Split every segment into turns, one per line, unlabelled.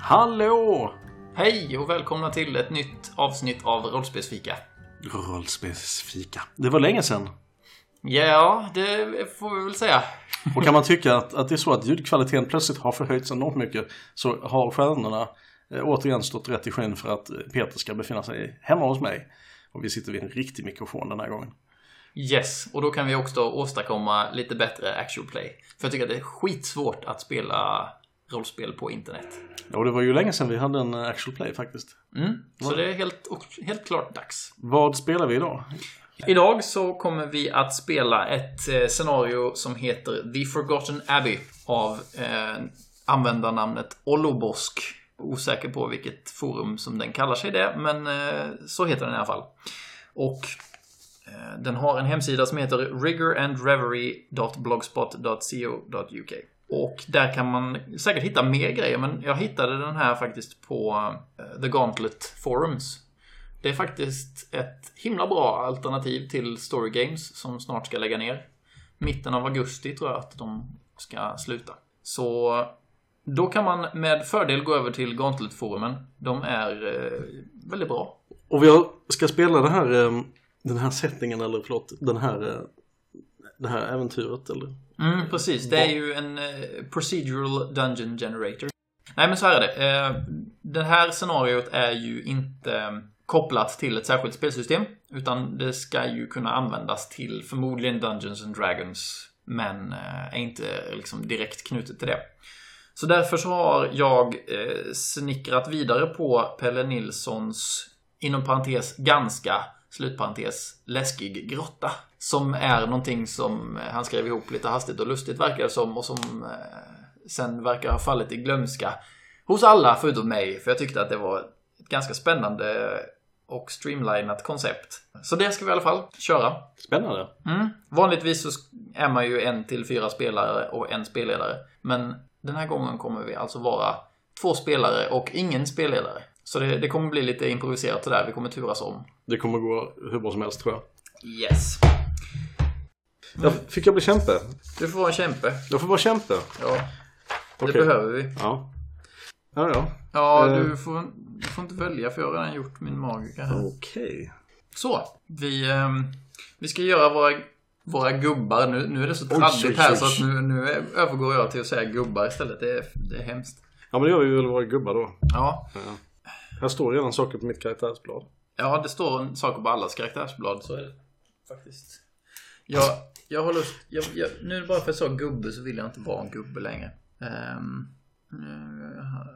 Hallå! Hej och välkomna till ett nytt avsnitt av Rollspelsfika.
Rollspelsfika. Det var länge sedan.
Ja, det får vi väl säga.
Och kan man tycka att, att det är så att ljudkvaliteten plötsligt har förhöjts enormt mycket så har stjärnorna eh, återigen stått rätt i skyn för att eh, Peter ska befinna sig hemma hos mig. Och vi sitter vid en riktig mikrofon den här gången.
Yes, och då kan vi också åstadkomma lite bättre actual play. För jag tycker att det är skitsvårt att spela rollspel på internet.
Ja, och det var ju länge sedan vi hade en eh, actual play faktiskt.
Mm, så det är helt, och- helt klart dags.
Vad spelar vi idag?
Idag så kommer vi att spela ett eh, scenario som heter The Forgotten Abbey av eh, användarnamnet Olobosk. Osäker på vilket forum som den kallar sig det, men eh, så heter den i alla fall. Och eh, den har en hemsida som heter rigorandreverie.blogspot.co.uk. Och där kan man säkert hitta mer grejer, men jag hittade den här faktiskt på eh, The Gauntlet Forums. Det är faktiskt ett himla bra alternativ till Story Games som snart ska lägga ner. Mitten av augusti tror jag att de ska sluta. Så då kan man med fördel gå över till Gauntlet-forumen. De är eh, väldigt bra.
Och jag ska spela det här, eh, den här settingen eller förlåt, den här, eh, det här äventyret eller?
Mm, precis. Det är ju en eh, procedural dungeon generator. Nej, men så här är det. Eh, Det här scenariot är ju inte eh, kopplat till ett särskilt spelsystem, utan det ska ju kunna användas till förmodligen Dungeons and Dragons, men eh, är inte liksom direkt knutet till det. Så därför så har jag eh, snickrat vidare på Pelle Nilssons, inom parentes, ganska, slutparentes, läskig grotta. Som är någonting som eh, han skrev ihop lite hastigt och lustigt verkar det som och som eh, sen verkar ha fallit i glömska hos alla förutom mig. För jag tyckte att det var ett ganska spännande och streamlinat koncept. Så det ska vi i alla fall köra.
Spännande.
Mm. Vanligtvis så sk- är man ju en till fyra spelare och en spelledare. Men den här gången kommer vi alltså vara två spelare och ingen spelledare. Så det, det kommer bli lite improviserat sådär, vi kommer turas om.
Det kommer gå hur bra som helst tror jag.
Yes.
jag fick jag bli kämpe?
Du får vara en kämpe.
Jag får vara kämpe.
Ja, det
Okej.
behöver vi.
Ja. Ja, ja.
Ja,
Eh.
du, får, du får inte välja för jag har redan gjort min magiker här.
Okej.
Så, vi, ehm, vi ska göra våra, våra gubbar. Nu, nu är det så
oj,
traddigt här
oj.
så att nu, nu är- övergår jag till att säga gubbar istället. Det är, det är hemskt.
Ja, men det gör vi väl våra gubbar då.
Ja,
Här står redan saker på mitt karaktärsblad.
Ja, det står en sak på allas karaktärsblad. Så är det faktiskt. Jag, jag har lust... Jag, jag, nu är det bara för att jag sa gubbe så vill jag inte vara en gubbe längre. Ehm, nu- jag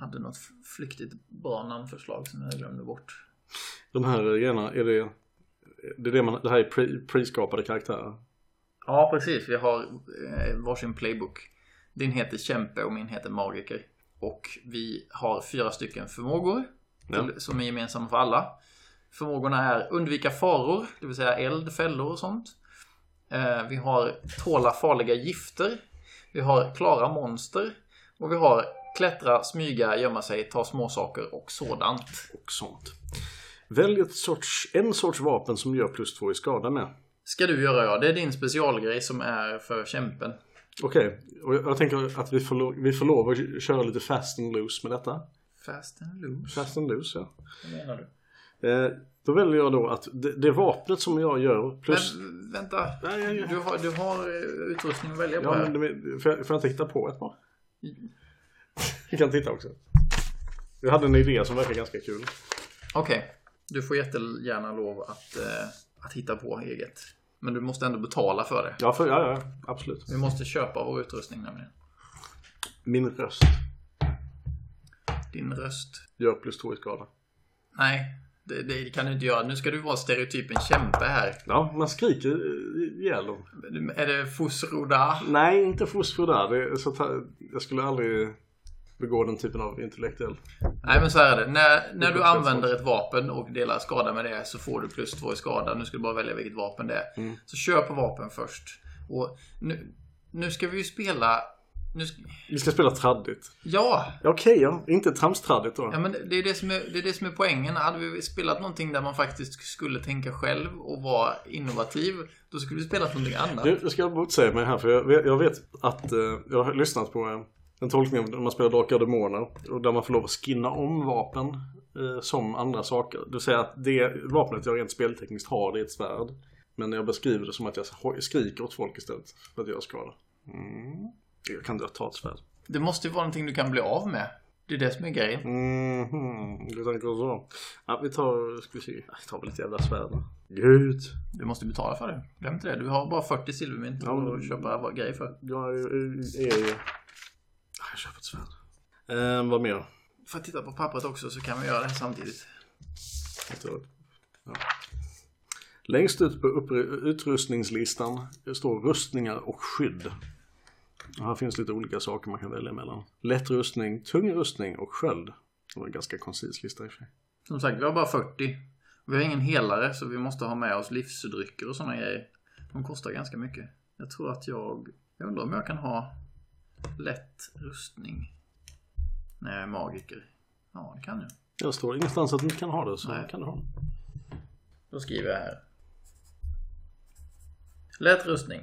hade något flyktigt bra namnförslag som jag glömde bort.
De här grejerna, är det... Det, är det, man, det här är pre- preskapade karaktärer.
Ja, precis. Vi har eh, varsin playbook. Din heter Kämpe och min heter Magiker. Och vi har fyra stycken förmågor
Ja.
till, som är gemensamma för alla. Förmågorna är undvika faror, det vill säga eld, fällor och sånt. Eh, vi har tåla farliga gifter. Vi har klara monster. Och vi har klättra, smyga, gömma sig, ta småsaker och sådant.
Och sånt. Välj ett sorts, en sorts vapen som gör plus två i skada med.
Ska du göra ja, det är din specialgrej som är för kämpen.
Okej, och jag, jag tänker att vi får, lo- vi får lov att köra lite fast and loose med detta.
Fast and loose,
Fast and loose, ja.
vad menar du?
Eh, då väljer jag då att det, det vapnet som jag gör plus...
Men vänta,
Nej, jag, jag,
du har, du har eh, utrustning att välja på
ja, men, Mm.
här.
de- får, jag, får jag inte hitta på ett par? Vi kan titta också. Jag hade en idé som verkar ganska kul.
Okej, du får jättegärna lov att, eh, att hitta på eget. Men du måste ändå betala för det.
Ja, för, ja, ja absolut.
Vi måste köpa vår utrustning nämligen.
Min röst
Din röst.
gör plus två i skada.
Nej, Det, det kan du inte göra. Nu ska du vara stereotypen kämpe här.
Ja, man skriker eh, ihjäl dem.
Är det Fosroda?
Nej, inte fosfor där. Det, är så att, jag skulle aldrig begå den typen av intellektuell.
Nej men så här är det. När,
Det
när
är
du
gott
använder ett vapen och delar skada med det så får du plus två i skada. Nu ska du bara välja vilket vapen det är.
Mm.
Så kör på vapen först. Och nu, nu ska vi ju spela... Nu ska,
Vi ska spela traddigt.
ja!
Ja, Okej, ja. Inte tramstraddigt då.
Ja men det är det, som är, det är det som är poängen. Hade vi spelat någonting där man faktiskt skulle tänka själv och vara innovativ. Då skulle vi spelat någonting annat.
Du, jag ska motsäga mig här för jag vet, jag vet att eh, jag har lyssnat på eh, en tolkning av när man spelar Drakar och Demoner och där man får lov att skinna om vapen eh, som andra saker. Du säger att det vapnet jag rent speltekniskt har det är ett svärd. Men jag beskriver det som att jag ho- skriker åt folk istället för att göra skada. Mm. Jag kan ta ett svärd.
Det måste ju vara någonting du kan bli av med. Det är det som är grejen.
Mhm, du tänker så. Ja, vi tar, ska vi se. Vi tar väl ett jävla svärd då. Gud.
Du måste betala för det. Glöm inte det. Du har bara 40 silvermynt
Ja, men-
att köpa vad grejer för.
Jag är ju... Jag köper ett svärd. Eh, vad mer?
För att titta på pappret också så kan vi göra det här samtidigt.
Otroligt. Ja. Längst ut på uppr- utrustningslistan står rustningar och skydd. Och här finns lite olika saker man kan välja mellan. Lätt rustning, tung rustning och sköld. Det var en ganska koncis lista i och för sig.
Som sagt, vi har bara 40. Vi har ingen helare så vi måste ha med oss livsdrycker och sådana grejer. De kostar ganska mycket. Jag tror att jag... Jag undrar om jag kan ha lätt rustning. När jag är magiker. Ja, det kan jag.
Jag står ingenstans att du inte kan ha det, så
Nej.
kan du ha det.
Då skriver jag här. Lätt rustning.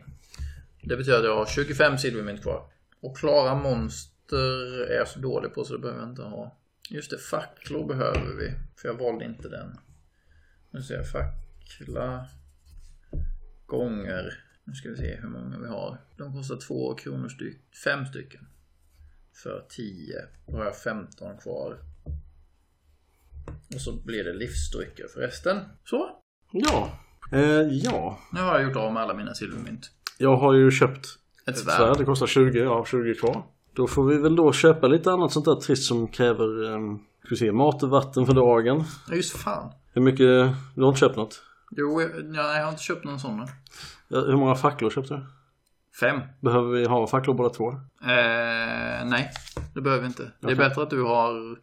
Det betyder att jag har 25 silvermynt kvar. Och klara monster är jag så dålig på så det behöver jag inte ha. Just det, facklor behöver vi. För jag valde inte den. Nu ser jag fackla gånger. Nu ska vi se hur många vi har. De kostar 2 kronor styck. Fem stycken. För 10. Då har jag 15 kvar. Och så blir det livsdrycker för resten. Så.
Ja. Eh, ja.
Nu har jag gjort av med alla mina silvermynt.
Jag har ju köpt
Ett
ett
svärd.
svärd. Det kostar 20. Jag har 20 kvar. Då får vi väl då köpa lite annat sånt där trist som kräver ehm, ska vi se, mat och vatten för dagen.
Ja, just fan.
Hur mycket? Du har inte köpt något?
Jo, jag, nej, jag har inte köpt någon sån. än.
Ja, Hur många facklor köpte du?
Fem.
Behöver vi ha facklor båda två?
Eh, nej, det behöver vi inte. Det är
Okej.
bättre att du har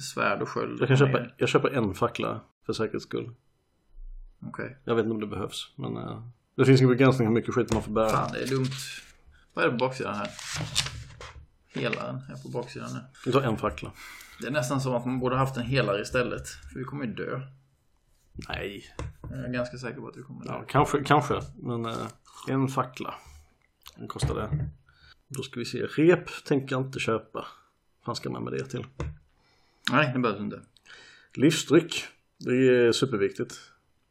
svärd och sköld.
Jag kan köpa, jag köper en fackla för säkerhets skull.
Okej.
Jag vet inte om det behövs men eh, det finns ingen begränsning hur mycket skit man får bära.
Fan, det är dumt. Vad är det på baksidan här? Helaren är på baksidan nu.
Vi tar en fackla.
Det är nästan som att man borde haft en helare istället. För vi kommer ju dö.
Nej.
Jag är ganska säker på att vi kommer dö.
Ja, kanske, kanske. Men eh, en fackla. Den kostar det. Då ska vi se. Rep tänker jag inte köpa. Vad fan ska man med det till?
Nej, det behövs inte.
Livsdryck. Det är superviktigt.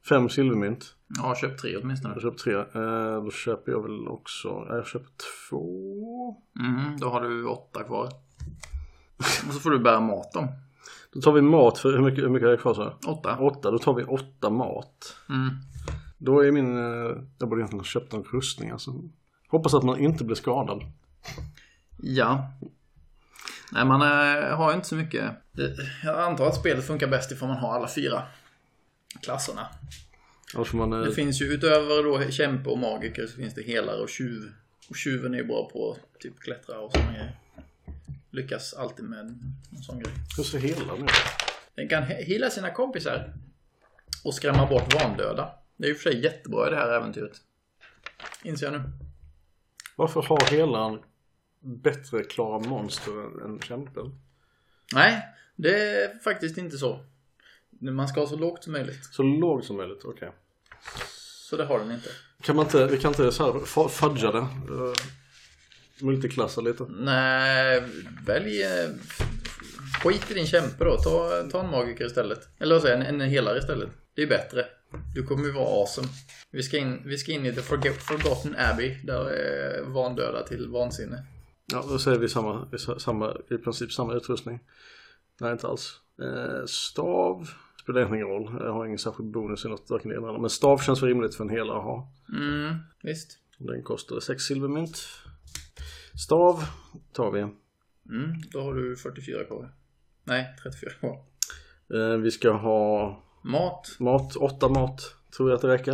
Fem silvermynt.
Ja, köp tre åtminstone.
Jag köper tre. Eh, då köper jag väl också. eh, Jag köper två.
Mm, då har du åtta kvar. Och så får du bära mat dem.
Då tar vi mat för hur mycket, hur mycket har jag kvar så här?
Åtta.
Åtta, då tar vi åtta mat.
Mm.
Då är min, eh, jag borde egentligen ha köpt en rustning alltså. Hoppas att man inte blir skadad.
Ja. Nej, man eh, har ju inte så mycket. Det- Jag antar att spelet funkar bäst ifall man har alla fyra klasserna.
Annars får man, eh,
Det finns ju utöver då kämpe och magiker så finns det helare och tjuv. Och tjuven är ju bra på att typ klättra och såna grejer. Lyckas alltid med en sån grej.
hur ser hela nu?
Den kan he- heala sina kompisar. Och skrämma bort vandöda. Det är ju i och för sig jättebra i det här äventyret. Inser jag nu.
Varför har hela bättre klara monster än kämpen?
Nej, det är faktiskt inte så. Man ska ha så lågt som möjligt.
Så låg som möjligt, okej.
Så det har den inte.
Kan man inte, vi kan inte så här fa- fudga det? Eh, multiklassa lite.
Nej, välj... eh, Skit i din kämpe då. Ta, ta en magiker istället. Eller vad säger jag, en, en helare istället. Det är bättre. Du kommer ju vara awesome. Vi ska in, vi ska in i The Forge- Forgotten Abbey. Där är vandöda till vansinne.
Ja, då säger vi samma, vi sa- samma, i princip samma utrustning. Nej, inte alls. Eh, stav spelar egentligen ingen roll. Jag har ingen särskild bonus i något varken det ena eller andra. Men stav känns rimligt för en hela att ha.
Mm, visst.
Den kostade 6 silvermynt. Stav tar vi.
Mm, då har du 44 kvar. Nej, 34 kvar.
Eh, Vi ska ha
Mat?
mat, åtta mat tror jag att det räcker.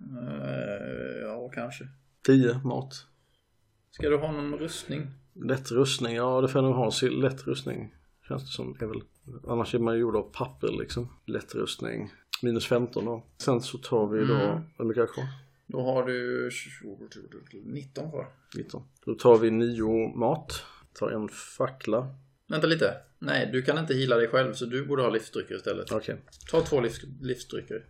Eh, ja, kanske.
Tio mat.
Ska du ha någon rustning?
Lätt rustning, ja det får jag nog ha. Sil- Lätt rustning känns det som. Är väl. Annars är man ju gjord av papper liksom. Lätt rustning. Minus 15 då. Sen så tar vi då,
Mm.
hur mycket har jag kvar?
Då har du 19 kvar.
19. Då tar vi nio mat. Tar en fackla.
Vänta lite. Nej, du kan inte hila dig själv så du borde ha livsdrycker istället.
Okej.
Ta två livs- livsdrycker.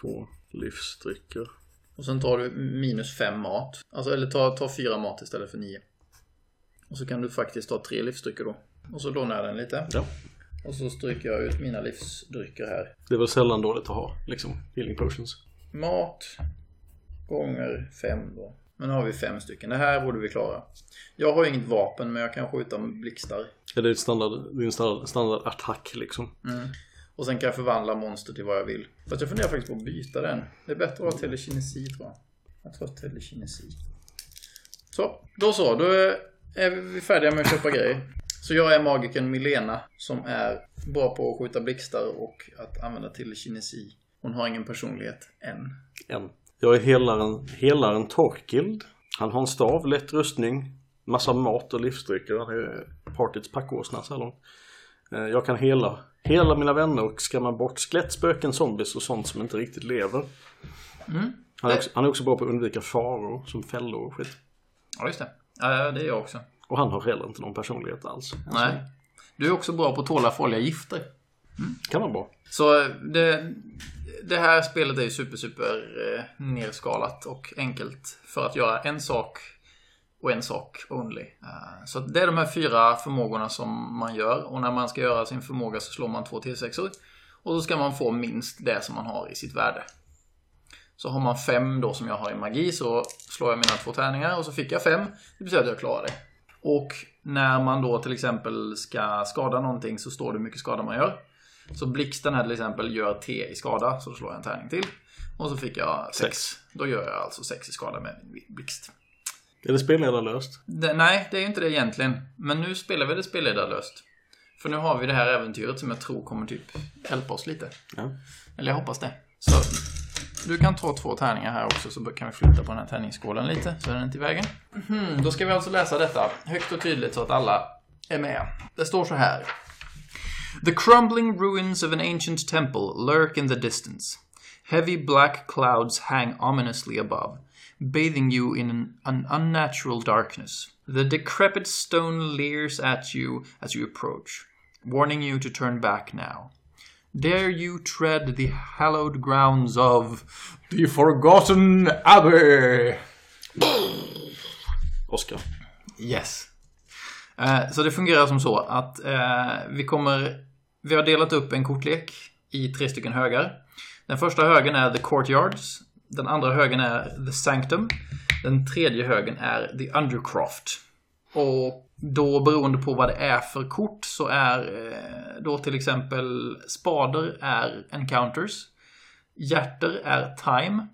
Två livsdrycker.
Och sen tar du minus fem mat. Alltså, eller ta, ta fyra mat istället för nio. Och så kan du faktiskt ta tre livsdrycker då. Och så lånar jag den lite.
Ja.
Och så stryker jag ut mina livsdrycker här.
Det är väl sällan dåligt att ha liksom. Healing potions.
Mat gånger fem då. Men nu har vi fem stycken. Det här borde vi klara. Jag har ju inget vapen men jag kan skjuta med blixtar.
Ja, det är ett standard, det är en standard, standardattack liksom.
Mm. Och sen kan jag förvandla monster till vad jag vill. Fast jag funderar faktiskt på att byta den. Det är bättre att ha telekinesi tror jag. Jag tror att telekinesi. Så, då så. Då är- är vi färdiga med att köpa grejer. Så jag är magikern Milena som är bra på att skjuta blixtar och att använda telekinesi. Hon har ingen personlighet än.
En. Jag är helaren, helaren Torkild. Han har en stav, lätt rustning, massa mat och livsdrycker. Han är partyts packåsna så här långt. Eh, Jag kan hela, hela mina vänner och skrämma bort skelett, spöken, zombies och sånt som inte riktigt lever. Han, är också, han är också bra på att undvika faror som fällor och skit.
Ja, just det. Ja, det är jag också.
Och han har heller inte någon personlighet alls.
Nej. Du är också bra på att tåla farliga gifter.
Kan vara bra.
Så eh, det, det här spelet är ju super, super eh, nerskalat och enkelt för att göra en sak och en sak only. Eh, Så att det är de här fyra förmågorna som man gör och när man ska göra sin förmåga så slår man två T6or och så ska man få minst det som man har i sitt värde. Så har man fem då som jag har i magi så slår jag mina två tärningar och så fick jag fem. Det betyder att jag klarar det. Och när man då till exempel ska skada någonting så står det hur mycket skada man gör. Så blixten här till exempel gör T i skada, så då slår jag en tärning till. Och så fick jag 6. Då gör jag alltså 6 i skada med min blixt.
Är det spelledarlöst?
Det, nej, det är ju inte det egentligen. Men nu spelar vi det spelledarlöst. För nu har vi det här äventyret som jag tror kommer typ hjälpa oss lite.
Ja.
Eller jag hoppas det. Så du kan ta två tärningar här också så kan vi flytta på den här tärningsskålen lite så är den inte i vägen. Mhm, då ska vi alltså läsa detta högt och tydligt så att alla är med. Det står så här. The crumbling ruins of an ancient temple lurk in the distance. Heavy black clouds hang ominously above, bathing you in an, an unnatural darkness. The decrepit stone leers at you as you approach, warning you to turn back now. Dare you tread the hallowed grounds of the Forgotten Abbey?
Oskar.
Yes. Eh, så det fungerar som så att eh, vi kommer... Vi har delat upp en kortlek i tre stycken högar. Den första högen är The Courtyards. Den andra högen är The Sanctum. Den tredje högen är The Undercroft. Och då beroende på vad det är för kort så är eh, då till exempel spader är encounters. Hjärter är time.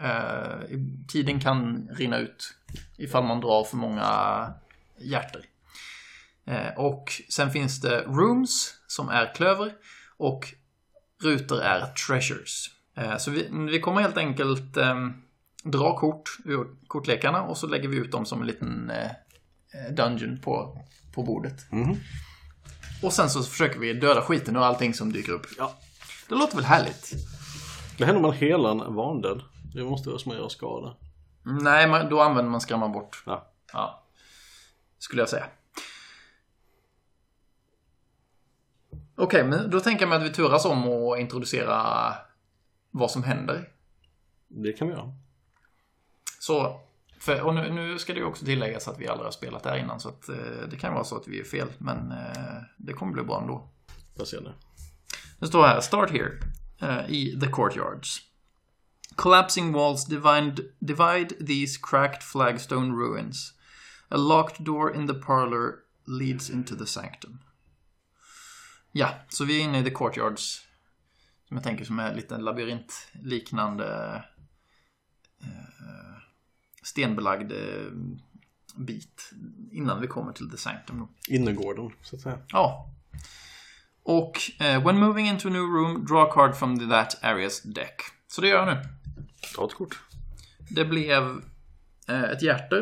Eh, tiden kan rinna ut ifall man drar för många hjärter. Eh, och sen finns det rooms som är klöver och rutor är treasures. Eh, så vi, vi kommer helt enkelt ehm, dra kort ur kortlekarna och så lägger vi ut dem som en liten eh, eh, dungeon på, på bordet. Och sen så försöker vi döda skiten och allting som dyker upp.
Ja.
Det låter väl härligt?
Det händer man hela en vandel. Det måste vara som att göra skada.
Nej, man, då använder man skrämma bort.
Ja.
Ja. Skulle jag säga. Okej, men då tänker jag mig att vi turas om och introducera vad som händer.
Det kan vi göra.
Så, för, och nu, nu ska det ju också tilläggas att vi aldrig har spelat där innan så att eh, det kan vara så att vi är fel, men eh, det kommer bli bra ändå.
Jag ser det.
Det står här, start here, eh, i the courtyards. Collapsing walls divide, divide these cracked flagstone ruins. A locked door in the parlor leads into the sanctum. Ja, så vi är inne i the courtyards. Som jag tänker som är lite en labyrintliknande eh, stenbelagd eh, bit innan vi kommer till the sanctum. Då.
Innergården, så att säga.
Ja. Och eh, when moving into a new room, draw a card from that areas deck. Så det gör jag nu.
Ta ett kort.
Det blev eh, ett hjärta.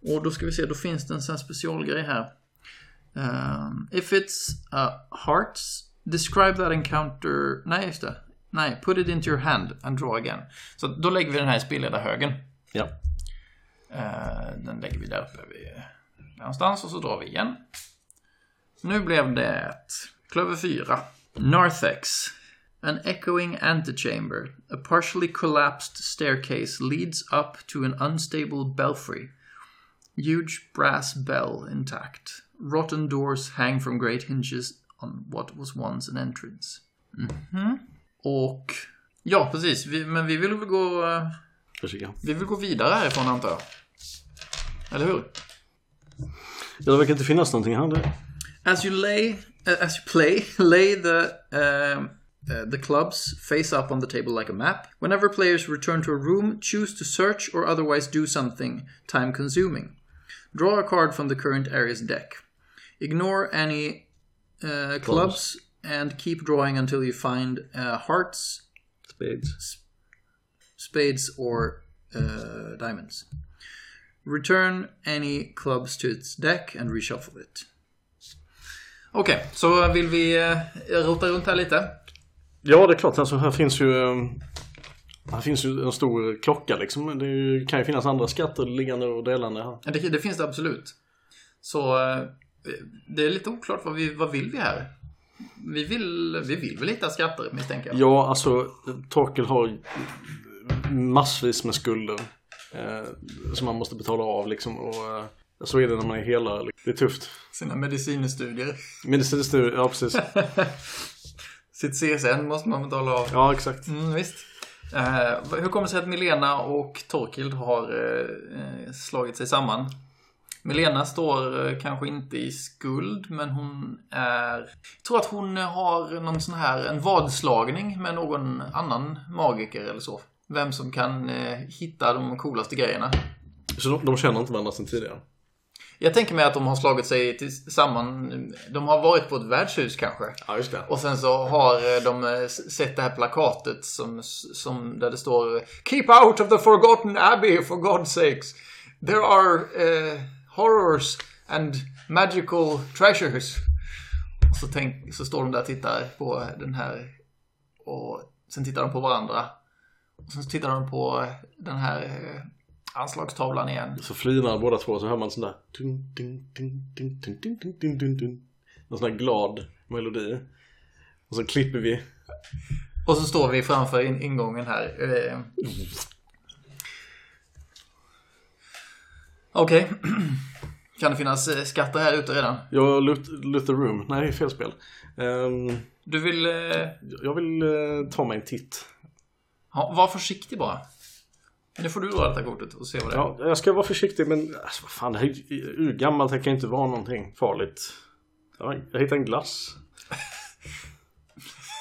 Och då ska vi se, då finns det en sån här specialgrej här. Ehm, if it's a hearts, describe that encounter... Nej, just det. Nej, put it into your hand and draw again. Så då lägger vi den här i spelledarhögen.
Ja.
Eh, den lägger vi där uppe vid, där någonstans och så drar vi igen. Nu blev det Klöver 4. Narthex. An echoing antechamber. A partially collapsed staircase leads up to an unstable belfry. Huge brass bell intact. Rotten doors hang from great hinges on what was once an entrance. Mhm. Och ja, precis. Vi, men vi vill väl gå eh,
Ska kika.
vi vill gå vidare härifrån antar jag. Eller hur?
Ja, det verkar inte finnas någonting här. Det...
As you lay, eh, as you play, lay the um, uh, the clubs face up on the table like a map. Whenever players return to a room, choose to search or otherwise do something time consuming. Draw a card from the current area's deck. Ignore any uh, clubs and keep drawing until you find uh, hearts,
Spades.
spades, or uh, diamonds. Return any clubs to its deck and reshuffle it. Okej, så vill vi eh, rota runt här lite.
Ja, det är klart. Alltså, här finns ju... eh, Här finns ju en stor klocka liksom. Det är ju- kan ju finnas andra skatter liggande och delande här.
Ja, Det, det finns det absolut. Så eh, det är lite oklart vad vi vad vill vi här. Vi vill, vi vill väl hitta skatter misstänker jag.
Ja, alltså Torkel har massvis med skulder eh, som man måste betala av liksom. Och, eh, så är det när man är helare. Det är tufft.
Sina medicinstudier.
Medicinskt, ja precis.
Sitt CSN måste man betala av.
Ja, exakt.
Mm, visst. Eh, hur kommer det sig att Milena och Torkild har eh, eh, slagit sig samman? Milena står eh, kanske inte i skuld, men hon är... Jag tror att hon har någon sån här, en vadslagning med någon annan magiker eller så. Vem som kan eh, hitta de coolaste grejerna.
Så de, de känner inte varandra sedan tidigare.
Jag tänker mig att de har slagit sig tills- samman. De har varit på ett värdshus kanske.
Ja, just det.
Och sen så har eh, de eh, s- sett det här plakatet som, som där det står eh, Keep out of the forgotten abbey for God's sakes. There are eh, horrors and magical treasures. Och så, tänk, så står de där och tittar på den här och sen tittar de på varandra. Och sen så tittar de på den här eh, anslagstavlan igen.
Så flinar båda två så hör man sån där... dun, dun, dun, dun, dun, dun, dun, dun, dun, dun. Någon sån där glad melodi. Och så klipper vi.
Och så står vi framför in- ingången här. eh. Okej. Kan det finnas eh, skatter här ute redan?
Jag lut, Luther Room. Nej, det är fel spel. Ehm,
Du vill... eh,
jag vill eh, ta mig en titt.
Ha, var försiktig bara. Nu får du dra detta kortet och se vad det är.
Ja, jag ska vara försiktig men alltså, vad fan, det här är ju urgammalt. Det kan ju inte vara någonting farligt. Ja, Jag hittade en glass.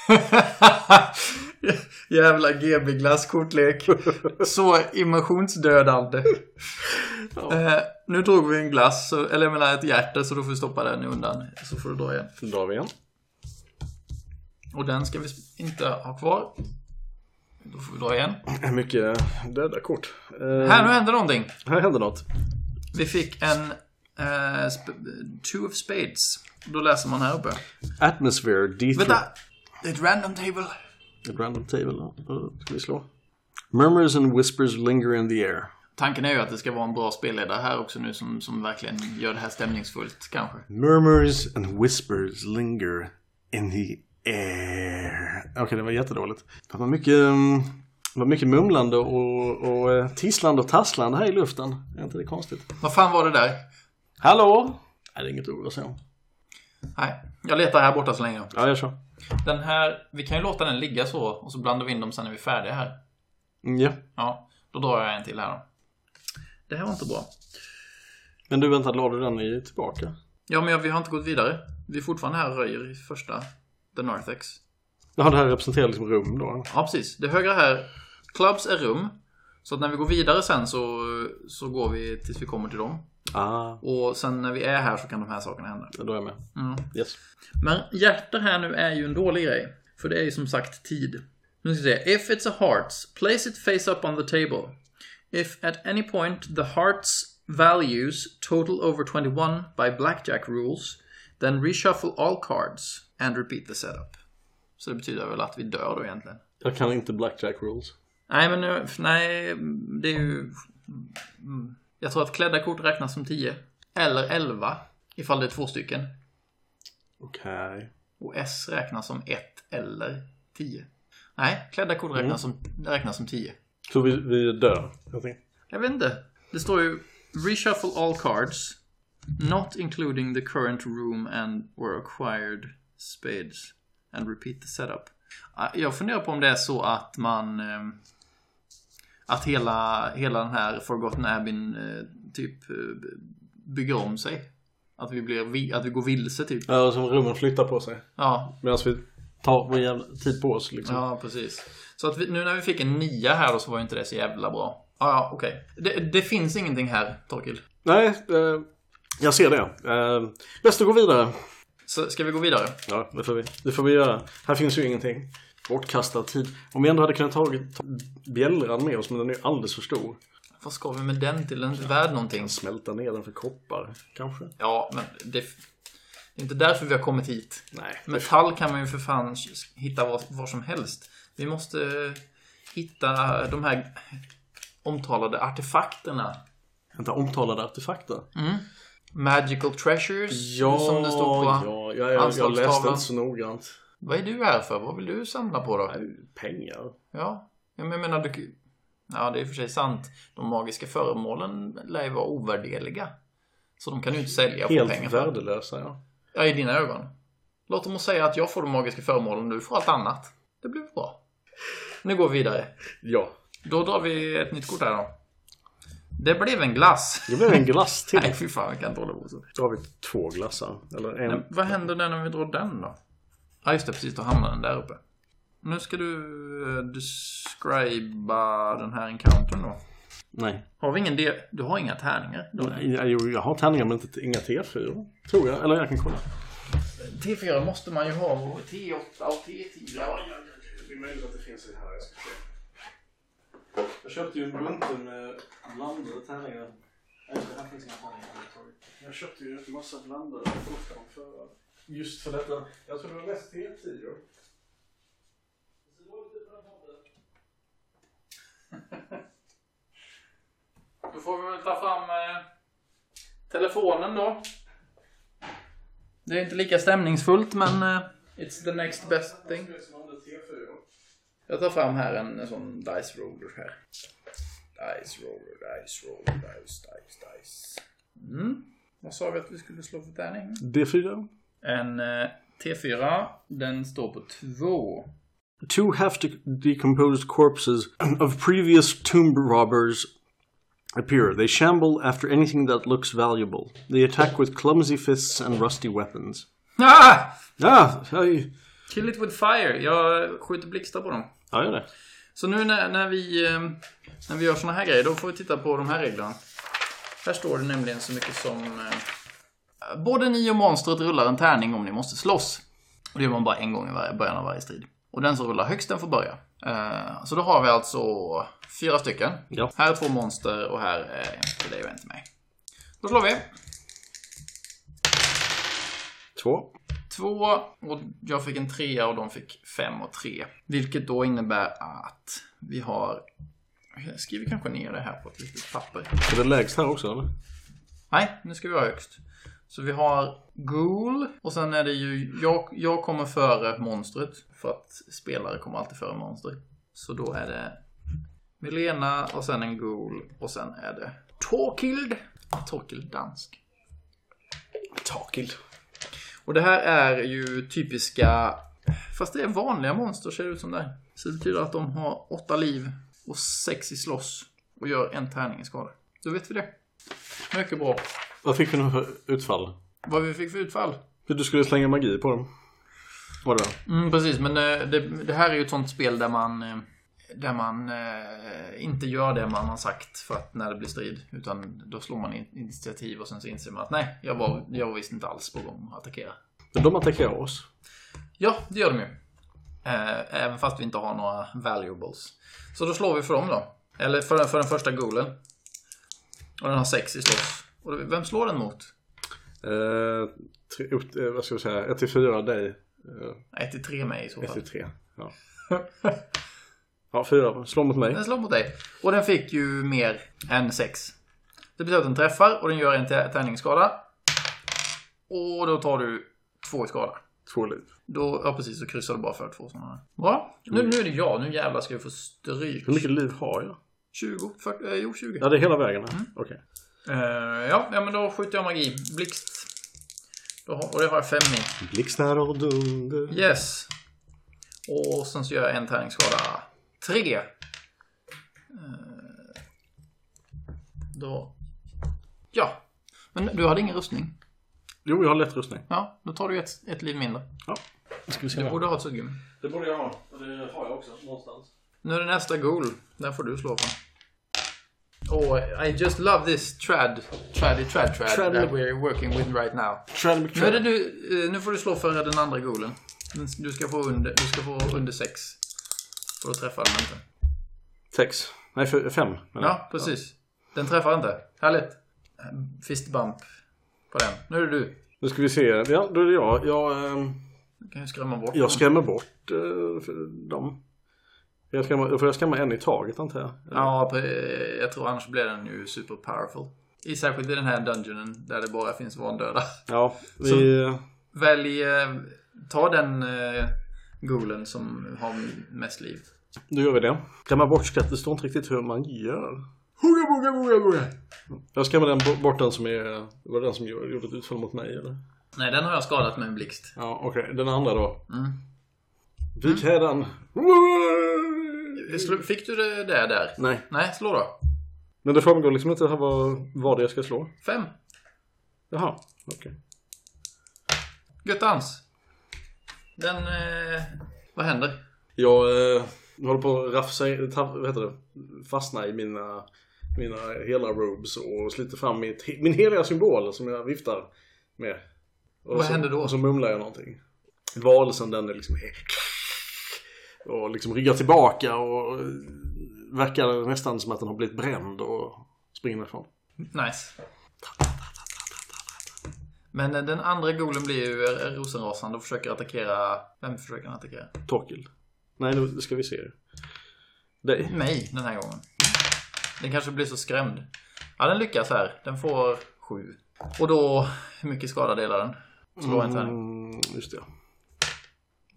Jävla GB glasskortlek. Så immersionsdödande.
Ja.
Eh, nu drog vi en glass, så- eller jag menar ett hjärta, så då får vi stoppa den undan. Så får du dra igen.
Nu drar vi igen.
Och den ska vi sp- inte ha kvar. Då får vi dra igen.
Mycket döda kort. Eh,
Här, nu händer någonting.
här händer något.
Vi fick en eh, sp- Two of Spades. Då läser man här uppe.
Atmosphere D3.
Vänta! Det är ett random table.
Ett random table. ja. Vad Ska vi slå? Murmurs and whispers linger in the air.
Tanken är ju att det ska vara en bra spelledare här också nu som, som verkligen gör det här stämningsfullt kanske.
Murmurs and whispers linger in the air. Okej, det var jättedåligt. Det var mycket, mm, det var mycket mumlande och, och eh, tisslande och tasslande här i luften. Är inte det konstigt?
Vad fan var det där?
Hallå? Nej, det är inget att oroa sig om.
Nej, jag letar här borta så länge.
Ja, jag kör.
Den här, vi kan ju låta den ligga så och så blandar vi in dem sen när vi är färdiga här.
Mm, ja.
Ja, då drar jag en till här då. Det här var inte bra.
Men du, vänta, la du den i tillbaka?
Ja, men jag, vi har inte gått vidare. Vi är fortfarande här och röjer i första, The Narthex.
Jaha, det här representerar liksom rum då?
Ja, precis. Det högra här, clubs är rum. Så att när vi går vidare sen så, så går vi tills vi kommer till dem.
Ah,
Och sen när vi är här så kan de här sakerna hända.
då är jag med.
Mm.
Yes.
Men hjärta här nu är ju en dålig grej. För det är ju som sagt tid. Nu ska vi se. If it's a hearts, place it face up on the table. If at any point the hearts values total over 21 by blackjack rules, then reshuffle all cards and repeat the setup. Så det betyder väl att vi dör då egentligen.
Jag kan inte blackjack rules.
Nej men nu, f- nej, det är ju... mm. Jag tror att klädda kort räknas som 10. Eller 11, ifall det är två stycken.
Okej.
Och S räknas som 1 eller 10. Nej, klädda kort räknas, som, räknas som 10.
Så vi, vi dör? Jag tänker.
Jag vet inte. Det står ju reshuffle all cards. Not including the current room and were acquired spades. And repeat the setup. Ah, Jag funderar på om det är så att man... ehm, Att hela, hela den här Forgotten Abin typ eh, bygger om sig. Att vi, blir, vi- att vi går vilse typ.
Ja, som rummen flyttar på sig.
Ja,
Medan vi tar vår jävla tid på oss liksom.
Ja, precis. Så att vi, nu när vi fick en nia här då så var ju inte det så jävla bra. Ah, ja, okej. Det, det finns ingenting här, Torkil.
Nej, eh, jag ser det. Eh, bäst att gå vidare.
Så ska vi gå vidare?
Ja, det får, vi, det får vi göra. Här finns ju ingenting. Bortkastad tid. Om vi ändå hade kunnat tagit ta bjällran med oss, men den är ju alldeles för stor.
Vad ska vi med den till? Den är inte värd någonting.
Smälta ner den för koppar, kanske?
Ja, men det, det är inte därför vi har kommit hit.
Nej.
Metall kan man ju för fan hitta var, var som helst. Vi måste eh, hitta de här omtalade artefakterna.
Vänta, omtalade artefakter?
Magical treasures, som det står på.
ja, jag, jag, jag läste
anslagstavlan.
inte så noggrant.
Vad är du här för? Vad vill du samla på då?
Nej, pengar.
Ja, ja, men jag menar du... Ja, det är i och för sig sant. De magiska föremålen lär ju vara ovärdeliga. Så de kan ju inte sälja för pengar
Helt
för.
värdelösa, ja.
Ja, i dina ögon. Låt dem att säga att jag får de magiska föremålen och du får allt annat. Det blir bra. Nu går vi vidare.
Ja.
Då drar vi ett nytt kort här då. Det blev en glass.
Det blev en glass till.
Nej, fy fan, jag kan inte hålla på så.
Då har vi två glassar. Eller en.
Men vad händer när vi drar den då? Ja, just det, precis. Då hamnar den där uppe. Nu ska du eh, describa den här encountern då.
Nej.
Har vi ingen del... Du har inga tärningar? då?
Jag, jo, jag har tärningar men inte, inga T4. Tror jag. Eller jag kan kolla.
T4 måste man ju ha. och T8 och T10.
Det är möjligt att det finns det här. Jag ska se. Jag köpte ju en bunte med blandade tärningar. Nej, det här finns inga tärningar. Jag köpte ju en massa blandade kort från förra. Just för detta. Jag tror det var mest T10.
Då får vi väl ta fram eh, telefonen då. Det är inte lika stämningsfullt men eh, it's the next best thing. Jag tar fram här en, en sån dice roller här. Dice roller, dice roller, dice, dice, dice. Mm. Vad sa vi att vi skulle slå för tärning?
D4.
En eh, T4. Den står på 2.
Two half decomposed corpses of previous tomb robbers appear. They shamble after anything that looks valuable. They attack with clumsy fists and rusty weapons.
Ah!
Ja, jag,
Kill it with fire. Jag skjuter blixtar på dem.
jag gör det.
Så nu när, när, vi, eh, när vi gör såna här grejer, då får vi titta på de här reglerna. Här står det nämligen så mycket som... eh, Både ni och monstret rullar en tärning om ni måste slåss. Och det gör man bara en gång i varje, början av varje strid. Och den som rullar högst den får börja. Eh, Så då har vi alltså fyra stycken.
Ja.
Här är två monster och här är en till dig och en till mig. Då slår vi.
Två.
Två och jag fick en trea och de fick fem och tre. Vilket då innebär att vi har... Jag skriver kanske ner det här på ett litet papper.
Är det lägst här också eller?
Nej, nu ska vi ha högst. Så vi har Ghoul och sen är det ju... Jag, jag kommer före monstret. För att spelare kommer alltid före monster. Så då är det Milena och sen en Ghoul och sen är det Torkild. Torkild dansk.
Takild.
Och det här är ju typiska, fast det är vanliga monster ser det ut som där. Så det betyder att de har åtta liv och sex i slåss och gör en tärning i skada. Då vet vi det. Mycket bra.
Vad fick vi nu för utfall?
Vad vi fick för utfall?
Du skulle slänga magi på dem. Var det?
Mm, precis, men eh, det, det här är ju ett sånt spel där man eh, Där man eh, inte gör det man har sagt för att när det blir strid. Utan då slår man in initiativ och sen så inser man att nej, jag var, jag var visst inte alls på gång att attackera.
Men de attackerar oss.
Ja, det gör de ju. Eh, även fast vi inte har några valuables. Så då slår vi för dem då. Eller för, för den första golen. Och den har 6 i slåss. Och då- vem slår den mot?
Eh, tre, upp- eh, vad ska vi säga? 1 till 4 dig.
1 till 3 mig i så
1
fall.
till 3. Ja. ja, 4. Slå mot mig.
Den slår mot dig. Och den fick ju mer än 6. Det betyder att den träffar och den gör en tär- tärningsskada. Och då tar du två i skada.
Två liv.
Då, ja precis, så kryssar du bara för två sådana här. Bra. Nu, nu är det jag. Nu jävlar ska jag få stryk.
Mm. Hur mycket liv har jag?
20? 40, eh, jo, 20.
Ja, det är hela vägen här. Okej.
Eh, ja, ja, men då skjuter jag magi. Blixt. Då har, och det har jag fem i.
Blixtar och dunder.
Yes. Och sen så gör jag en tärningsskada. Tre. Eh, då. Ja. Men du hade ingen rustning.
Jo, jag har lätt rustning.
Ja, då tar du ett, ett liv mindre.
Ja. Det ska vi se.
Du borde ha ett suddgummi.
Det borde jag ha. Och det har jag också någonstans.
Nu är det nästa goal. Den får du slå för. Oh, I just love this trad. Traddy trad trad.
Trad-
that we're working with right now.
Shredder
Nu, är det du, eh, nu får du slå för den andra golen. Den- Du ska få under, du ska få under 6. För då träffar den inte.
Sex. Nej, för, fem. menar jag.
Ja, precis. Den träffar inte. Härligt. Fist bump på den. Nu är det du.
Nu ska vi se. Ja, då är det jag. Jag, ehm,
Du kan ju skrämma bort
jag skrämmer bort eh, för dem. Jag skrämmer, får jag skrämma en i taget antar jag?
den. Ja, pre- jag tror annars blir den ju super powerful. I särskilt i den här dungeonen där det bara finns vandöda.
Ja, vi...
Välj, eh, ta den eh, golen som har mest liv.
Då gör vi det. Skrämma bort skatt, det står inte riktigt hur man gör.
Hugga, bugga, bugga, bugga.
Jag skrämmer den, bo- bort den som är... Var det den som gjorde gjorde ett utfall mot mig eller?
Nej, den har jag skadat med en blixt.
Ja, okej. Den andra då.
Mm.
Vik hädan.
Slå- Fick du det där? där?
Nej,
Nej, slå då.
men det framgår liksom inte här vad, vad det jag ska slå.
Fem.
Jaha, okej.
Göttans. Den... Eh, vad händer?
Jag eh, håller på att rafsa, i- taff, vad heter det? fastna i mina, mina hela robes och sliter fram mitt, min heliga symbol som jag viftar med. Och
Vad
så,
händer då?
Och så mumlar jag någonting. Valsen den är liksom och liksom ryggar tillbaka och verkar nästan som att den har blivit bränd och springer ifrån.
Nice. Men eh, den andra golen blir ju eh, rosenrasande och försöker attackera... Vem försöker han attackera?
Torkil. Nej, nu ska vi se. Dig.
Mig den här gången. Den kanske blir så skrämd. Ja, den lyckas här. Den får sju. Och då... Hur mycket skada delar den? Slå en tärning.
Mm, just det.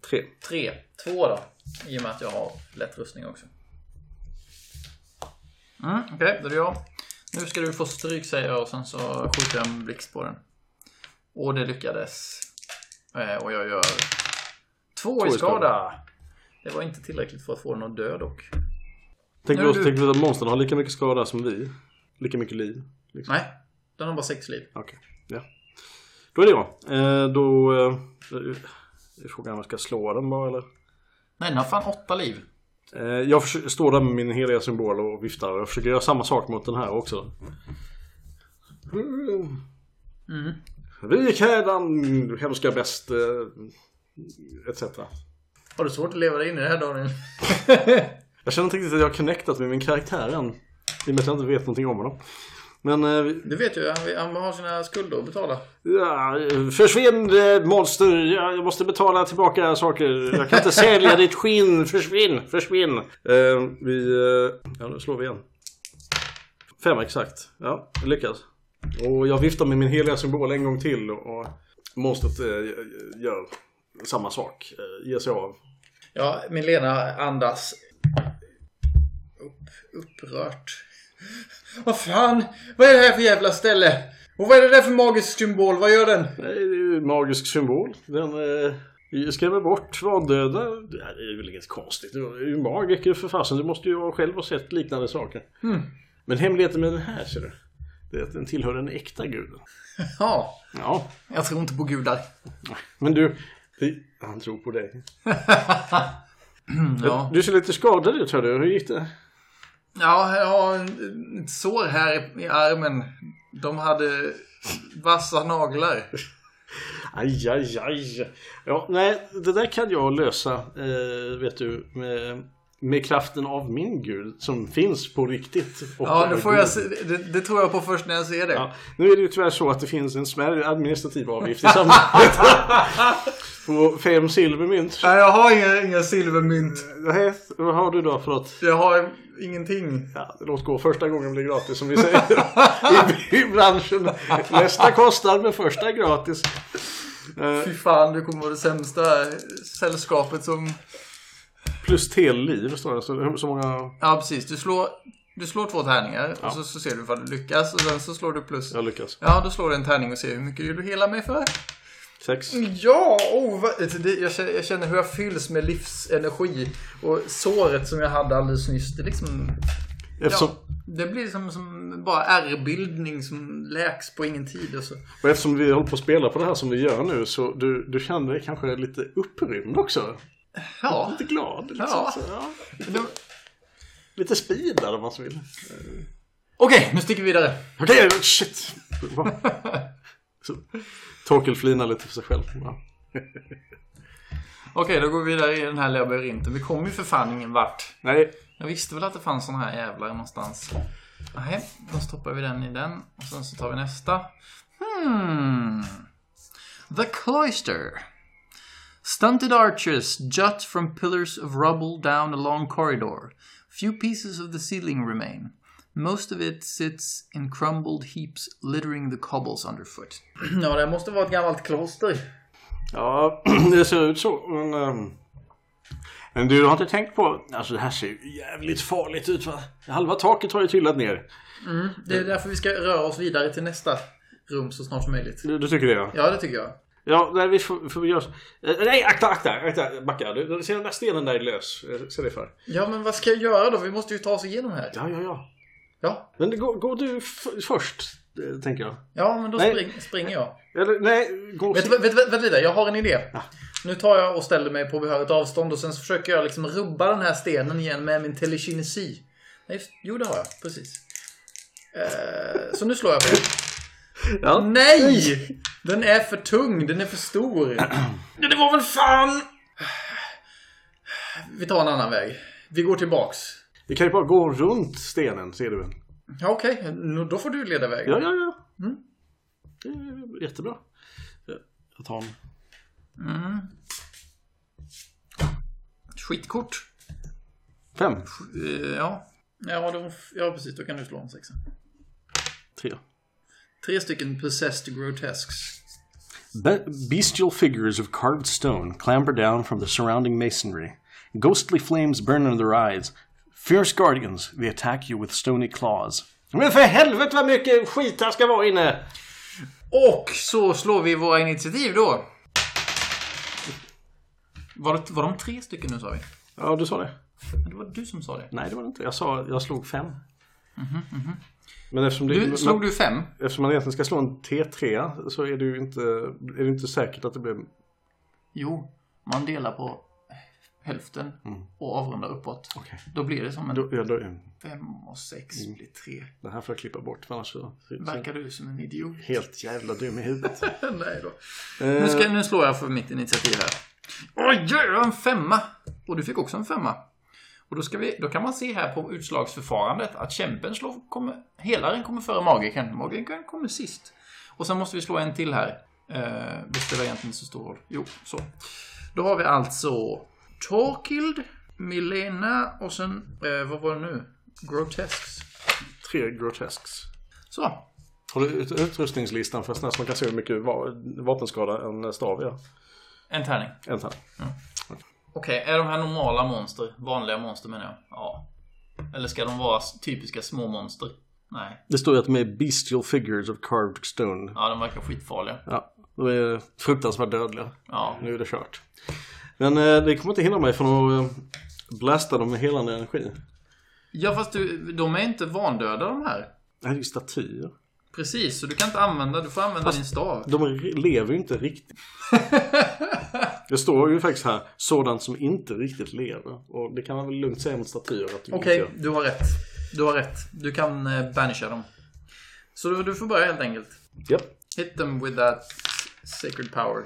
Tre.
Tre. Två då. I och med att jag har lätt rustning också. Mm, Okej, då är det jag. Nu ska du få stryk säger jag och sen så skjuter jag en blixt på den. Och det lyckades. Eh, och jag gör två, i
i skada.
skada. Det var inte tillräckligt för att få den att dö dock.
Tänker
Nu
vi
är
oss-
du-
tänker vi att monstren har lika mycket skada som vi? Lika mycket liv? Liksom.
Nej, den har bara sex liv.
Okej, ja. Då är det jag. Eh, då... Eh, är frågan om jag ska slå den bara eller?
Nej, den har fan åtta liv.
Eh, jag försö- står där med min heliga symbol och viftar. Jag försöker göra samma sak mot den här också. Mm.
Mm.
Vik hädan, du hemska bäst, eh, etc.
Har du svårt att leva dig in i det här Daniel?
Jag känner inte riktigt att jag har connectat med min karaktär än. I och med att jag inte vet någonting om honom. Men eh, vi-
Du vet ju, han, han har sina skulder att betala.
Ja, försvinn eh, monster, jag jag måste betala tillbaka saker. Jag kan inte sälja ditt skinn, försvinn, försvinn. Eh, vi, eh, ja nu slår vi igen. Fem exakt, ja det lyckas. Och jag viftar med min heliga symbol en gång till och monstret eh, gör samma sak, eh, ger sig av.
Ja, min Lena andas upp, upprört. Vad fan? Vad är det här för jävla ställe? Och vad är det där för magisk symbol? Vad gör den?
Nej, det är ju en magisk symbol. Den eh, skrämmer bort vandöda. Det är väl inget konstigt. Du är ju magiker för fasen. Du måste ju själv ha sett liknande saker.
Mm.
Men hemligheten med den här ser du. Det är att den tillhör den äkta guden.
Ja,
Ja,
jag tror inte på gudar.
men du. det- Han tror på dig.
Mm, ja.
Du ser lite skadad ut hör du. Hur gick det?
Ja, jag har en- ett sår här i armen. De hade vassa naglar.
Aj, aj, aj. Ja, nej, det där kan jag lösa, eh, vet du, med, med kraften av min gud som finns på riktigt. Och
Ja,
är
det, får
god.
jag se, det, det tror jag på först när jag ser det.
Ja, nu är det ju tyvärr så att det finns en smärre administrativ avgift i sammanhanget. på fem silvermynt.
Nej, jag har inga, inga silvermynt.
Nej, vad har du då för att...
Jag har ingenting.
Ja, låt gå, första gången blir gratis som vi säger i, i branschen. Nästa kostar men första är gratis. Eh,
Fy fan, du kommer vara det sämsta sällskapet som...
plus telliv står det. Så, så många...
Ja, precis. Du slår, du slår två tärningar och så, så ser du vad du lyckas och sen så slår du plus.
Jag lyckas.
Ja, då slår du en tärning och ser hur mycket du hela mig för.
Sex.
Ja, oh, vad- det, jag, känner, jag känner hur jag fylls med livsenergi. Och såret som jag hade alldeles nyss, det liksom...
Eftersom,
Ja, det blir som, som bara ärrbildning som läks på ingen tid. Och så.
Och eftersom vi håller på att spela på det här som vi gör nu så du, du kände dig kanske lite upprymd också.
Ja,
Lite glad. Liksom,
Ja.
Så, ja.
det-
Lite speedad om man så vill.
okej, nu sticker vi vidare.
Okej, shit! Va? Så, Torkel flinar lite för sig själv. Ja.
Okej, då går vi vidare i den här labyrinten. Vi kommer ju för fan ingen vart.
Nej,
Jag visste väl att det fanns såna här jävlar någonstans. Nej, då stoppar vi den i den och sen så tar vi nästa. Hmm. The Cloister. Stunted arches jut from pillars of rubble down a long corridor. Few pieces of the ceiling remain. Most of it sits in crumbled heaps littering the cobbles underfoot. Ja, det måste vara ett gammalt kloster.
ja, det ser ut så. Men, ehm, men du har inte tänkt på... Alltså det här ser ju jävligt farligt ut va? Halva taket har ju trillat ner.
Det är därför vi ska röra oss vidare till nästa rum så snart som möjligt.
Du, du tycker det ja?
Ja, det tycker jag.
Ja, nej, vi får, får vi göra så. Eh, nej, akta, akta, akta, backa. Du, du ser den där stenen där är lös. Eh, Se det för.
Ja, men vad ska jag göra då? Vi måste ju ta oss igenom här.
Ja, ja, ja.
Ja,
Men det går, går du f- först, eh, tänker jag.
ja men då
Nej.
spring, springer jag.
Eller nej, gå
Vet, du- vet, vet, vet lite, jag har en idé. Nu tar jag och ställer mig på behörigt avstånd och sen så försöker jag liksom rubba den här stenen igen med min telekinesi. Nej, just, jo, det har jag. Precis. Eh, så nu slår jag på den.
Ja.
Nej! Den är för tung, den är för stor. Ja, Det var väl fan! Vi tar en annan väg. Vi går tillbaks.
Vi kan ju bara gå runt stenen, ser du väl?
Ja, okej. Nå- Då får du leda vägen.
Ja, ja, ja. Mm. Det är jättebra. Eh, Jag tar en.
Mm. Skitkort.
Fem,
Eh, Ja. Ja, de, ja, precis. Då kan du slå en sexa.
tre.
Tre stycken possessed grotesques.
Be- bestial figures of carved stone clamber down from the surrounding masonry. Ghostly flames burn under their eyes. Fierce guardians, they attack you with stony claws. Men för helvete vad mycket skit här ska vara inne!
Och så slår vi våra initiativ då. Var, det, var de tre stycken nu sa vi?
Ja, du sa det?
Det var du som sa det.
Nej, det var det inte. Jag sa jag slog fem. Mm-hmm, Men eftersom, det,
Du, slog du fem?
men, eftersom man egentligen ska slå en T3 så är det ju inte, är det inte säkert att det blir...
Jo, man delar på hälften och avrundar uppåt.
Okej.
Då blir det som en
Mm. Då, Mm. ja, då,
fem och sex blir tre.
det här får jag klippa bort för annars så... så
Verkar du som en idiot?
helt jävla dum i huvudet.
Nej då. Nu, ska, nu slår jag för mitt initiativ här. Oj, jävlar, en femma! Och du fick också en femma. Och då, ska vi, då kan man se här på utslagsförfarandet att kämpen slår, kommer, helaren kommer före magikern. Magikern kommer sist. Och sen måste vi slå en till här. Eh, det spelar egentligen inte så stor roll. Jo, så. Då har vi alltså Torkild, Milena och sen, eh, vad var det nu? Grotesks.
Tre grotesks.
Så.
Har du ut- utrustningslistan förresten så man kan se hur mycket va- vapenskada en stav gör?
En tärning.
En tärning.
Okej, är de här normala monster? Vanliga monster menar jag. Ja. Eller ska de vara s- typiska små monster? Nej.
Det står ju att de är bestial figures of carved stone.
Ja, de verkar skitfarliga.
Ja, de är fruktansvärt dödliga.
Ja.
Nu är det kört. Men eh, det kommer inte hindra mig från att eh, blasta dem med helande energi.
Ja, fast du, de är inte vandöda de här.
Det här är ju statyer.
Precis, så du kan inte använda, du får använda din stav.
De re- lever ju inte riktigt. Det står ju faktiskt här, sådant som inte riktigt lever. Och det kan man väl lugnt säga mot statyer att du
Okej,
inte gör.
du har rätt. Du har rätt. Du kan eh, banisha dem. Så du, du får börja helt enkelt.
Japp.
Hit them with that sacred power.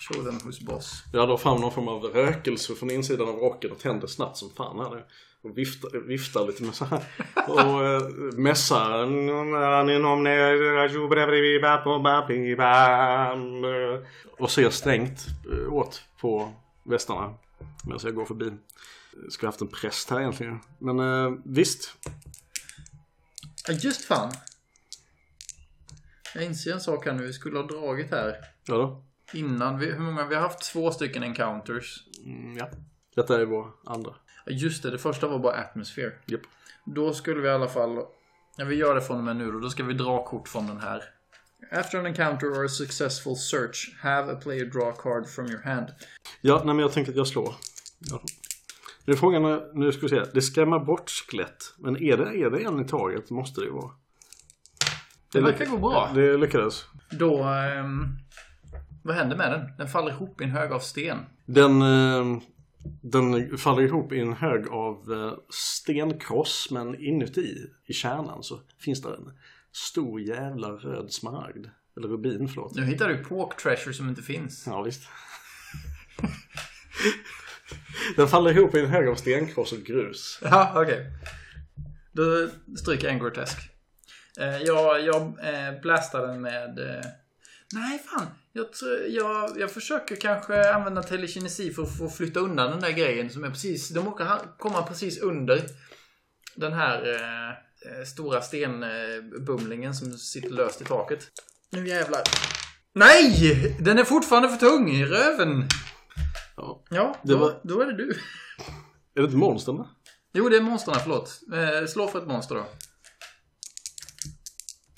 Show them who's boss.
Jag drar fram någon form av rökelse från insidan av rocken och tänder snabbt som fan här nu. Och viftar, viftar lite med så här. Och eh, mässar. Och ser strängt eh, åt på västarna. Medan jag går förbi. Ska haft en präst här egentligen. Men eh, visst.
Ja, just fan. Jag inser en sak här nu. Vi skulle ha dragit här.
Ja då.
Innan. Vi, hur många? Vi har haft två stycken encounters.
Mm, ja. Detta är vår andra.
Ja, Just det, det första var bara atmosphere.
Japp.
Då skulle vi i alla fall... Ja, vi gör det från och med nu då. Då ska vi dra kort från den här. After an encounter or a successful search, have a player draw a card from your hand.
Ja, nej men jag tänker att jag slår. Ja. Nu är frågan, är- nu ska vi se. Det skrämmer bort skelett. Men är det, är det en i taget måste det ju vara.
Det verkar gå bra.
Det lyckades.
Då... ehm, vad händer med den? Den faller ihop i en hög av sten.
Den, eh, den faller ihop i en hög av eh, stenkross men inuti, i kärnan, så finns det en stor jävla röd smaragd. Eller rubin, förlåt.
Nu hittar du pork treasure som inte finns.
Ja, visst. den faller ihop i en hög av stenkross och grus.
Ja, okej. Då stryker jag en grotesk. Eh, jag jag eh, blastar den med... Eh, nej, fan. Jag, tror- jag, jag försöker kanske använda telekinesi för att få flytta undan den där grejen som är precis... De åker ha- komma precis under den här eh, eh, stora stenbumlingen som sitter löst i taket. Nu jävlar. Nej! Den är fortfarande för tung i röven.
Ja.
Ja,
Det
då,
var-
då är det du.
Är det inte monstren?
Jo, det är monsterna, förlåt. Eh, slå för ett monster då.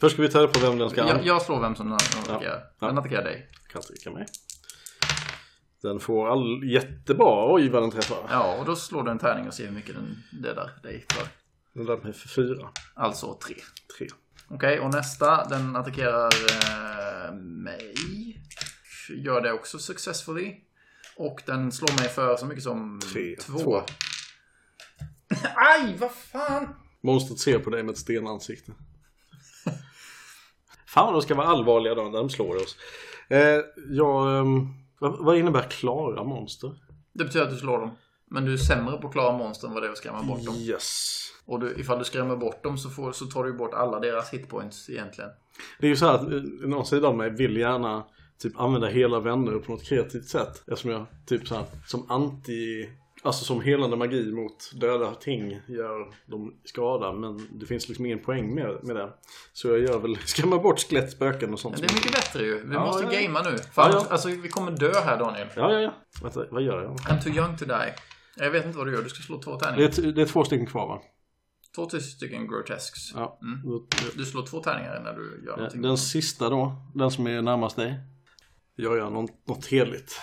Först ska vi ta reda på vem den ska
Jag, jag slår vem som den attackerar.
Ja.
Den attackerar dig.
kan trycka mig. Den får all... jättebra. Oj vad den träffar.
Ja, och då slår du en tärning och ser hur mycket den dödar dig för.
Den där med för fyra.
Alltså tre.
Tre.
Okej, och nästa, den attackerar eh, mig. Gör det också successfully. Och den slår mig för så mycket som
Tre.
två.
Två.
Aj, vad fan!
Monstret ser på dig med ett stenansikte. Fan vad de ska vara allvarliga då när de slår oss. Eh, ja, ehm, vad, vad innebär klara monster?
Det betyder att du slår dem. Men du är sämre på att klara monster än vad det är att skrämma bort dem.
Yes.
Och du, ifall du skrämmer bort dem så, får, så tar du ju bort alla deras hitpoints egentligen.
Det är ju så här att eh, någon sida av mig vill gärna typ använda hela vändor på något kreativt sätt. Eftersom jag typ så här, som anti, alltså som helande magi mot döda ting gör dem skada. Men det finns liksom ingen poäng med, med det. Så jag gör väl, skrämmer bort skelett, spöken och sånt.
Det är mycket bättre ju. Vi
Ja,
måste
ja.
gamea nu. Fan,
Ja, ja.
Alltså, vi kommer dö här Daniel.
Ja, ja, ja. Vänta, vad gör jag?
I'm too young to die. Jag vet inte vad du gör. Du ska slå två
Det är,
tärningar.
t- det är två stycken kvar va?
Två tusen stycken grotesks.
Ja.
Mm.
Då- eh,
Du slår två tärningar när du gör någonting.
Den sista då, den som är närmast dig. Jag gör något, något heligt.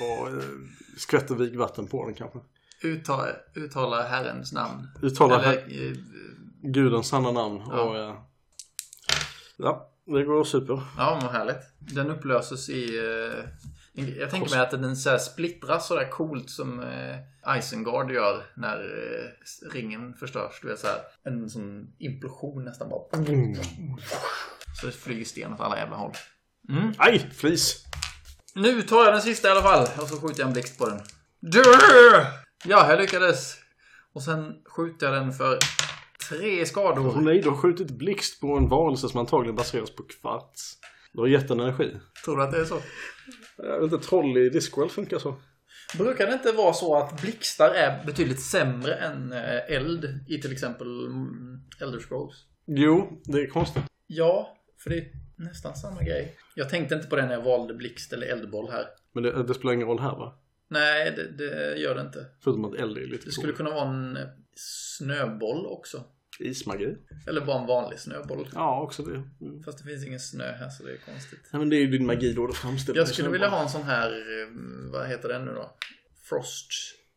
Och eh, skvätter vigvatten på den kanske.
Uttala, uttala Herrens namn.
Uttalar
Eller, eh,
gudens sanna namn.
Ja.
Och, eh, ja, det går super.
ja, vad härligt. Den upplöses i... eh, Jag tänker mig att den så här splittras sådär coolt som eh, Isengard gör när eh, ringen förstörs. Du vet såhär, en sån implosion nästan bara. Så det flyger sten åt alla jävla håll.
Aj, flis!
Nu tar jag den sista i alla fall och så skjuter jag en blixt på den. Dö! Ja, jag lyckades. Och sen skjuter jag den för tre
Åh
skador.
nej, du har skjutit blixt på en varelse som antagligen baseras på kvarts. Du har gett den energi.
Tror du att det är så?
Jag vet inte, troll i Discworld funkar så.
Brukar det inte vara så att blixtar är betydligt sämre än eh, eld i till exempel mm, Elder Scrolls?
Jo, det är konstigt.
Ja, för det är nästan samma grej. Jag tänkte inte på det när jag valde blixt eller eldboll här.
Men det, det spelar ingen roll här va?
Nej, det, det gör det inte.
Förutom att eld är lite
Det skulle
cool.
kunna vara en eh, snöboll också.
Ismagi?
Eller bara en vanlig snöboll.
Ja, också det. Mm.
Fast det finns ingen snö här så det är konstigt.
Nej, men det är ju din magi då det framställs.
Jag skulle vilja ha en sån här, eh, vad heter den nu då? Frost.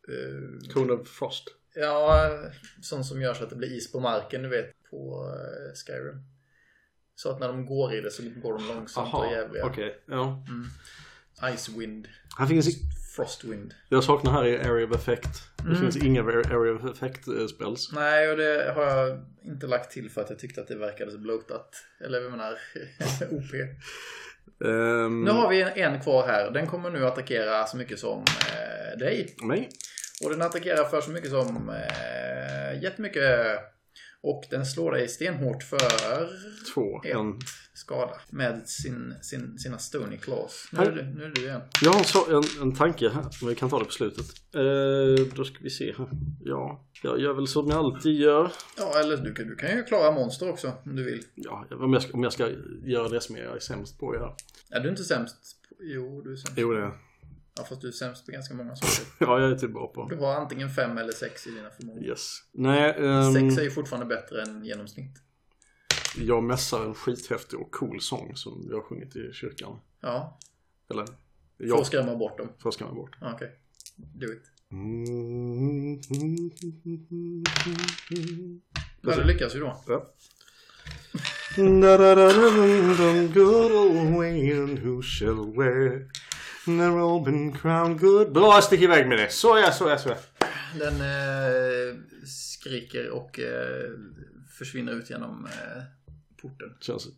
eh,
Cone of Frost.
Ja, sån som gör så att det blir is på marken, du vet, på eh, Skyrim. Så att när de går i det så går de långsamt och
Aha,
jävliga.
okej. Ja.
Mm. Icewind.
Här finns,
Frostwind.
jag saknar här i Area of Effect. Det finns inga Area of eh, Effect-spels.
Nej, och det har jag inte lagt till för att jag tyckte att det verkade så blotat. Eller jag menar OP.
Um,
Nu har vi en- en kvar här. Den kommer nu attackera så mycket som eh, dig.
Nej.
Och den attackerar för så mycket som eh, jättemycket. Och den slår dig stenhårt för
Två.
Ja.
En.
skada. Med sin, sin, sina stony claws. Nu
Här-
är det, nu är det du igen.
Jag har så, en, en tanke här, men vi kan ta det på slutet. Eh, då ska vi se här. Ja, jag gör väl som jag alltid gör.
Ja, eller du, kan- du kan ju klara monster också om du vill.
Ja, om jag, ska- om jag ska göra det som jag är sämst på. Ja,
Ja, du är inte sämst. på- Jo, du är sämst.
jo det är
Ja, fast du är sämst på ganska många saker.
Ja, jag är typ bra på.
Du har antingen fem eller sex i dina förmågor.
Yes. Nej, ehm,
Sex är ju fortfarande bättre än genomsnitt.
jag mässar en skithäftig och cool sång som jag har sjungit i kyrkan.
Ja,
Eller?
för
Jag
att skrämma bort dem.
först kan man bort.
Ja, Okej, do it.
Mm.
Ja,
Alltså-
du lyckas ju då.
Ja. Da-da-da-dum-dum, good old Wayne who shall wear the Robin crown good. Bra, stick iväg med det. Såja, såja, såja.
Den eh, skriker och eh, försvinner ut genom eh, porten.
Känns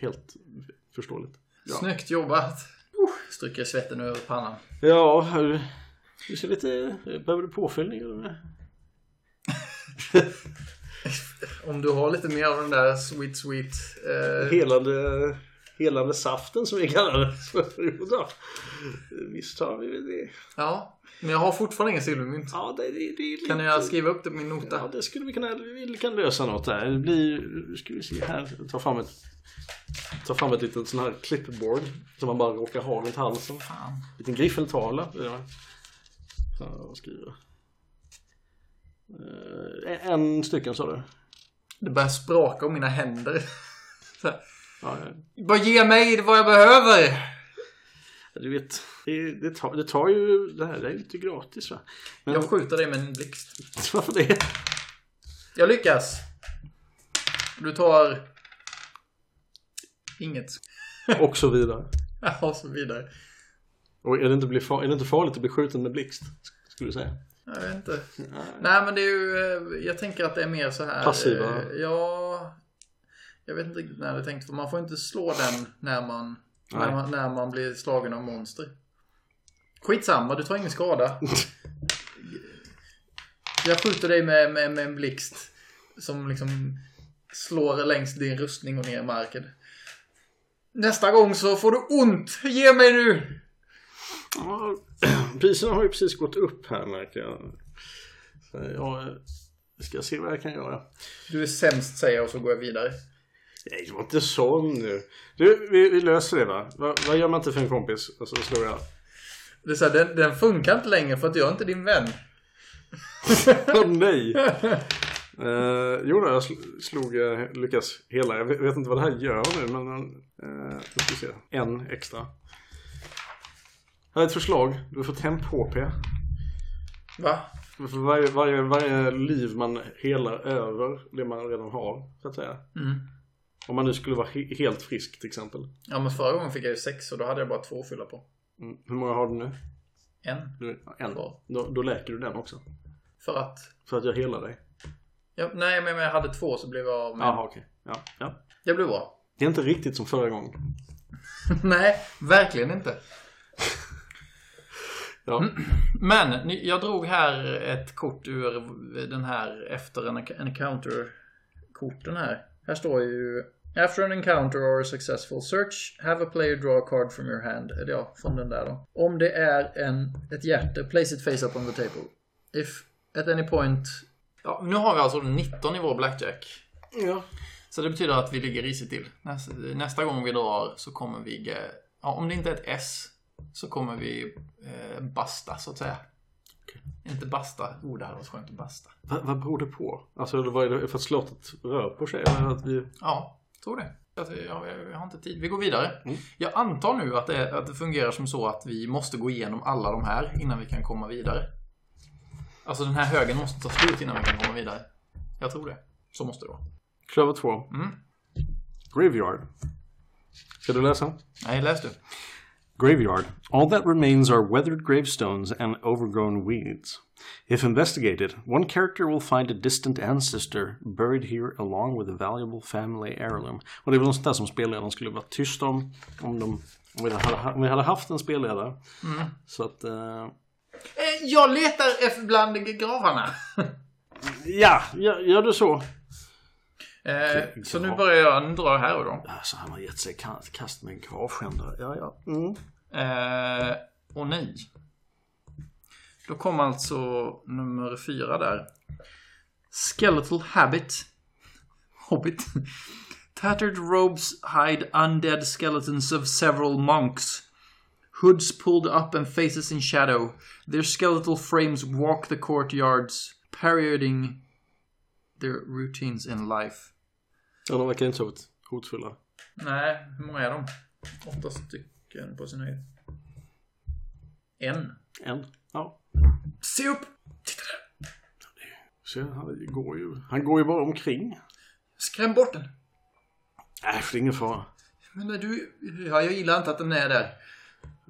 helt förståeligt. Ja.
Snyggt jobbat! Stryker svetten över pannan.
Ja, hur- du ser lite... Behöver du påfyllning? eller?
Om du har lite mer av den där sweet sweet... Eh,
Helande, helande saften som vi kallar det. Så, ja. Visst har vi väl det.
ja, men jag har fortfarande ingen silvermynt.
Ja, det, det, det är lite...
Kan jag skriva upp det på min
Ja,
nota?
det skulle vi kunna, vi kan lösa något där. Det blir, nu ska vi se här, ta fram ett, ta fram ett litet sån här clipboard som man bara råkar ha runt halsen.
Fan.
Liten griffeltavla. Ja. Så, vad skriver jag? Eh, En stycken sa du?
Det börjar spraka om mina händer. Så här.
Ja,
Bara ge mig vad jag behöver!
ja, du vet, det, det, tar, det tar ju, det här det är ju inte gratis va? Men
Jag skjuter dig med en blixt.
varför det?
Jag lyckas! Du tar... Inget.
Och så vidare.
Ja, och så vidare.
Och är det inte, bli far, är det inte farligt att bli skjuten med blixt? Skulle du säga?
Jag vet inte. Nej, men det är ju... eh, Jag tänker att det är mer så här...
Passiva.
eh, Ja... Jag vet inte riktigt när det är tänkt. För man får inte slå den när man, när
Nej.
man, när man blir slagen av monster. Skitsamma, du tar ingen skada. Jag skjuter dig med, med, med en blixt. Som liksom slår längs din rustning och ner i marken. Nästa gång så får du ont! Ge mig nu!
Ja, priserna har ju precis gått upp här märker jag. Så jag ska se vad jag kan göra.
Du är sämst säger jag och så går jag vidare.
Nej, det var inte sån nu. Du, vi, vi löser det va? Vad, vad gör man inte för en kompis? Och så slår jag.
Det är så här, den, den funkar inte längre för att jag är inte din vän.
Åh nej! Uh, jo då, jag sl- slog eh, lyckas hela. Jag vet, vet inte vad det här gör nu men... eh, nu ska vi se. En extra. Här är ett förslag. Du får 5 HP.
Va?
För varje, varje, varje liv man helar över det man redan har, så att säga.
Mm.
Om man nu skulle vara he- helt frisk till exempel.
Ja men förra gången fick jag ju sex och då hade jag bara två att fylla på.
Mm. Hur många har du nu?
En.
Du, en.
Bra.
Då, då läker du den också.
För att...
För att jag helar dig.
Ja, nej men jag hade två så blev jag av med...
Jaha, okej. Ja, ja.
Det blev bra.
Det är inte riktigt som förra gången.
nej, verkligen inte.
Ja.
Men ni- jag drog här ett kort ur den här efter en encounter-korten här. Här står ju After an encounter or a successful search, have a player draw a card from your hand. Eller ja, från den där då. Om det är en, ett hjärta, place it face up on the table. If at any point... Ja, nu har vi alltså 19 i vår blackjack.
ja.
Så det betyder att vi ligger risigt till. Nästa, nästa gång vi drar så kommer vi... eh, Ja, om det inte är ett S så kommer vi eh, basta så att säga. Inte basta. Oh, det hade varit skönt att basta.
Vad, vad beror det på? Alltså, eller vad är det för att slottet rör på sig? Eller att vi...
Ja, tror det. Jag, jag, jag har inte tid. Vi går vidare.
Mm.
Jag antar nu att det, att det fungerar som så att vi måste gå igenom alla de här innan vi kan komma vidare. Alltså den här högen måste ta slut innan vi kan komma vidare. Jag tror det. Så måste det vara.
Klöver 2.
Mm.
Graveyard. Ska du läsa?
Nej, läs du.
Graveyard. All that remains are weathered gravestones and overgrown weeds. If investigated, one character will find a distant ancestor buried here along with a valuable family heirloom. Och det är väl något sånt där som spelledaren skulle vara tyst om. Om, de, om, vi, hade, om vi hade haft en spelledare. Så att... eh,
Eh, Jag letar efter bland gravarna.
ja, gör, gör du så.
Eh, så nu börjar jag dra här och då.
Alltså han har gett sig i ka- kast med en gravskändare. Ja, ja. Mm.
Eh, och nej. Då kom alltså nummer fyra där. Skeletal Habit. Hobbit. Tattered robes hide undead skeletons of several monks. Hoods pulled up and faces in shadow. Their skeletal frames walk the courtyards, parodying their routines in life.
Ja, de verkar inte så hotfulla.
Nej, hur många är de? Åtta stycken på sin höjd. En.
En. Ja.
Se upp! Titta där!
Så han går ju, han går ju bara omkring.
Skräm bort den!
Nej, för Äh, det är ingen fara.
Men när du... Ja, jag gillar inte att den är där.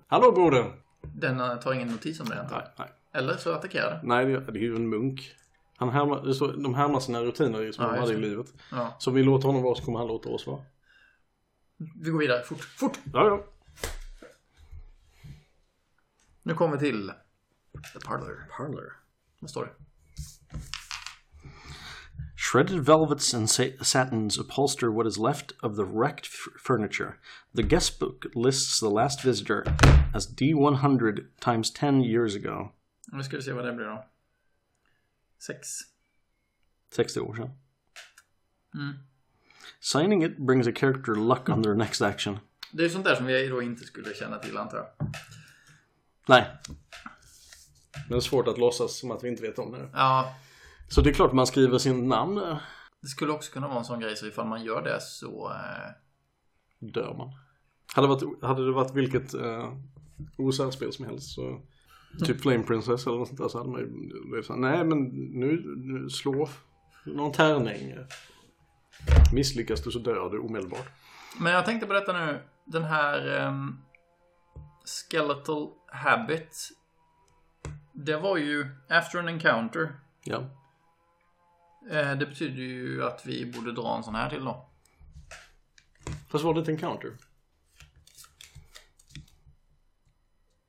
Hallå broder!
Den eh, tar ingen notis om det antar
Nej,
jag.
nej.
Eller så attackerar den.
nej det, det är ju en munk. Han härmar, det står- de härmar sina rutiner ju som
Ja,
de
just
hade i
det.
livet.
Ja.
Så om vi låter honom vara så kommer han låta oss vara.
Vi går vidare. Fort, fort!
Ja, ja.
Nu kommer vi till... The Parlor.
Parlor.
Vad står det?
Shredded velvets and sa- satins upholster what is left of the wrecked f- furniture. The guest book lists the last visitor as D100 times 10 years ago.
Nu ska vi se vad det blir då. Sex.
60 år sedan. Mm. Signing it brings a character luck on their next action.
Det är sånt där som vi då inte skulle känna till antar jag.
Nej. Men det är svårt att låtsas som att vi inte vet om det.
Ja.
Så det är klart man skriver sin namn eh, där.
Det skulle också kunna vara en sån grej så ifall man gör det så... Eh,
Dör man. Hade, varit, hade det varit vilket eh, OSR-spel som helst så typ Flame Princess eller något sånt där så hade man ju blivit såhär, nej men nu, nu slå någon tärning. Misslyckas du så dör du omedelbart.
Men jag tänkte på detta nu. Den här ehm, Skeletal Habit. Det var ju After an Encounter.
Ja.
Eh, det betyder ju att vi borde dra en sån här till då.
Fast var det ett encounter?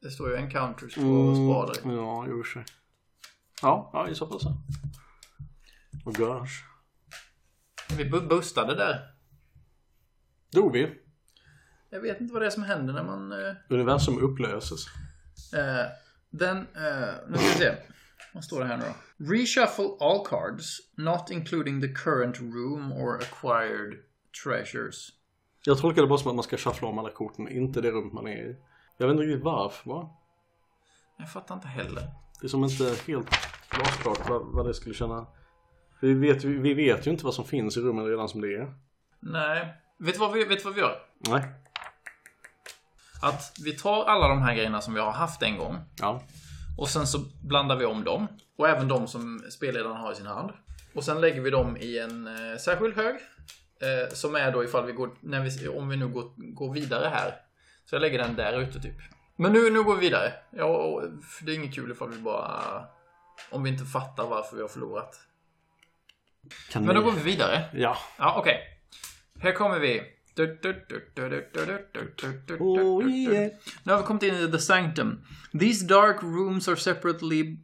Det står ju Encounters på mm. spader.
Ja, i och för sig. Ja, ja i så fall så. Och gosh.
Vi bu- boostade där.
Dog vi?
Jag vet inte vad det är som händer när man... Eh,
Universum upplöses.
eh, den... Eh, nu ska vi se. Vad står det här nu då? Reshuffle all cards, not including the current room or acquired treasures.
Jag tolkar det bara som att man ska shuffla om alla korten, inte det rummet man är i. Jag vet inte riktigt varför va?
Jag fattar inte heller.
Det är som inte helt glasklart vad, vad det skulle känna. Vi vet, ju- vi vet ju inte vad som finns i rummen redan som det är.
Nej. Vet du vad vi, vet du vad vi gör?
Nej.
Att vi tar alla de här grejerna som vi har haft en gång
Ja.
och sen så blandar vi om dem och även de som spelledaren har i sin hand. Och sen lägger vi dem i en eh, särskild hög eh, som är då ifall vi går, när vi, om vi nu går, går vidare här. Så jag lägger den där ute typ. Men nu, nu går vi vidare. Ja, och, för det är inget kul ifall vi bara om vi inte fattar varför vi har förlorat.
Kan
Men då går vi vidare.
Ja.
Ja, okej. Här kommer vi.
Oh yeah.
Nu har vi kommit in i The Sanctum. These dark rooms are separately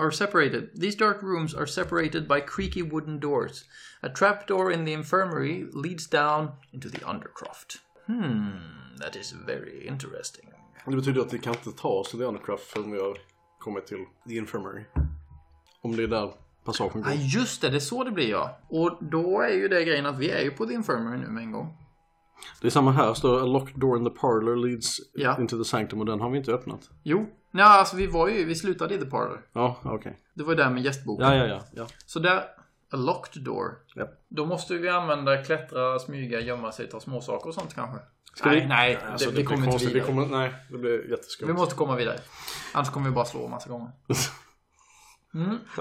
are separated. These dark rooms are separated by creaky wooden doors. A trapdoor in the infirmary leads down into the undercroft. Hmm, that is very interesting.
Det betyder att vi kan inte ta oss till The Undercraft förrän vi har kommit till The Infirmary. Om det är där passagen går.
Ja, just det, det är så det blir ja. Och då är ju det grejen att vi är ju på the infirmary nu med en gång.
Det är samma här, står A locked door in the parlor leads
Ja.
into the sanctum och den har vi inte öppnat.
Jo, nej alltså vi var ju, vi slutade i the parlor.
Ja, okej.
Det var ju där med gästboken.
Ja, ja, ja. ja.
Så där, a locked door.
Ja.
Då måste vi använda klättra, smyga, gömma sig, ta småsaker och sånt kanske.
Ska
nej,
vi-
nej,
Alltså,
det, vi
blir
kommer inte
konstigt.
vidare.
Det kommer, nej, det blir jätteskumt.
Vi måste komma vidare. Annars kommer vi bara slå en massa gånger.
alltså.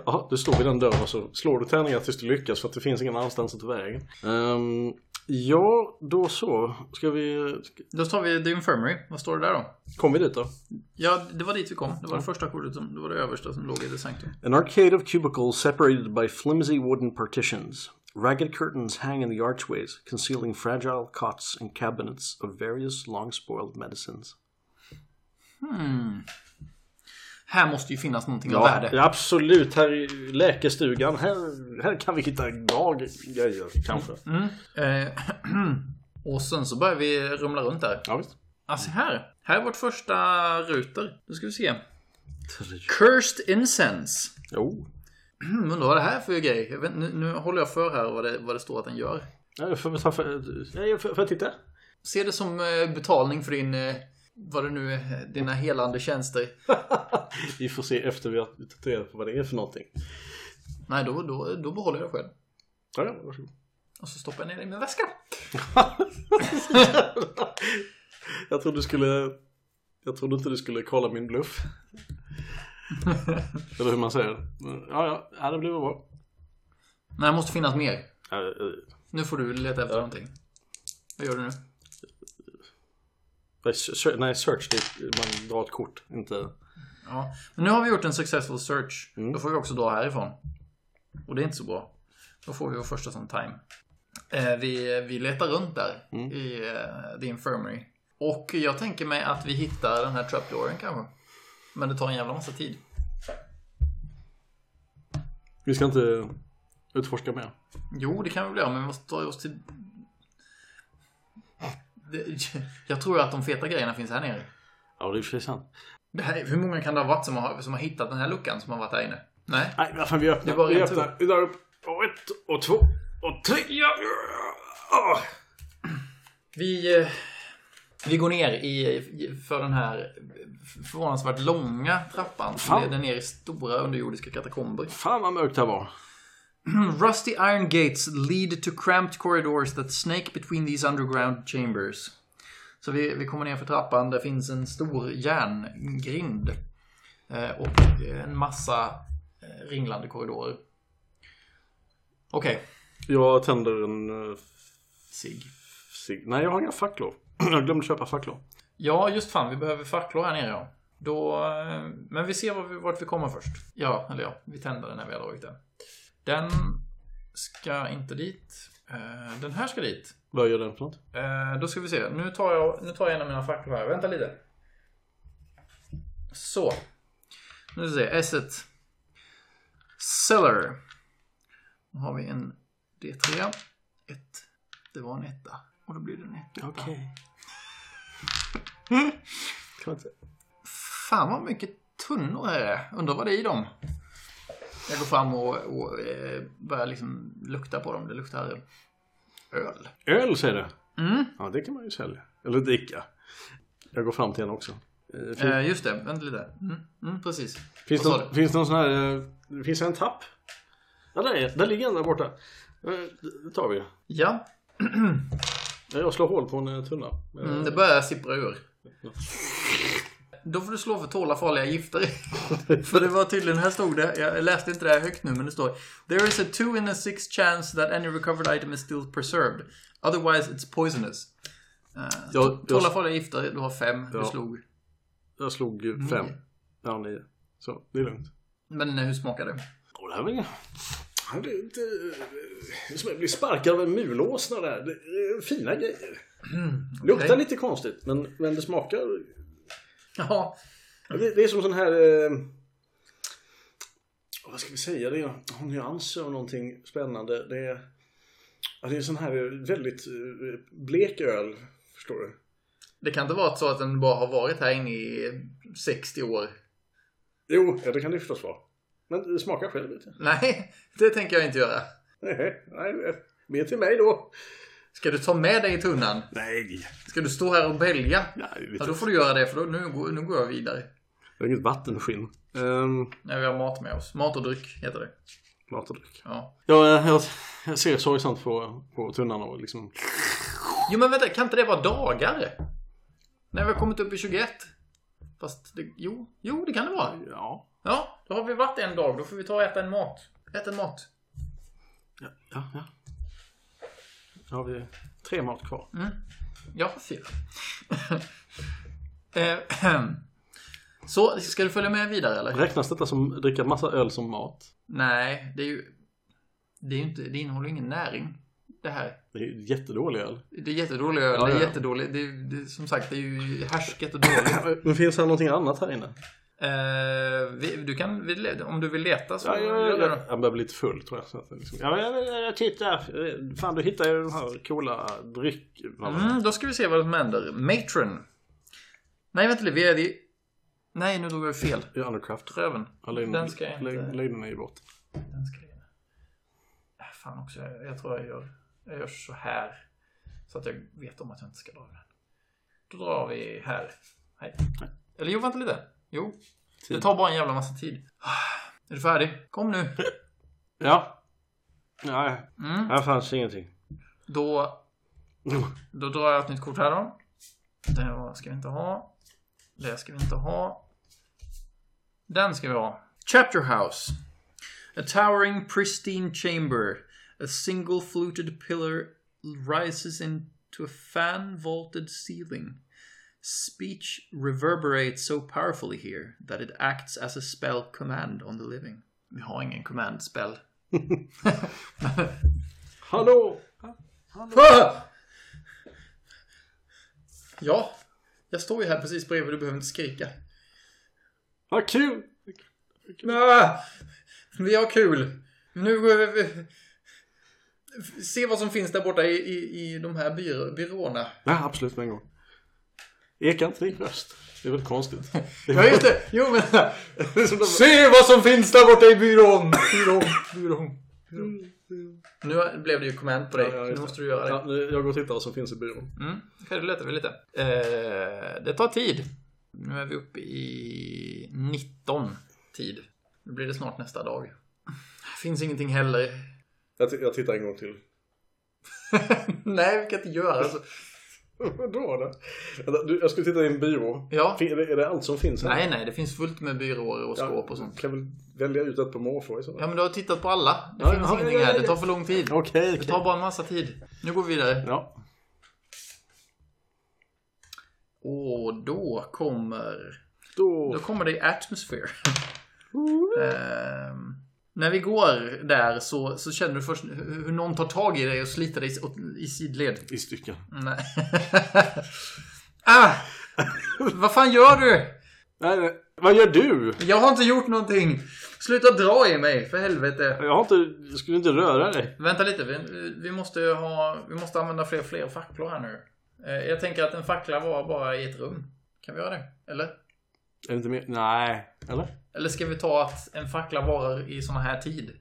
Ja, du står vid den dörren och så slår du tärningar tills du lyckas för att det finns ingen annanstans att ta vägen. Ehm, Ja, då så. Ska vi...
Då tar vi The Infirmary. Vad står det där då?
Kom vi dit då?
Ja, det var dit vi kom. Det var det första kortet som, det var det översta som låg i The Sanctum.
An arcade of cubicles separated by flimsy wooden partitions. Ragged curtains hang in the archways, concealing fragile cots and cabinets of various long spoiled medicines.
Här måste ju finnas någonting av
Ja,
värde.
ja, absolut. Här i läkestugan, här, här kan vi hitta dag grejer kanske.
Eh, och sen så börjar vi rumla runt där.
Ja, visst.
Alltså här. Här är vårt första ruter. Nu ska vi se. Cursed Incense.
Jo.
Mm, undrar vad det här är för grej. Jag vet, nu, nu håller jag för här vad det, vad det står att den gör.
Ja, Får vi ta för... Nej, får får jag titta?
Se det som eh, betalning för din, eh, vad det nu är, dina helande tjänster.
vi får se efter vi har tagit reda på vad det är för någonting.
Nej, då, då, då behåller jag det själv.
Ja, ja, varsågod.
Och så stoppar jag ner det i min väska.
jag trodde du skulle... Jag trodde inte du skulle kolla min bluff. Eller hur man säger. Men, Ja, ja, ja det blir väl bra.
Nej, det måste finnas mer.
Ja, eh,
Nu får du leta efter någonting. Vad gör du nu?
nej, ser- eh, Nej, search det är- man drar ett kort. Inte...
Ja. Men nu har vi gjort en successful search. Då får vi också dra härifrån. Och det är inte så bra. Då får vi vår första sån time. Eh, vi, vi letar runt där i eh, the infirmary. Och jag tänker mig att vi hittar den här trapdooren kanske. Men det tar en jävla massa tid.
Vi ska inte utforska mer.
Jo, det kan vi väl göra, men vi måste ta oss till... Det, jag tror att de feta grejerna finns här nere.
Ja, det är i och för sig sant.
Det här, hur många kan det ha varit som har, som har hittat den här luckan som har varit här inne? Nej?
Nej, vad fan, vi öppnar.
Det var
vi
en
öppnar. Vi drar upp. Och ett, och två, och tre. Ja, ja. Ah.
Vi, eh, vi går ner i, för den här förvånansvärt långa trappan.
Fan.
Som leder ner i stora underjordiska katakomber. Mm,
Fan vad mörkt här var.
Rusty iron gates lead to cramped corridors that snake between these underground chambers. Så vi, vi kommer ner för trappan, där finns en stor järngrind. eh, Och en massa eh, ringlande korridorer. Okej,
Jag tänder en eh,
Sig.
cigg. Nej, jag har inga facklor. jag glömde köpa facklor.
Ja, just fan, vi behöver facklor här nere ja. Då, eh, men vi ser vart vi, vart vi kommer först. Ja, eller ja, vi tänder den när vi har dragit den. Den ska inte dit. Eh, Den här ska dit.
Vad gör den för något?
Eh, då ska vi se. Nu tar jag, nu tar jag en av mina facklor här. Vänta lite. Så. Nu ska vi se. s Seller. Då har vi en D3. Ett. Det var en etta. Och då blir det en etta.
Okej. Kan inte...
Fan vad mycket tunnor här är. Undrar vad det är i dem. Jag går fram och, och eh, börjar liksom lukta på dem. Det luktar öl.
Öl säger du?
Mm.
Ja, det kan man ju sälja. Eller dricka. Jag går fram till henne också. Eh, fin-
Eh, just det, vänta lite. Mm, mm, precis.
finns, det
vad sa
någon, finns det någon sån här... eh, Finns det en tapp? Ja, där, är, där ligger den där borta. Eh, Det tar vi.
Ja,
Ja, Jag slår hål på en eh, tunna. Eh,
Mm, det börjar sippra ur. Då får du slå för tåla farliga gifter. för det var tydligen, här stod det, jag läste inte det här högt nu, men det står There is a two in a six chance that any recovered item is still preserved. Otherwise it's poisonous. Eh,
Jag,
Tåla
jag,
farliga gifter, du har fem,
Ja.
du slog.
jag slog ju fem.
Mm.
Ja, nio. Så, det är lugnt.
Men eh, hur smakar det?
Åh, det här var inga... Han blir inte... Det är som att bli sparkad av en mulås när det här. Det är fina grejer. Luktar lite konstigt, men, men det smakar...
Ja,
Det, det är som sån här... Eh... Vad ska vi säga? Det är har nyanser av någonting spännande. Det är, ja, det är sån här väldigt eh, blek öl. Förstår du?
det kan inte vara så att den bara har varit här inne i 60 år.
Jo, ja, det kan det förstås vara. Men smaka själv lite.
Nej, det tänker jag inte göra.
Nej, nej, nej. mer till mig då.
Ska du ta med dig i tunnan?
Nej,
Ska du stå här och bälga?
nej vi
Ja, då får du göra det för då, nu, går- nu går jag vidare.
Det är inget vattenskinn. Um,
När vi har mat med oss. Mat och dryck heter det.
mat och dryck.
Ja.
Jag, jag, jag ser sorgsamt på, på tunnan och liksom...
Jo men vänta, kan inte det vara dagar? När vi har kommit upp i 21? Fast det, jo, jo det kan det vara.
Ja.
Ja, då har vi varit en dag. Då får vi ta och äta en mat. Äta en mat.
Ja, ja. Då har vi tre mat kvar.
Ja, fyra. Eh, Så, ska du följa med vidare eller?
Räknas detta som dricka massa öl som mat?
Nej, det är ju... Det, är ju inte, det innehåller ju ingen näring. Det här.
Det är ju jättedålig öl.
Det är jättedålig öl.
Ja,
det är
ja.
jättedålig. Det, är- det, är- som sagt, det är ju härsket och dåligt.
Men finns här någonting annat här inne?
Eh, vi, du kan, vi- om du vill leta så...
Ja,
gör
jag,
det
jag,
då.
jag börjar bli lite full tror jag. Så att det liksom, ja, jag, jag, jag tittar. Fan, du hittar ju de här coola dryck... vad var det?
Mm, då ska vi se vad som händer. Matron. Nej, vänta lite. Vi är i... Nej, nu drog jag fel.
Ja, Undercraft.
Röven.
Ja, lögnen-
Den ska jag inte...
lö- Lögnen är ju bort.
Den ska jag... Äh, Fan också, jag, jag tror jag gör, jag gör så här. Så att jag vet om att jag inte ska dra den. Då drar vi här. Nej. Eller jo, vänta lite. Jo. Det tar bara en jävla massa tid. Ah, Är du färdig? Kom nu.
Ja. Nej,
Mm.
här fanns ingenting.
Då, då drar jag ett nytt kort här då. Det här ska vi inte ha. Det här ska vi inte ha. Den ska vi ha. Chapter House. A towering pristine chamber. A single fluted pillar rises into a fan vaulted ceiling. Speech reverberates so powerfully here that it acts as a spell command on the living. Vi har ingen command spell.
Hallå!
Ah! Ja, jag står ju här precis bredvid. Du behöver inte skrika.
Vad kul!
Ah! Vi har kul. Nu går vi... vi- Se vad som finns där borta i, i, i de här byrå, byråerna.
Ja, absolut med en gång. Ekar inte din röst? Det är väl konstigt?
Ja, just det. Jo, men...
Det är som de-
Se vad som finns där borta i byrån! Byrån, byrån. Nu blev det ju komment på dig.
Ja, ja, just
nu
det.
måste du göra det.
Ja, jag går och tittar vad som finns i byrån.
Mm, själv letar vi lite. Eh, det tar tid. Nu är vi uppe i 19 tid. Nu blir det snart nästa dag. Finns ingenting heller.
Jag, ti- jag tittar en gång till.
Nej, vi kan inte göra så.
Vadå då? Vänta, du, Jag skulle titta i en byrå.
Ja.
Fin- Är det, är det allt som finns? här?
Nej, nej, det finns fullt med byråer och skåp och sånt.
Kan väl välja ut ett på måfå i sådana
Ja, men du har tittat på alla. Det
Ja,
finns
ja,
ingenting
ja, ja,
här. Det
ja.
tar för lång tid.
Okej,
Det tar bara en massa tid. Nu går vi vidare.
Ja.
Och då kommer...
Då...
Då kommer det Atmosphere. Ehm, när vi går där så, så känner du först hur hur någon tar tag i dig och sliter dig åt- i sidled.
I stycken.
Nej. ah! Vad fan gör du?
Nej, nej. Vad gör du?
Jag har inte gjort någonting. Sluta dra i mig, för helvete.
Jag har inte... Jag skulle inte röra dig.
Vänta lite, vi, vi, måste, ju ha, vi måste använda fler, fler facklor här nu. Eh, Jag tänker att en fackla var bara i ett rum. Kan vi göra det? Eller?
Är det inte mer? Nej. Eller?
Eller ska vi ta att en fackla varar i såna här tid?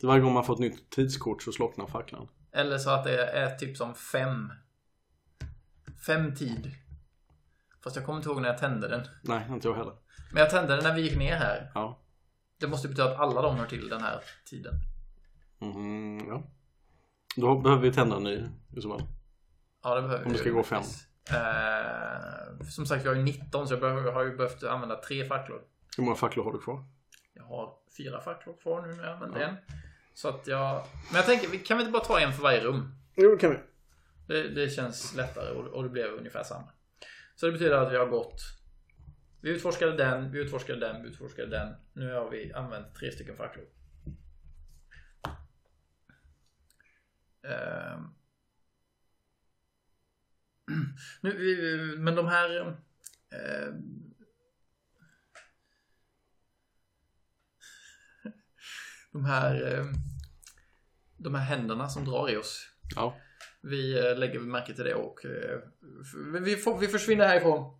Så varje gång man får ett nytt tidskort så slocknar facklan.
Eller så att det är typ som fem. Fem tid. Fast jag kommer inte ihåg när jag tände den.
Nej, inte jag heller.
Men jag tände den när vi gick ner här.
Ja.
Det måste ju betyda att alla de hör till den här tiden.
Mm, ja. Då behöver vi tända en ny i så fall.
Ja, det behöver
Om det
vi
ska
ju
gå
faktiskt. Eh, som sagt, jag är 19 så jag behöver, har ju behövt använda tre facklor.
Hur många facklor har du kvar?
Jag har fyra facklor kvar nu när jag använder en. Så att jag... Men jag tänker, vi- kan vi inte bara ta en för varje rum?
Jo, det kan vi.
Det, det känns lättare och, och det blev ungefär samma. Så det betyder att vi har gått. Vi utforskade den, vi utforskade den, vi utforskade den. Nu har vi använt tre stycken facklor. Ehm. Nu, vi- vi- men de här... ehm. de här... ehm, de här händerna som drar i oss.
Ja.
Vi eh, lägger märke till det och eh, f- vi, får, vi försvinner härifrån.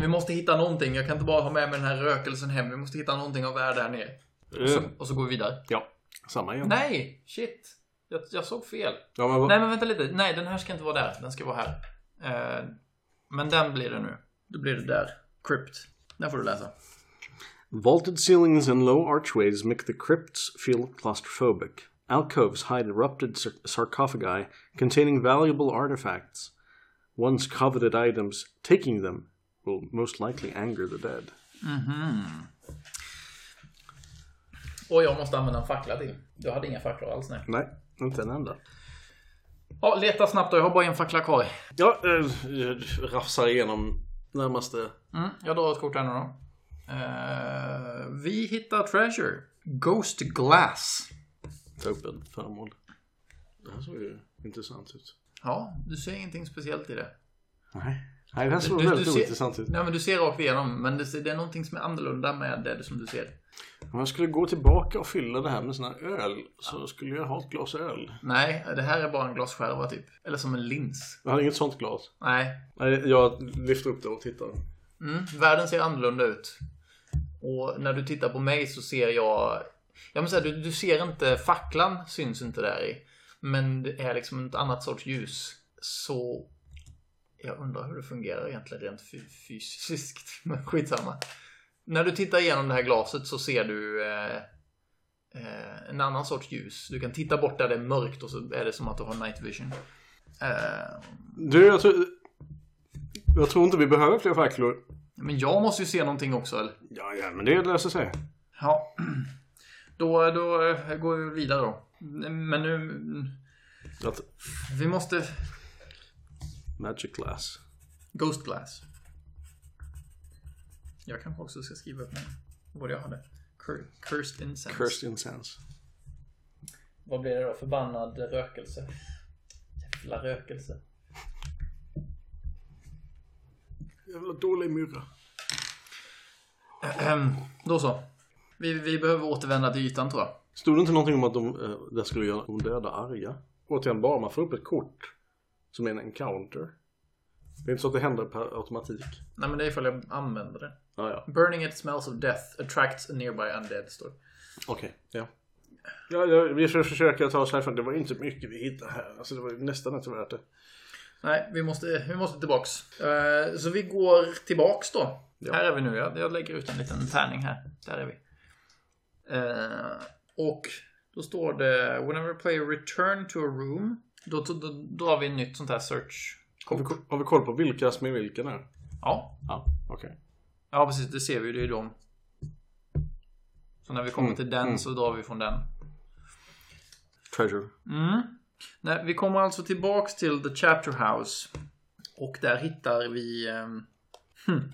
Vi måste hitta någonting. Jag kan inte bara ha med mig den här rökelsen hem. Vi måste hitta någonting av värde här nere. Och så, och så går vi vidare.
Mm. Ja. Eh, Samma igen.
Nej! Shit! Jag, jag såg fel.
Ja, men vad...
Nej men vänta lite. Nej, den här ska inte vara där. Den ska vara här. Eh, men den blir det nu. Då blir det där. Crypt. Den får du läsa.
Vaulted ceilings and low archways make the crypts feel claustrophobic. Alcoves hide erupted sar- sarcophagi containing valuable artifacts. One's coveted items, taking them, will most likely anger the dead.
Och jag måste använda en fackla till. Jag hade inga facklor alls nej.
Nej. Inte en enda.
Ja, leta snabbt då. Jag har bara en fackla kvar.
Ja, eh, rafsar igenom närmaste...
Mm, jag drar ett kort här nu då. Eh, vi hittar Treasure. Ghost Glass.
Ta upp ett föremål. Det här såg ju intressant ut.
Ja, du ser ingenting speciellt i det.
Nej. Nej, det här såg
Du- du
väldigt
ser-
ointressant ut.
Nej, men du ser rakt igenom. Men det, ser- det är någonting som är annorlunda med det som du ser.
Om jag skulle gå tillbaka och fylla det här med sån här öl så skulle jag ha ett glas öl.
Nej, det här är bara en glasskärva typ. Eller som en lins.
Jag har inget sånt glas.
Nej.
Nej, jag lyfter upp det och tittar.
Mm, världen ser annorlunda ut. Och när du tittar på mig så ser jag... Jag måste säga, du, du ser inte facklan syns inte där i. Men det är liksom ett annat sorts ljus. Så... Jag undrar hur det fungerar egentligen rent fy- fysiskt. Men skitsamma. När du tittar igenom det här glaset så ser du eh, eh, en annan sorts ljus. Du kan titta bort där det är mörkt och så är det som att du har night vision. Eh,
Du, jag tror... Jag tror inte vi behöver fler facklor.
men jag måste ju se någonting också, eller?
Ja, ja, men det löser sig.
Ja. Då, då eh, går vi vidare då. Men nu... mm,
Att
Vi måste...
magic glass.
Ghost glass. Jag kanske också ska skriva upp mig. Vad jag hade. Cur- cursed incense.
Cursed incense.
Vad blir det då? Förbannad rökelse. Jävla rökelse.
Jävla dålig myrra.
Ehm, då så. Vi, vi behöver återvända till ytan tror jag.
Stod det inte någonting om att de, eh, det skulle göra de döda arga? Återigen, bara man får upp ett kort som är en encounter. Det är inte så att det händer per automatik.
Nej men det är ifall jag använder det.
Ah, ja,
Burning it smells of death attracts a nearby undead står det.
okej. Ja. Ja, ja, vi ska försöka ta oss härifrån. Det var inte mycket vi hittade här. Alltså, det var ju nästan inte värt det.
Nej, vi måste, vi måste tillbaks. Eh, så vi går tillbaks då.
Ja.
Här är vi nu. Jag, jag lägger ut en liten tärning här. Där är vi. Eh, och då står det Whenever player return to a room. Då, då, då drar vi en nytt sånt här search.
Har vi, har vi koll på vilka som är vilka nu?
Ja,
Ja, okej.
ja precis. Det ser vi ju. Det är ju dem. Så när vi kommer
Mm,
till den
mm.
så drar vi från den.
Treasure.
Mm. Nej, vi kommer alltså tillbaks till The Chapter House. Och där hittar vi... ehm, hm.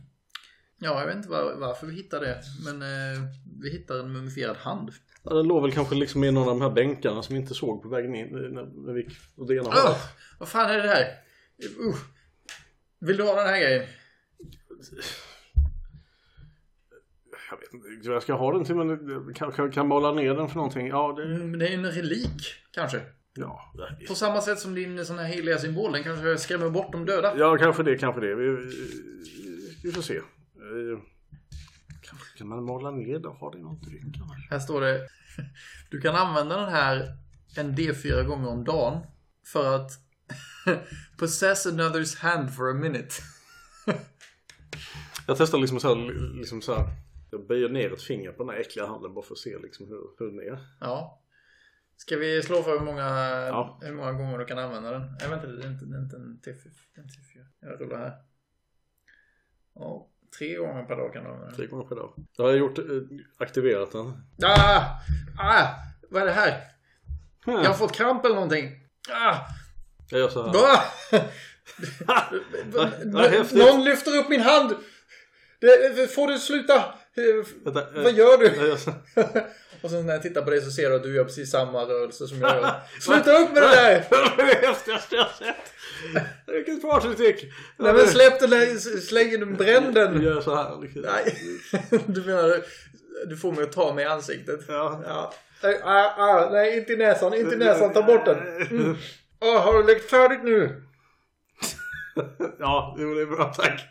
Ja, jag vet inte var, varför vi hittar det. Men eh, vi hittar en mumifierad hand.
Ja, den låg väl kanske liksom i någon av de här bänkarna som vi inte såg på vägen in eh, när, när vi gick åt det ena
Öh!
hållet.
Vad fan är det här? Uh. Vill du ha den här grejen?
Jag vet inte vad jag ska ha den till men eh, kan, kan, kan måla ner den för någonting. Ja, det...
Mm, Det är en relik, kanske.
Ja, det-
På samma sätt som din sån här heliga symbol. Den kanske skrämmer bort de döda.
Ja, kanske det, kanske det. Vi, vi- vi får se. Eh, Kanske kan man måla ner det och ha det i någon dryck annars?
Här står det. Du kan använda den här en D4 gånger om dagen. För att possess another's hand for a minute.
Jag testar liksom så här, liksom så här. Jag böjer ner ett finger på den här äckliga handen bara för att se liksom hur, hur den är.
Ja. Ska vi slå för hur många,
Ja.
hur många gånger du kan använda den? Nej, vänta. Det är inte, det är inte en T4. En T4. Jag rullar här. Ja, tre gånger per dag kan du använda den.
Tre gånger per dag. Då har jag gjort, eh, aktiverat den.
Ah! Ah! Vad är det här? Jag har
Jag,
fått kramp eller någonting. Ah!
jag gör så här.
Ah!
Ha! Vad
Nå-
häftigt.
Någon lyfter upp min hand! Det, får du sluta! Eh,
Vänta, eh,
Vad gör
jag
du?
gör så här.
Och sen när jag tittar på dig så ser du att du gör precis samma rörelse som jag gör. Sluta upp med det där!
Det var det häftigaste jag sett! Vilket partytrick!
Nej men släpp den där, s- släng den, bränn
Jag
den!
gör så här. Liksom.
Nej, du menar du får mig att ta mig i ansiktet.
Ja.
Ja. Nej, ah, ah, nej, inte i näsan, inte i näsan, ta bort den. Mm. Ah, har du läckt färdigt nu?
Ja, jo, det är bra. Tack.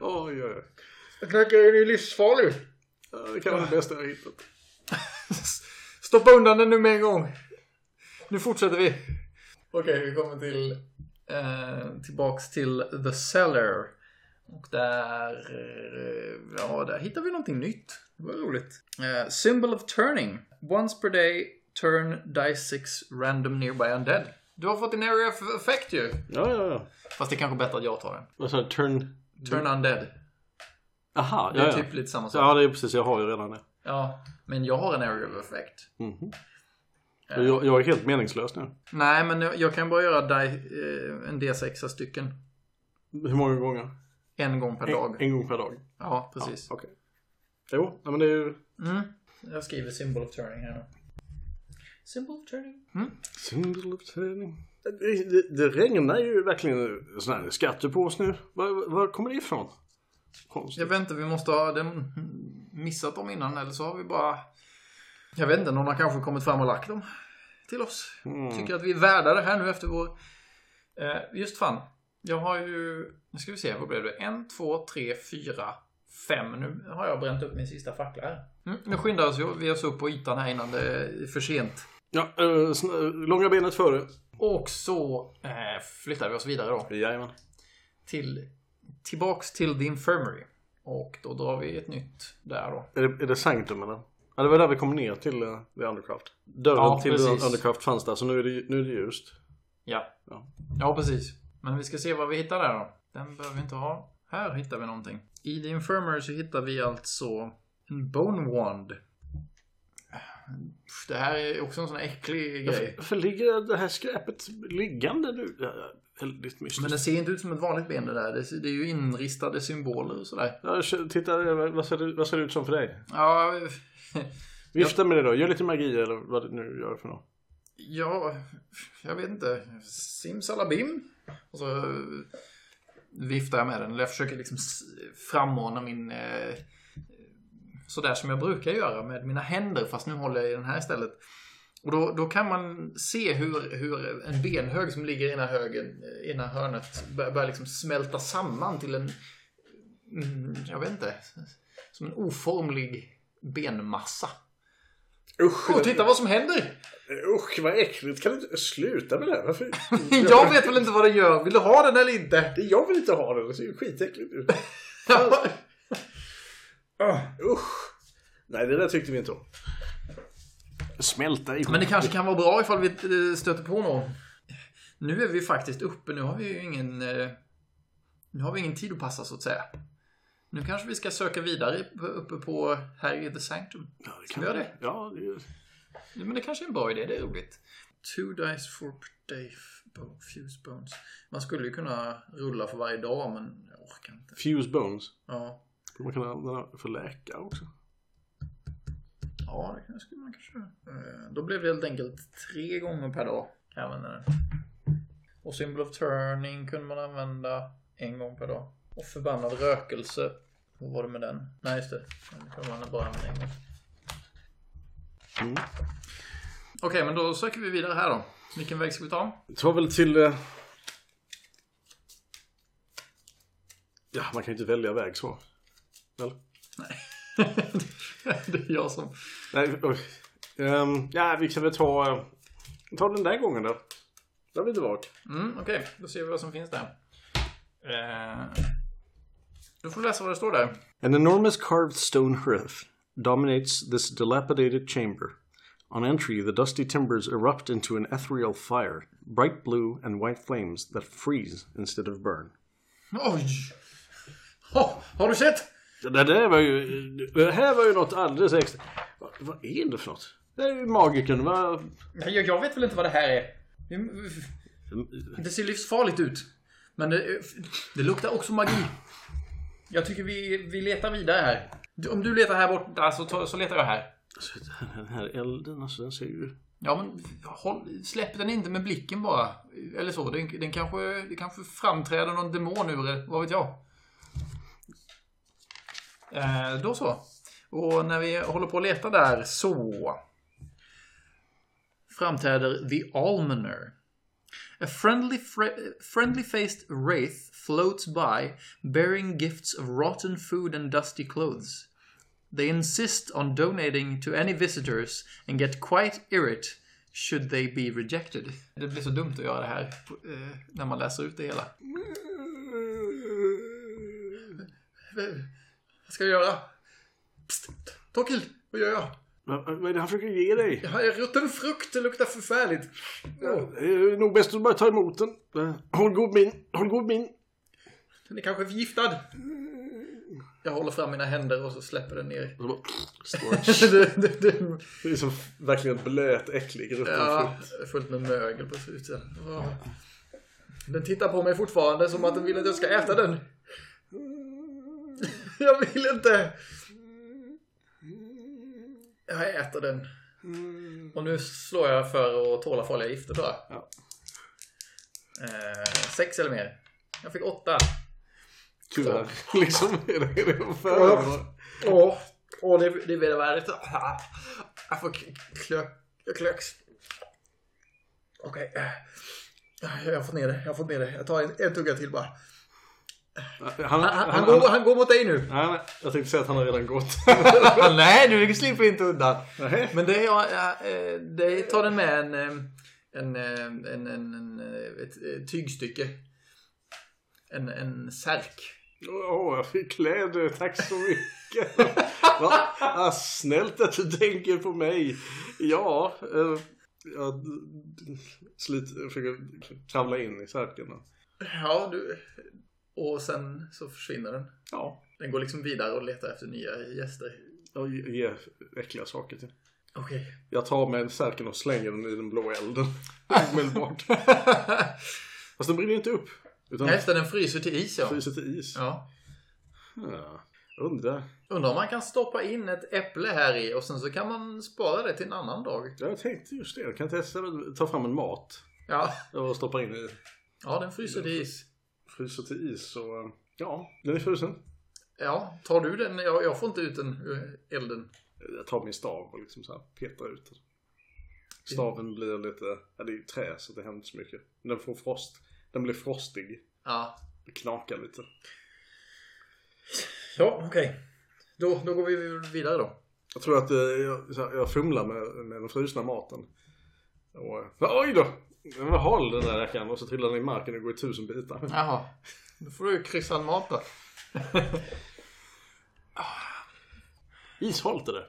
Oj, oj, oj.
Knäckaren är ju livsfarlig.
Ja, Det kan vara det bästa jag har hittat.
Stoppa undan den nu med en gång. Nu fortsätter vi. Okej, vi kommer till eh, tillbaks till The Cellar. Och där, eh, ja, där hittar vi någonting nytt. Det var roligt. Eh, symbol of turning. Once per day, turn die six random nearby undead. Du har fått en area of effect ju.
Ja, ja, ja.
Fast det är kanske bättre att jag tar den.
Vad sa du? Turn...
Turn undead.
Aha,
Det är
ja, ja.
typ lite samma sak.
Ja, det är precis. Jag har ju redan det.
Ja, men jag har en area of effect.
Mm-hmm. Jag, jag är helt meningslös nu.
Nej, men jag jag kan bara göra dig eh, en D6 stycken.
Hur många gånger?
En gång per dag.
En gång per dag.
Eh, Ja, precis.
Okej. Jo, nej, men det är ju...
Mm. Jag skriver symbol of turning här nu. Symbol of turning. Mm.
Symbol of turning. Det, det, det regnar ju verkligen sån här skatter på oss nu. Var, var kommer det ifrån?
Jag
Konstigt.
vet inte, vi måste ha den missat dem innan eller så har vi bara... Jag vet inte, någon har kanske kommit fram och lagt dem till oss.
Mm.
Tycker att vi är värda det här nu efter vår... Eh, just fan, jag har ju... Nu ska vi se, vad blev det? En, två, tre, fyra, fem. Nu har jag bränt upp min sista fackla här. Mm, nu skyndar oss vi- vi oss upp på ytan här innan det är för sent.
Ja, eh, sn- eh, långa benet före.
Och så eh, flyttar vi oss vidare då.
Jajamän.
Till, tillbaks till the infirmary. Och då drar vi ett nytt där då.
Är det, är det Sanctum eller? Ja, det var där vi kom ner till uh, The Undercraft. Dörren
Ja,
till
precis.
The Undercraft fanns där, så nu är det, nu är det ljust.
Ja.
Ja.
Ja, precis. Men vi ska se vad vi hittar där då. Den behöver vi inte ha. Här hittar vi någonting. I The Infirmary så hittar vi alltså en Bone Wand. Pff, Det här är också en sån här äcklig grej.
Varför ligger det här skräpet liggande nu? Det är väldigt mystiskt.
Men det ser inte ut som ett vanligt ben det där. Det ser- det är ju inristade symboler och sådär.
Ja, kö- titta, vad ser, det, vad ser det ut som för dig?
Ja,
Vifta med det då, gör lite magi eller vad det nu gör för något.
ja, jag vet inte. Simsalabim. Och så eh, viftar jag med den. Eller jag försöker liksom s- frammana min... Eh, sådär som jag brukar göra med mina händer. Fast nu håller jag i den här istället. Och då, då kan man se hur, hur en benhög som ligger i ena, högen, i ena hörnet bör- börjar liksom smälta samman till en... mm, Jag vet inte. Som en oformlig benmassa.
Usch,
Och titta vad som händer!
usch vad äckligt. Kan du inte sluta med det? Varför?
Jag vet väl inte vad den gör. Vill du ha den eller inte?
Jag vill inte ha det, det ser ju skitäckligt ut. Ah. Usch. Nej, det där tyckte vi inte om. Smälta i
Men det kanske kan vara bra ifall vi eh, stöter på någon. Nu är vi faktiskt uppe. Nu har vi ju ingen... eh, Nu har vi ingen tid att passa så att säga. Nu kanske vi ska söka vidare på- uppe på här i The Sanctum.
Ja, det
Ska vi göra det?
Ja, det är...
Ja, Men det kanske är en bra idé. Det är roligt. Two dice for per day. f- bo- Fuse bones. Man skulle ju kunna rulla för varje dag men jag orkar inte.
Fuse bones.
Ja,
Skulle Man kan använda den för läkare också.
ja det skulle man kanske eh, Då blev det helt enkelt tre gånger per dag. Kan jag använda den. Och symbol of turning kunde man använda en gång per dag. Och förbannad rökelse. Hur var det med den? Nej just det. Den kunde man bara använda en gång.
Mm.
Okej men då söker vi vidare här då. Vilken väg ska vi ta?
Ta väl till... eh, Ja, man kan ju inte välja väg så. Väl?
det är jag som...
Nej, oj. Ehm, ja, vi kan väl ta... eh, Ta den där gången då. Där vill du vara.
Mm, Okej, då ser vi vad som finns där. Eh, du får läsa vad det står där.
An enormous carved stone hearth dominates this dilapidated chamber. On entry, the dusty timbers erupt into an ethereal fire, bright blue and white flames that freeze instead of burn.
Oj! Ha, har du sett?
Det där- det där var ju... Det här var ju något alldeles extra. Vad, vad är det för något? Det är ju magikern. Vad...
Nej, Jag, jag vet väl inte vad det här är. Det ser livsfarligt ut. Men det, det luktar också magi. Jag tycker vi, vi letar vidare här. Du- Om du letar här borta så, tar- så letar jag här.
Alltså, Den här elden, alltså den ser ju...
Ja men håll, släpp den inte med blicken bara. Eller så. Den, den kanske, det kanske framträder någon demon ur det. Vad vet jag. Eh, då så. Och när vi håller på att leta där så. Framträder The Almoner. A friendly, fre- friendly faced wraith floats by bearing gifts of rotten food and dusty clothes. They insist on donating to any visitors and get quite irrit should they be rejected. Det blir så dumt att göra det här eh, när man läser ut det hela. V- Eh, Vad ska jag göra? Psst, Torkild, vad gör jag?
Vad, vad är det han försöker ge dig?
Jag har rutten frukt, det luktar förfärligt.
Det är nog bäst att bara ta emot den. Håll god min. Håll god min.
Den är kanske förgiftad. Jag håller fram mina händer och så släpper den ner.
Och så bara,
Det- det- det-
det är som verkligen blöt, äcklig rutten
ja,
frukt.
fullt med mögel på slutet. Åh. Den tittar på mig fortfarande som att den vill att jag ska äta den. Jag vill inte! Jag äter den. Och nu slår jag för att tåla farliga gifter tror jag.
Ja.
Eh, sex eller mer. Jag fick åtta.
Tyvärr. Liksom, är det, är det
Ja.
för
Åh, åh det, det är vedervärdigt. Ah, Jag får k- klö, jag klöks. Okej. eh, Jag har fått ner det. Jag har fått ner det. Jag tar en, en tugga till bara.
Han,
Han, han, går, han går mot dig nu.
Nej, nej, jag tänkte säga att han har redan gått.
Nej, du slipper inte undan.
Nej.
Men det, jag, jag, eh, det tar den med en, eh, en, eh, en, en, en, eh, ett eh, tygstycke. En, en särk.
Åh, jag fick kläder. Tack så mycket. Va? Ah, snällt att du tänker på mig. Ja, eh, jag slit, jag försöker kravla in i särken.
Ja, du. Och sen så försvinner den.
Ja,
Den går liksom vidare och letar efter nya gäster.
jag ge- ger äckliga saker till.
Okej.
Jag tar med särken och slänger den i den blå elden. Omedelbart. Fast den brinner inte upp. Utan
Efter den fryser till is ja.
fryser till is.
ja.
Ja. Undrar.
Undrar om man kan stoppa in ett äpple här i och sen så kan man spara det till en annan dag.
Jag tänkte just det. Jag kan testa att ta fram en mat.
Ja,
Och stoppa in i
ja den fryser till is.
fryser till is så eh, ja, den är frusen.
Ja, tar du den? Jag, jag får inte ut den ur elden.
Jag tar min stav och liksom så här petar ut den. Staven blir lite, ja det är ju trä så det händer inte så mycket. Men den får frost, den blir frostig.
Ja,
Det knakar lite.
ja okej. Då, då går vi vidare då.
Jag tror att eh, jag, så här, jag fumlar med, med den frusna maten. Och, eh, oj då! Den var hal den där rackaren och så trillar den i marken och går i tusen bitar.
Jaha. Då får du kryssa en mat då.
Ishalt är det.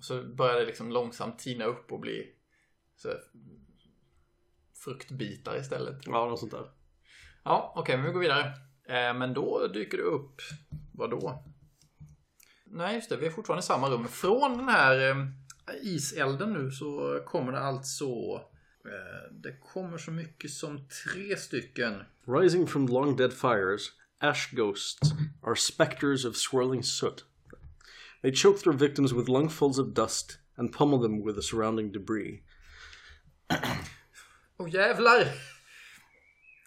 Så börjar det liksom långsamt tina upp och bli så här fruktbitar istället.
Ja, något sånt där.
Ja, okej, men vi går vidare. Eh, men då dyker det upp... Vad då? Nej, just det. Vi är fortfarande i samma rum. Från den här eh, iselden nu så kommer det alltså... Eh, det kommer så mycket som tre stycken.
Rising from long dead fires, ash ghosts are specters of swirling soot. They choke their victims with lungfuls of dust and pummel them with the surrounding debris.
Åh jävlar!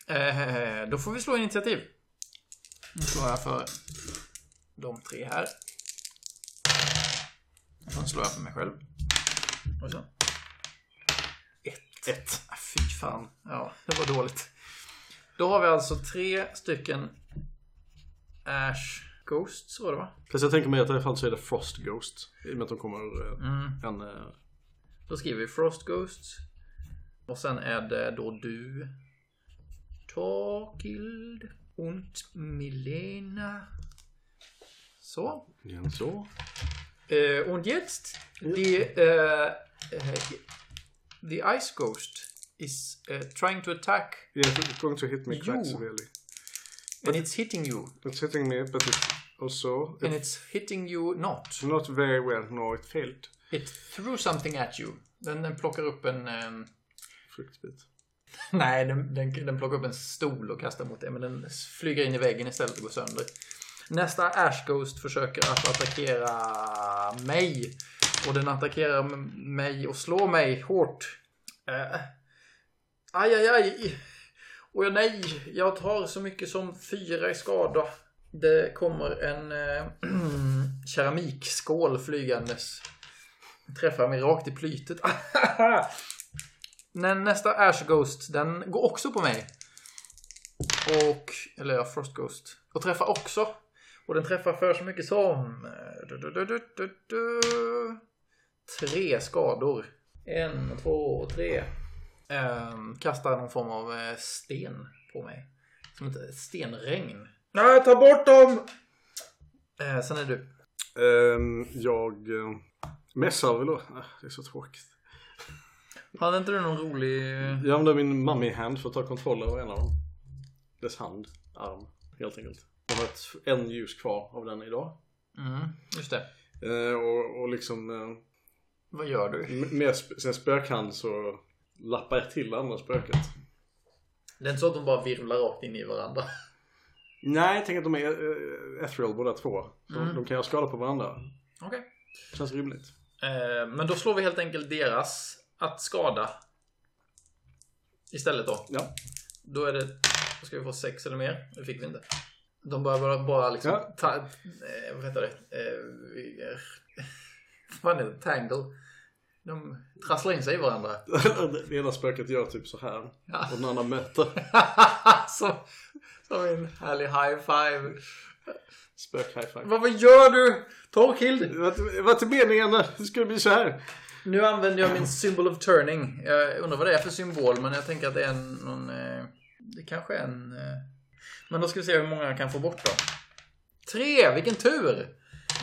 Eh, då får vi slå initiativ. Nu slår jag för de tre här. Och sen slår jag för mig själv. Och sen. Ett. Ett. Ah, Fy fan. Ja, det var dåligt. Då har vi alltså tre stycken Ash Ghosts var det va?
Fast jag tänker mig att i alla fall så är det Frost Ghost. I och med att de kommer ur eh, en... eh,
Då skriver vi Frost Ghosts. Och sen är det då du. Torkild und Milena. Så.
Igen så.
Eh, und jetzt. The, eh, eh, the Ice Ghost is eh, trying to attack.
You're going to hit me cracks
Jo.
really.
And it's hitting you.
It's hitting me but it also...
And
It's
it's hitting you not.
not very well no it failed.
It threw something at you. Den, den plockar upp en... ehm,
Fruktbit.
Nej, den, den, den plockar upp en stol och kastar mot dig, men den flyger in i väggen istället och går sönder. Nästa Ash Ghost försöker att attackera mig. Och den attackerar m- mig och slår mig hårt. Eh. Aj, aj, aj. Och jag, nej, jag tar så mycket som fyra i skada. Det kommer en eh, keramikskål flygandes. Träffar mig rakt i plytet. Men nästa Ash Ghost, den går också på mig. Och, eller ja, Frost Ghost. Och träffar också. Och den träffar för så mycket som... eh, du, du, du, du, du, du, tre skador. En, två, tre. Ehm, kastar någon form av eh, sten på mig. Som ett stenregn. Nej, ta bort dem! Eh, sen är det du.
Ehm, jag uh, mässar väl då. Ah, det är så tråkigt.
Hade inte du någon rolig... eh,
Jag använder min mummy hand för att ta kontroll över en av dem. Dess hand, arm, helt enkelt. Jag har ett, en ljus kvar av den idag.
Mm, just det.
Eh, och, och liksom eh,
Vad gör du?
m- med sp- sen spökhand så lappar jag till det andra spöket.
Det är inte så att de bara virvlar rakt in i varandra.
Nej, jag tänker att de är eh, ethereal båda två. De, de kan göra skada på varandra.
Okej.
Känns rimligt.
Eh, men då slår vi helt enkelt deras att skada. Istället då.
Ja.
Då är det... Då ska vi få sex eller mer. Det fick vi inte. De börjar bara, bara liksom...
Ja.
Ta, eh, vad heter det? Eh, vi är, vad fan är det? Tangle. De trasslar in sig i varandra.
det ena spöket gör typ så här.
Ja.
Och den andra möter
som, som en härlig high five.
spök-high-five.
Vad, vad gör du? Torkild!
Det var inte- det var inte meningen att det skulle bli så här.
Nu använder jag min symbol of turning. Jag undrar vad det är för symbol, men jag tänker att det är en, någon... eh, Det kanske är en... eh, Men då ska vi se hur många jag kan få bort då. Tre! Vilken tur!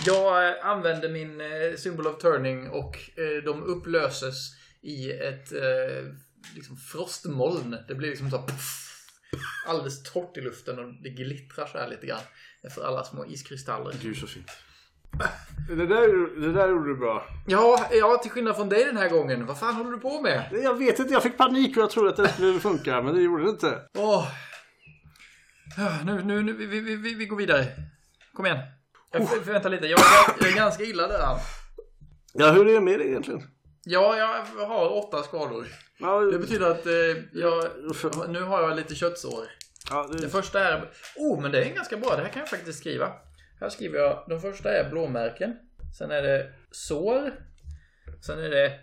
Jag eh, använder min eh, symbol of turning och eh, de upplöses i ett eh, liksom frostmoln. Det blir liksom så här, puff, alldeles torrt i luften och det glittrar så här lite grann. Efter alla små iskristaller.
Gud så fint. Det där, det där gjorde du bra.
Ja, ja, till skillnad från dig den här gången. Vad fan håller du på med?
Jag vet inte, jag fick panik och jag trodde att det skulle funka, men det gjorde det inte.
Åh! Ah, Nu, nu, nu, vi, vi- vi, vi, vi går vidare. Kom igen. Jag för, vänta lite, jag, jag, jag är ganska illa där.
Ja, hur är det med dig egentligen?
Ja, jag har åtta skador.
Ja,
Det betyder att eh, jag, nu har jag lite köttsår.
ja,
Det
det,
första är... Oh, men det är ganska bra. Det här kan jag faktiskt skriva. Här skriver jag... De första är blåmärken. Sen är det sår. Sen är det...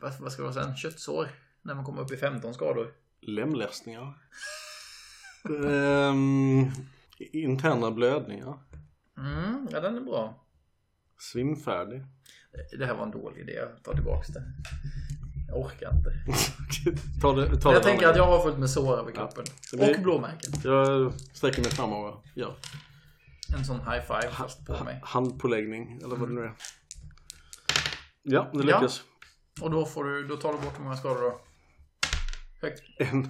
Vad, vad ska det vara sen? Köttsår. När man kommer upp i 15 skador.
lemlästningar. Ehm, interna blödningar.
Mm, ja den är bra.
Svimfärdig.
Det här var en dålig idé, jag tar tillbaks det. Jag orkar inte.
ta det, ta det
Jag tänker
andra.
att jag har fullt med sår över kroppen.
Det blir-
Och blåmärken.
Jag sträcker mig framover. Ja.
En sån high five fast på mig.
Handpåläggning, eller vad det nu är. Ja, det
Ja.
lyckas.
Och då, får du, då tar du bort hur många skador då? Högt.
En. Mm.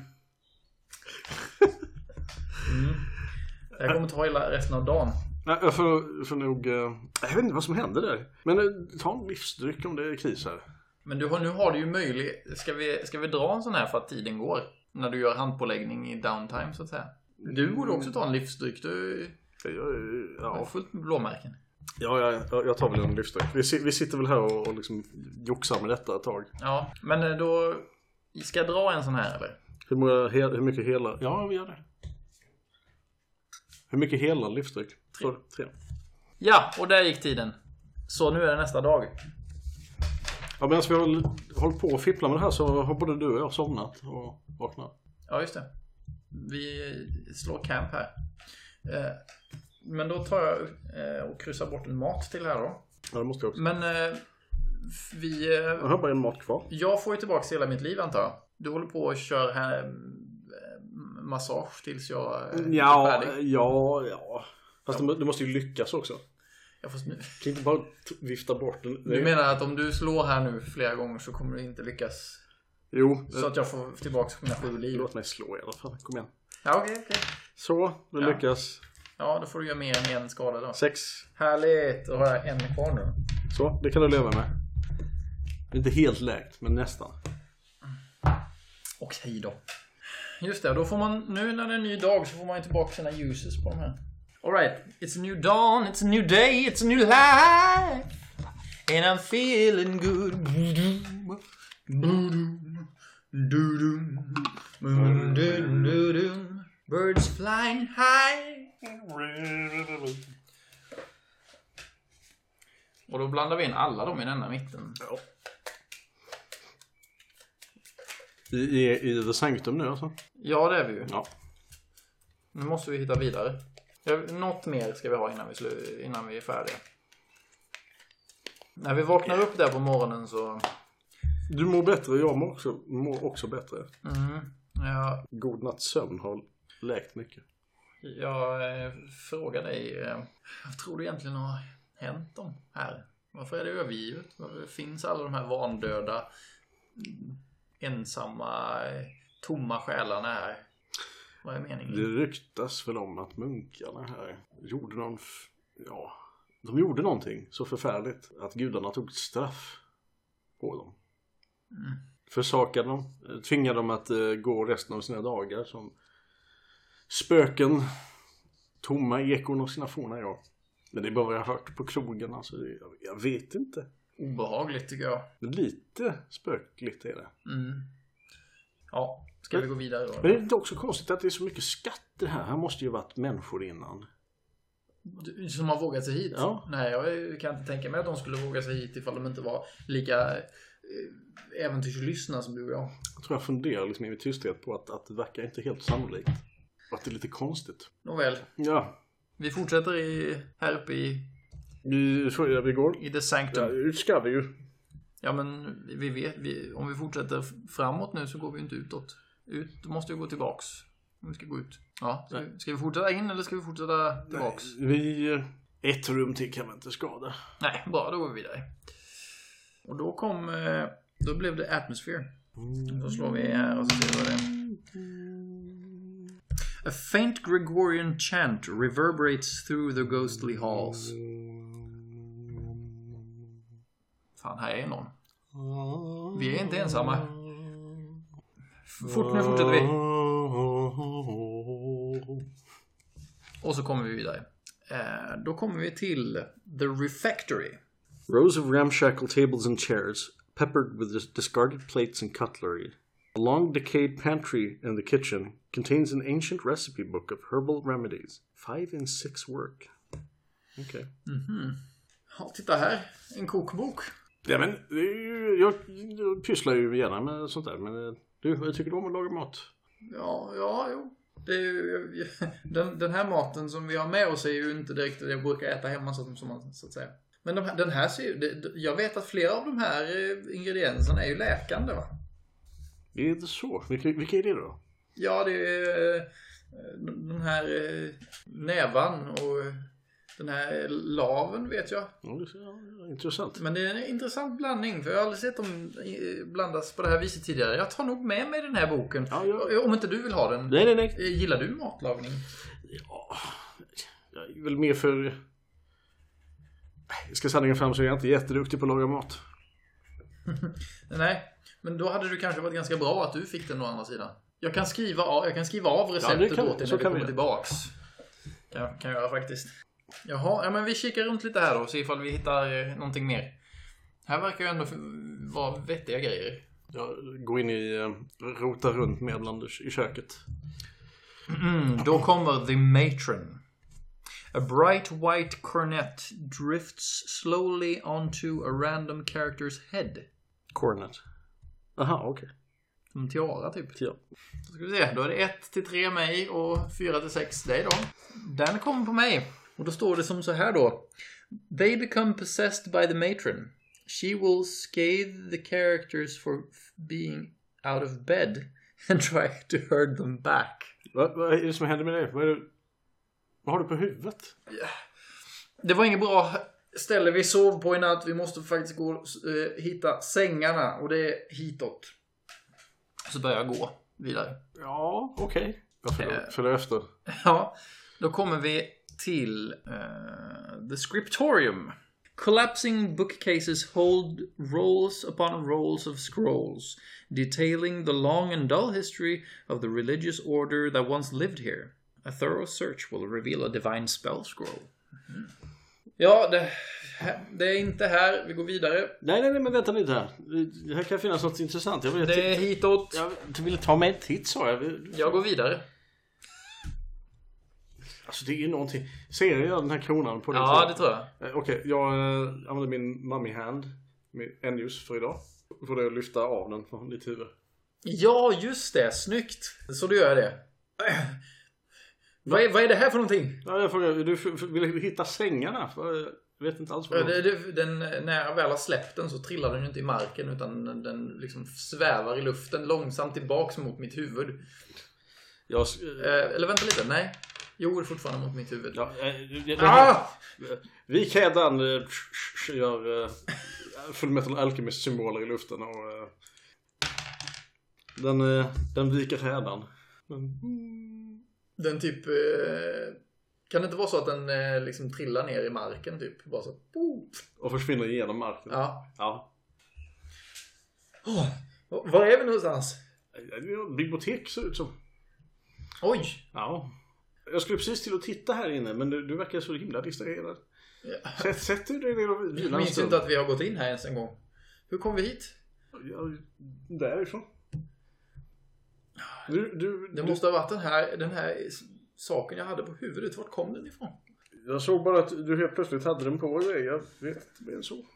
Det här kommer ta hela resten av dagen.
Nej, jag får, får nog... eh, Jag vet inte vad som hände där. Men eh, ta en livsdryck om det är kris här.
Men du har, nu har du ju möjlighet... Ska vi, ska vi dra en sån här för att tiden går? När du gör handpåläggning i downtime så att säga. Du borde också ta en livsdryck. Du
Jag, eh,
har
ja,
fullt med blåmärken.
ja, ja, jag- jag tar väl en livsdryck. Vi, si- vi sitter väl här och, och liksom joxar med detta ett tag.
Ja, men eh, då... Ska jag dra en sån här eller?
Hur, många, hel, hur mycket hela? Ja, vi gör det. Hur mycket hela livsdryck? Tre. Tre.
Ja, och där gick tiden. Så nu är det nästa dag.
Ja, medan vi har hållit på och fipplat med det här så har både du och jag somnat och vaknat.
Ja, just det. Vi slår camp här. Eh, Men då tar jag eh, och kryssar bort en mat till här då.
Ja, det måste jag också.
Men eh, vi... eh,
Jag har bara en mat kvar.
Jag får ju tillbaka hela mitt liv antar jag. Du håller på och kör här eh, massage tills jag
Mm,
eh, är
Ja,
färdig.
ja, ja. Fast det, måste ju lyckas också.
Jag får snu.
kan inte bara vifta bort den.
Du menar att om du slår här nu flera gånger så kommer du inte lyckas?
Jo,
Så att jag får tillbaka mina sju liv?
låt mig slå i alla fall. Kom igen.
Ja, okej, okej.
Så, du
Ja.
lyckas.
Ja, då får du göra mer än en skada då.
Sex.
Härligt! Då har jag en kvar nu.
Så, det kan du leva med. Inte helt läkt, men nästan.
Okej då. Just det, då får man, nu när det är en ny dag så får man ju tillbaka sina uses på de här. Alright, it's a new dawn, it's a new day, it's a new life. And I'm feeling good. Boom, boom, doo-dum, boom, doo-dum, doo-dum. Birds flying high. Och då blandar vi in alla dem i denna mitten.
I, i, i The Sanctum nu alltså?
Ja, det är vi ju.
Ja.
Nu måste vi hitta vidare. Ja, Något mer ska vi ha innan vi, slu- innan vi är färdiga. När vi vaknar upp där på morgonen så...
Du mår bättre, jag mår också, mår också bättre.
Mm, jag,
God natts sömn har läkt mycket.
jag eh, frågar dig, eh, vad tror du egentligen har hänt dem här? Varför är det övergivet? Varför finns alla de här vandöda, mm, ensamma, eh, tomma själarna här? Vad är meningen?
Det ryktas väl om att munkarna här gjorde någon, f- ja, de gjorde någonting så förfärligt att gudarna tog straff på dem. Försakade dem, eh, tvingade dem att eh, gå resten av sina dagar som spöken, tomma ekon av sina forna jag. Men det är bara vad jag har hört på krogen alltså, det- jag- jag vet inte.
Obehagligt tycker jag.
Lite spökligt är det.
Mm. Ja, ska vi gå vidare
Men
då?
det är inte också konstigt att det är så mycket skatter här? Här måste ju varit människor innan.
Du- Som har vågat sig hit?
Ja.
Nej, jag kan inte tänka mig att de skulle våga sig hit ifall de inte var lika eh, äventyrslystna som du och jag.
Jag tror jag funderar liksom i min tysthet på att, att det verkar inte helt sannolikt. Och att det är lite konstigt.
Nåväl,
Ja,
vi fortsätter i, här uppe i,
vi skojar, vi går.
i The Sanctum.
Ja, det ska vi ju.
Ja men vi vet, vi, om vi fortsätter f- framåt nu så går vi inte utåt. Ut, då måste vi gå tillbaks. Om vi ska gå ut. Ja, ska, vi- ska vi fortsätta in eller ska vi fortsätta tillbaks? Nej,
Vi... eh, Ett rum till kan väl inte skada.
bra då går vi vidare. Och då kom, eh, då blev det Atmosphere. Då slår vi här och så ser vi vad det är. A faint Gregorian chant reverberates through the ghostly halls. Fan, här är någon. Vi är inte ensamma. F- Fort, nu fortsätter vi. Och så kommer vi vidare. Eh, då kommer vi till The Refectory.
Rows of ramshackle tables and chairs, peppered with dis- discarded plates and cutlery. A long decayed pantry in the kitchen contains an ancient recipe book of herbal remedies. Five and six work. Okay.
Ja, titta här. En kokbok.
Ja, men, det är ju- jag, jag pysslar ju gärna med sånt där. Men eh, du, jag tycker du om att laga mat?
Ja, ja, jo. Det är ju, den, den här maten som vi har med oss är ju inte direkt det jag brukar äta hemma så, som man, så att säga. Men de, här- den här ser ju, det- jag vet att flera av de här eh, ingredienserna är ju läkande va?
Är det så? Vilka, vilka är det då?
Ja, det är eh, den här eh, nävan och den här laven vet jag.
Ja, det ser- ja, intressant.
Men det är en intressant blandning för jag har aldrig sett dem eh, blandas på det här viset tidigare. Jag tar nog med mig den här boken.
Ja, jag-
Om inte du vill ha den.
Nej, nej, nej.
Eh, Gillar du matlagning?
Ja, jag är väl mer för... Jag ska sanningen fram så är jag inte jätteduktig på att laga mat.
Nej, men då hade det kanske varit ganska bra att du fick den å andra sidan. Jag kan skriva av, jag kan skriva av receptet
kan-
åt dig
så
när vi
kan
kommer
vi.
tillbaks. Kan, kan jag göra faktiskt. Jaha, ja men vi kikar runt lite här då och ser ifall vi hittar eh, någonting mer. Här verkar ju ändå f- vara vettiga grejer.
Jag går in i... eh, Rotar runt med bland i köket.
Mm, då kommer The Matron. A bright white coronet drifts slowly onto a random character's head.
Cornet. Aha, okej.
Som en tiara typ.
Ja.
Då ska vi se. Då är det 1 till 3 mig och 4 till 6 dig då. Den kommer på mig. Och då står det som så här då. They become possessed by the matron. She will scathe the characters for f- being out of bed and try to herd them back.
Vad, vad är det som händer med dig? Vad, är det, vad har du på huvudet?
Det var inget bra ställe vi sov på i natt. Vi måste faktiskt gå och eh, hitta sängarna och det är hitåt. Så börjar jag gå vidare.
Ja, okej. Jag följer-
Eh.
följer efter.
Ja, då kommer vi till eh, The Scriptorium. Collapsing bookcases hold rolls upon rolls of scrolls, detailing the long and dull history of the religious order that once lived here. A thorough search will reveal a divine spell scroll. Mhm. Ja, det, det är inte här. Vi går vidare.
Nej, nej, nej, men vänta lite här. Det här kan finnas något intressant. Jag vill,
Det är hitåt.
jag ville ta mig en titt sa jag.
Jag går vidare.
Alltså det är ju någonting. Ser jag den här kronan på din
Ja,
klocka?
det tror jag.
Eh, Okej, jag eh, använder min mummy hand. Min N-ljus för idag. Får det lyfta av den från ditt huvud.
Ja, just det. Snyggt. Så då gör jag det. Vad är, vad är det här för någonting?
Ja, jag frågar, du f- f- vill hitta sängarna? För eh, Jag vet inte alls vad
Ja,
det
det, det, den, när jag väl har släppt den så trillar den ju inte i marken utan den, den liksom svävar i luften långsamt tillbaks mot mitt huvud.
Jag... s- eh,
Eh, eller vänta lite, nej. Jo, det är fortfarande mot mitt huvud.
Ja, eh, det-
Ah!
Vik hädan eh, sh- sh- gör eh, Fullmetal Alchemist symboler i luften och eh, den, eh, den viker hädan.
Men,
Den typ... eh, Kan det inte vara så att den eh, liksom trillar ner i marken typ? Bara så... boop.
Och försvinner genom marken.
Ja.
Ja.
Åh, Var är vi någonstans?
Bibliotek ser det ut som.
Oj!
Ja. Jag skulle precis till att titta här inne men du, du verkar så himla distraherad.
Ja.
Sätt, sätt dig ner och
Jag
vila en
minns
stund.
inte att vi har gått in här ens en gång. Hur kom vi hit?
Ja, därifrån. Du, du,
Det måste ha varit den här, den här s- saken jag hade på huvudet. Vart kom den ifrån?
du, jag såg bara att du helt plötsligt hade den på dig. Jag vet inte mer än så.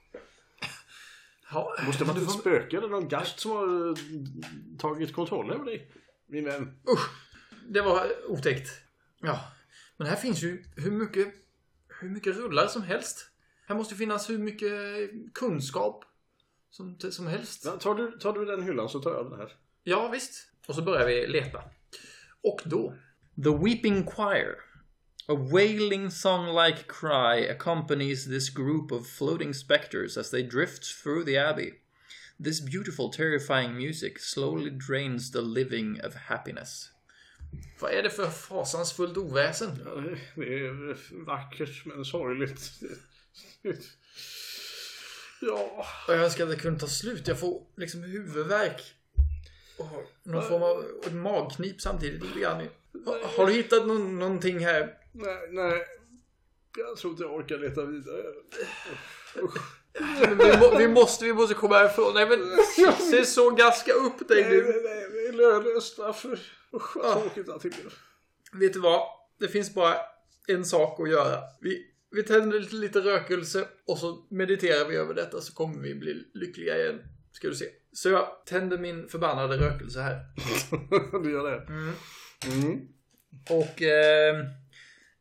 Ja,
Måste det
du
varit ett
får-
spöke eller någon gast som har eh, tagit kontroll över dig? Min vän.
Usch! Det var otäckt. Ja. Men här finns ju hur mycket, hur mycket rullar som helst. Här måste ju finnas hur mycket kunskap som, som helst.
Ja, Tar du, tar du den hyllan så tar jag den här.
Ja, visst. Och så börjar vi leta. Och då. The Weeping Choir. A wailing song-like cry accompanies this group of floating specters as they drift through the abbey. This beautiful terrifying music slowly drains the living of happiness. Vad är det för fasansfullt oväsen?
Ja, det- Eh, Det är vackert men sorgligt. Ja.
Jag önskar att det kunde ta slut. Jag får liksom huvudvärk. Och någon form av och ett magknip samtidigt. lite grann. Har- Har du hittat någon, någonting här
Nej, nej. Jag tror inte jag orkar leta vidare.
Vi, må, vi måste, vi måste komma härifrån. Nej men se så gaska upp dig
Nej,
nu.
nej, nej. Det är lönlöst. Varför? Usch, vad tråkigt allting blev.
Vet du vad? Det finns bara en sak att göra. Vi, vi tänder lite, lite rökelse och så mediterar vi över detta så kommer vi bli lyckliga igen. Ska du se. Så jag tänder min förbannade rökelse här.
du gör det?
Och... Eh,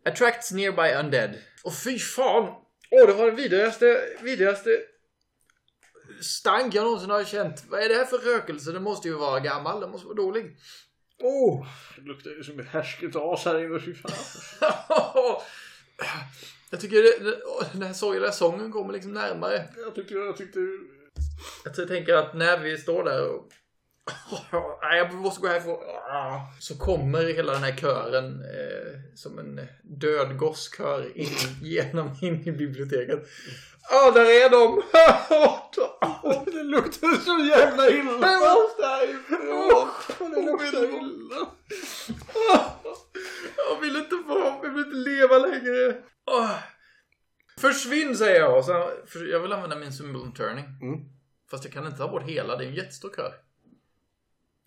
attracts nearby undead. Och fy fan! Åh, det var den vidrigaste, vidrigaste stank jag någonsin har känt. Vad är det här för rökelse? Den måste ju vara gammal. Den måste vara dålig. Åh!
Det luktar ju som ett härsket as här inne. Fy fan.
jag tycker det, det, åh, den här sorgliga sången kommer liksom närmare.
Jag tyckte... Jag tyckte...
Jag tänker att när vi står där och... Nej, jag måste gå härifrån. Ah. Så kommer hela den här kören eh, som en död gosskör in, genom in i biblioteket. Ja, där är de!
det luktar så jävla illa!
Det
luktar illa! Det luktar illa!
Jag vill inte vara, jag vill inte leva längre. Åh. Försvinn säger jag. Och Så, för jag vill använda min symbol turning.
Mm.
Fast jag kan inte ta bort hela, det är en jättestor kör.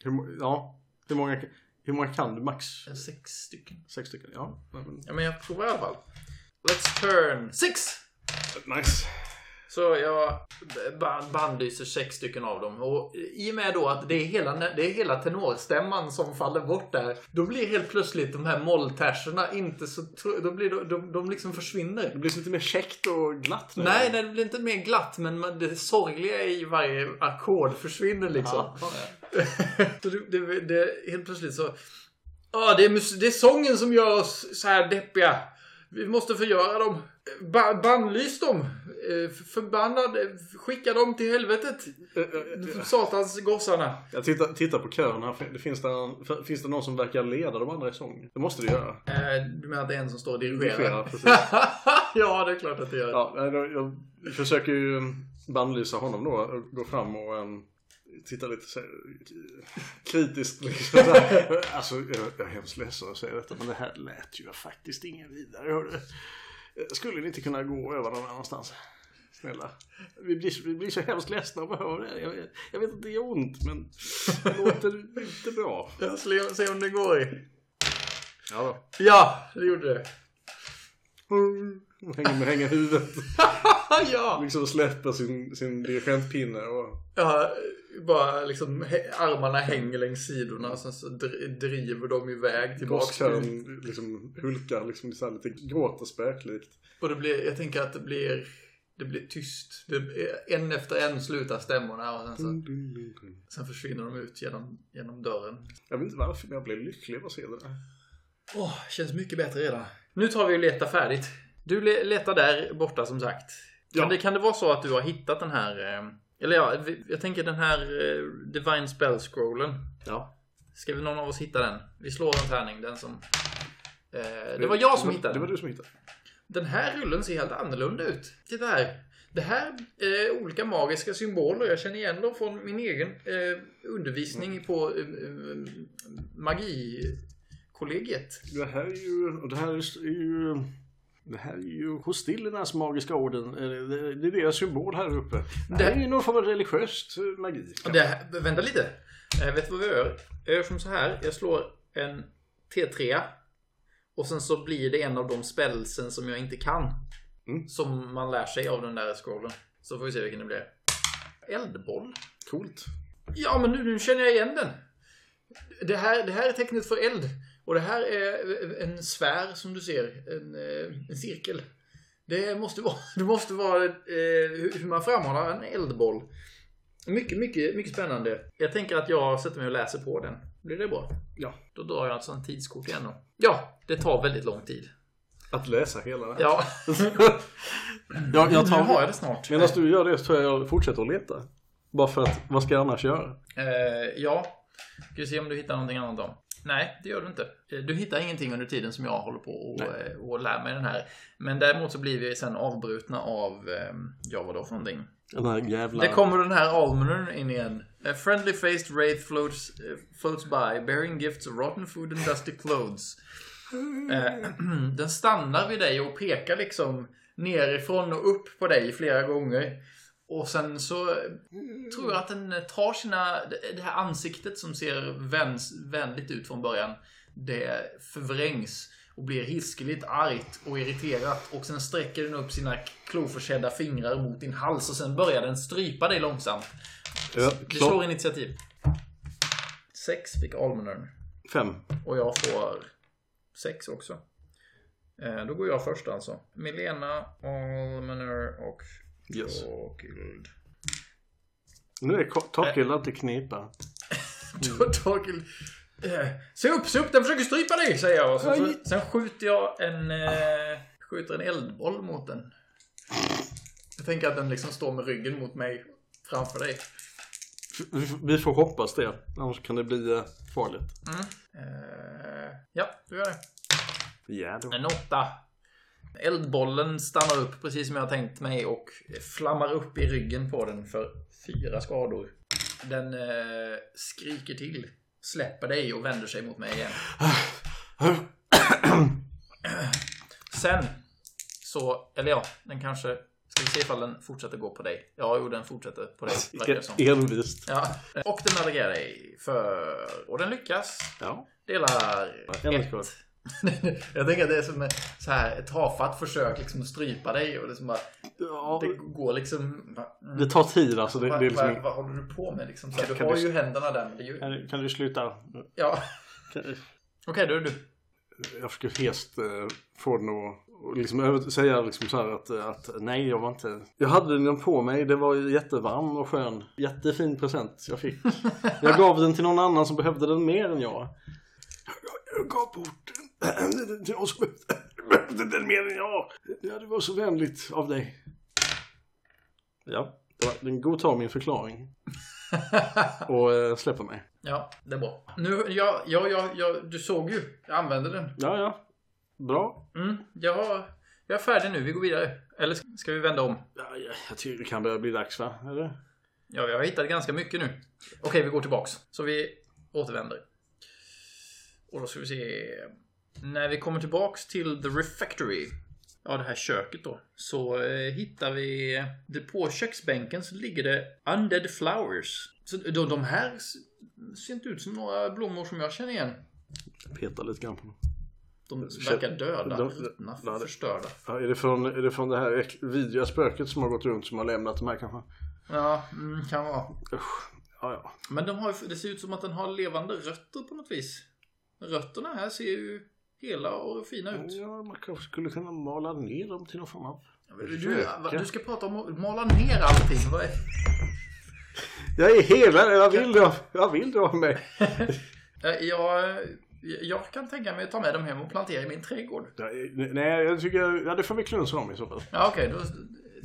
Hur, må- ja. Hur många, hur många kan du max?
Sex stycken.
Sex stycken? Ja. Nej, men-
Ja, men jag provar i alla fall. Let's turn six!
Nice.
Så jag ba- bandlyser sex stycken av dem. Och i och med då att det är hela, det är hela tenorstämman som faller bort där. Då blir helt plötsligt de här mollterserna inte så... tr- Då blir de, de, de liksom försvinner.
Det blir lite mer käckt och glatt nu.
Nej, nej, det blir inte mer glatt men man- det sorgliga i varje ackord försvinner liksom.
Ja, ja,
så det, det, det, helt plötsligt så... Ja, det, är mus- det är sången som gör oss så här deppiga. Vi måste förgöra dem. Ba, bannlys dem. Eh, Förbannad. eh, Skicka dem till helvetet.
Eh, eh, eh,
Satans gossarna.
Jag tittar, tittar på kören här. Det Finns det, finns det någon som verkar leda de andra i sång? Det måste det göra.
Eh, Du menar att det är en som står och
Dirigerar,
dirigerar?
precis.
ja, det är klart att det gör.
Ja, nej, då- jag försöker ju bandlysa honom då. och Gå fram och um, titta lite så, här, kritiskt. Liksom, så här. alltså, jag, jag är hemskt ledsen att säga detta, men det här lät ju faktiskt ingen vidare. Hörde. Skulle vi inte kunna gå och öva någon annanstans? Snälla. Vi blir, vi blir så hemskt ledsna att höra det. Jag, jag vet att det gör ont, men det låter inte bra.
Jag ska se om det går.
Ja då.
Ja, det gjorde det.
Mm, Hänger, hänger huvudet.
ja!
Liksom släpper sin, sin dirigentpinne och...
Ja, bara liksom hä- armarna hänger längs sidorna och sen så dr- driver de iväg tillbaks.
Gosskören liksom hulkar liksom så här lite gråter spöklikt.
Och det blir, jag tänker att det blir, det blir tyst. Det, en efter en slutar stämmorna och sen, så, sen försvinner de ut genom, genom dörren.
Jag vet inte varför men jag blev lycklig av att se det där.
Åh, känns mycket bättre redan. Nu tar vi och letar färdigt. Du le- letar där borta som sagt.
Ja.
Kan, det, kan det vara så att du har hittat den här, eh, eller ja, vi- jag tänker den här eh, Divine Spell-scrollen.
Ja.
Ska vi någon av oss hitta den? Vi slår en tärning, den som... Eh, det var jag som hittade
Det var
den.
du som hittade.
Den här rullen ser helt annorlunda ut. Titta här. Det här är olika magiska symboler. Jag känner igen dem från min egen eh, undervisning på eh, eh, magikollegiet.
Det här är ju... Och det här är ju... Det här är ju Hostillernas magiska orden. Eh, Det det är deras symbol här uppe. Det här är ju någon form av religiös eh, magi.
Och Det här, vänta lite. Eh, vet du vad vi gör? Jag gör som så här. Jag slår en T3. Och sen så blir det en av de spellsen som jag inte kan.
Mm.
Som man lär sig av den där scrollen. Så får vi se vilken det blir. Eldboll?
Coolt.
Ja, men nu, nu känner jag igen den. Det här, det här är tecknet för eld. Och det här är eh, en sfär som du ser. En, eh, en cirkel. Det måste vara, det måste vara eh, hur hur man framhåller en eldboll. Mycket, mycket, mycket spännande. Jag tänker att jag sätter mig och läser på den. Blir det bra?
Ja.
Då drar jag alltså en tidskort igen då. Ja, det tar väldigt lång tid.
Att läsa hela det här.
Ja,
Ja, jag
nu har
tar...
jag det snart.
Medan du gör det så tror jag jag fortsätter att leta. Bara för att, vad ska jag annars göra?
Eh, ja. Ska vi se om du hittar någonting annat då? Nej, det gör du inte. Eh, Du hittar ingenting under tiden som jag håller på och, eh, och lär mig den här. Men däremot så blir vi sen avbrutna av, ehm, ja vad då för någonting?
Den här jävla...
Det kommer den här almonen in igen. A friendly faced wraith floats, eh, floats by, bearing gifts of rotten food and dusty clothes. Eh, den stannar vid dig och pekar liksom nerifrån och upp på dig flera gånger. Och sen så eh, tror jag att den eh, tar sina, eh, det- det här ansiktet som ser väns, vänligt ut från början. Det förvrängs och blir hiskeligt argt och irriterat. Och sen sträcker den upp sina kloförsedda fingrar mot din hals och sen börjar den strypa dig långsamt.
Ja,
Vi
klart.
slår initiativ. Sex fick almonern.
Fem.
Och jag får sex också. Eh, då går jag först alltså. Milena, Almoner och
Yes.
Torkild.
Nu är Ka- Torkel
Eh.
alltid knepa.
Mm. Torkild. Eh, se upp, se upp, den försöker strypa dig säger jag. Och så,
Aj.
sen skjuter jag en, eh, skjuter en eldboll mot den. Jag tänker att den liksom står med ryggen mot mig framför dig.
Vi- Vi får hoppas det. Annars kan det bli eh, farligt.
Eh, ja, du gör det.
Ja då.
En åtta. Eldbollen stannar upp precis som jag tänkt mig och flammar upp i ryggen på den för fyra skador. Den eh, skriker till, släpper dig och vänder sig mot mig igen. Sen så, eller ja, den kanske... Ska vi se ifall den fortsätter gå på dig? Ja, jo, den fortsätter på dig, verkar det som.
Envist.
Ja. Och den navigerar dig för... Och den lyckas.
Ja.
Delar
En
ett.
skål.
Jag tänker att det är som ett, så här, ett tafatt försök liksom att strypa dig och liksom bara,
ja.
det går liksom... va- mm,
Det tar tid alltså. Det, det
Vad,
är
vad,
liksom...
vad håller du på med liksom? Så här, du
Kan
har
du-
ju händerna där men det är ju...
Kan du- Kan du sluta?
Ja.
Kan-
Okej, då är det du.
Jag försöker hest eh, få den att och liksom över- säga liksom så här att, eh, att nej, jag var inte... Jag hade den på mig. Det var ju jättevarm och skön. Jättefin present jag fick. Jag gav den till någon annan som behövde den mer än jag. Jag- Jag gav bort den till någon som behövde den mer än jag. Ja, det var så vänligt av dig. Ja, det var- den godtar min förklaring. Och eh, släpper mig.
Ja, det är bra. Nu, ja, ja, ja, ja, du såg ju. Jag använde den.
Ja, ja. Bra.
Mm, jag, har, jag är färdig nu. Vi går vidare. Eller ska- ska vi vända om?
Ja, jag, jag tycker det kan börja bli dags va? Eller?
Ja, vi har hittat ganska mycket nu. Okej, vi går tillbaks. Så vi återvänder. Och då ska vi se. När vi kommer tillbaks till The Refectory. Ja, det här köket då. Så eh, hittar vi... Det på köksbänken så ligger det Undead Flowers. Så de, de här s- ser inte ut som några blommor som jag känner igen.
Peta lite grann på dem.
De
Kö-
verkar döda,
de-
ruttna,
ja, det-
förstörda.
Ja, är, det från, är det från det här äck- vidriga spöket som har gått runt som har lämnat de här kanske?
Ja, mm, kan vara.
Usch. Ja, ja.
Men de har, ju- det ser ut som att den har levande rötter på något vis. Rötterna här ser ju hela och fina ut.
ja, man kanske skulle kunna mala ner dem till någon form av...
Du, va- du ska prata om att mala ner allting. Vad är-
Jag är helare, jag vill det, jag vill det av mig.
Eh, Jag, jag kan tänka mig att ta med dem hem och plantera i min trädgård.
Ja, eh, Nej, jag tycker, ja det får vi klunsa om i så fall.
Ja, okej. då,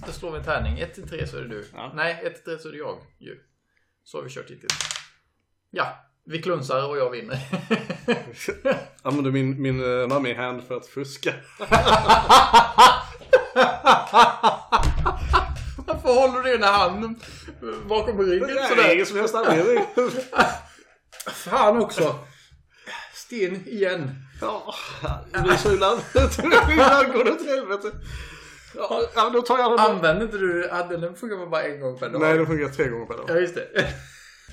då slår vi en tärning. 1 till 3 så är det du.
Ja.
Nej, 1 till 3 så är det jag. Ju. Så har vi kört hittills. Ja, Vi klunsar och jag vinner.
Använder min, min uh, mummy hand för att fuska.
Varför håller du ena handen bakom ryggen
Det är
sådär?
ingen som helst anledning.
Fan också! Sten igen.
Ja, det blir så ibland. Ibland går det åt helvete. Ja, ja, då tar jag den.
Använder inte du handen? Den funkar väl bara en gång per dag?
Nej, den funkar tre gånger per dag.
Ja, just det.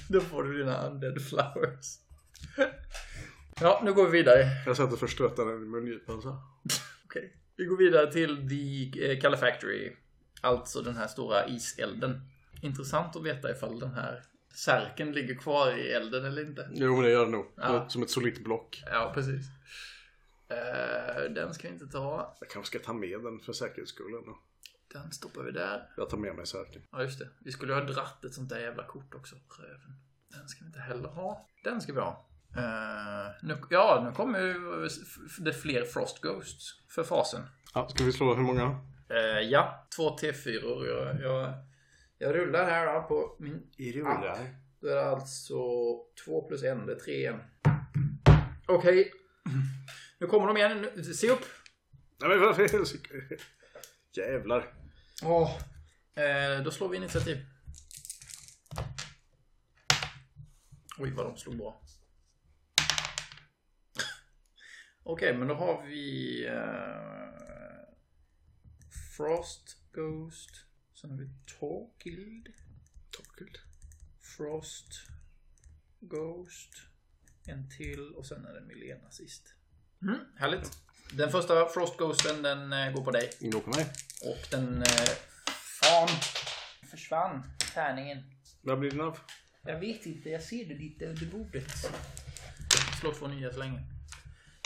Då får du dina undead flowers. Ja, nu går vi vidare.
Jag sätter förströttaren i mungipan så. här.
Okej. Vi går vidare till The eh, Calefactory. Alltså den här stora iselden. Intressant att veta ifall den här särken ligger kvar i elden eller inte.
Jo, men det gör den nog.
Ja.
Som ett solitt block.
Ja, precis. Eh, den ska vi inte ta.
Jag kanske ska ta med den för säkerhets skull ändå.
Den stoppar vi där.
Jag tar med mig säkert.
Ja, just det. Vi skulle ha dratt ett sånt där jävla kort också. Röven. Den ska vi inte heller ha. Den ska vi ha. Eh, nu, ja, nu kommer ju f- det fler Frost Ghosts för fasen.
Ja, ska vi slå hur många?
Eh, ja, två T4. och Jag, jag, jag rullar här då på min
I
app. Då är det alltså 2 plus 1, det är 3 igen. Okej. Nu kommer de igen. Nu, se upp!
Nej, men varför? Jävlar.
Åh. Eh, då slår vi initiativ. Oj, vad de slog bra. Okej, men då har vi eh, Frost Ghost. Sen har vi Torkild. Torkild. Frost Ghost. En till och sen är det Milena sist. Mm, härligt. Den första Frost Ghosten den eh, går på dig.
Ingår på mig.
Och den... Eh, fan! Försvann tärningen.
Vad blir din av?
Jag vet inte, jag ser det lite under bordet. Slå två nya så länge.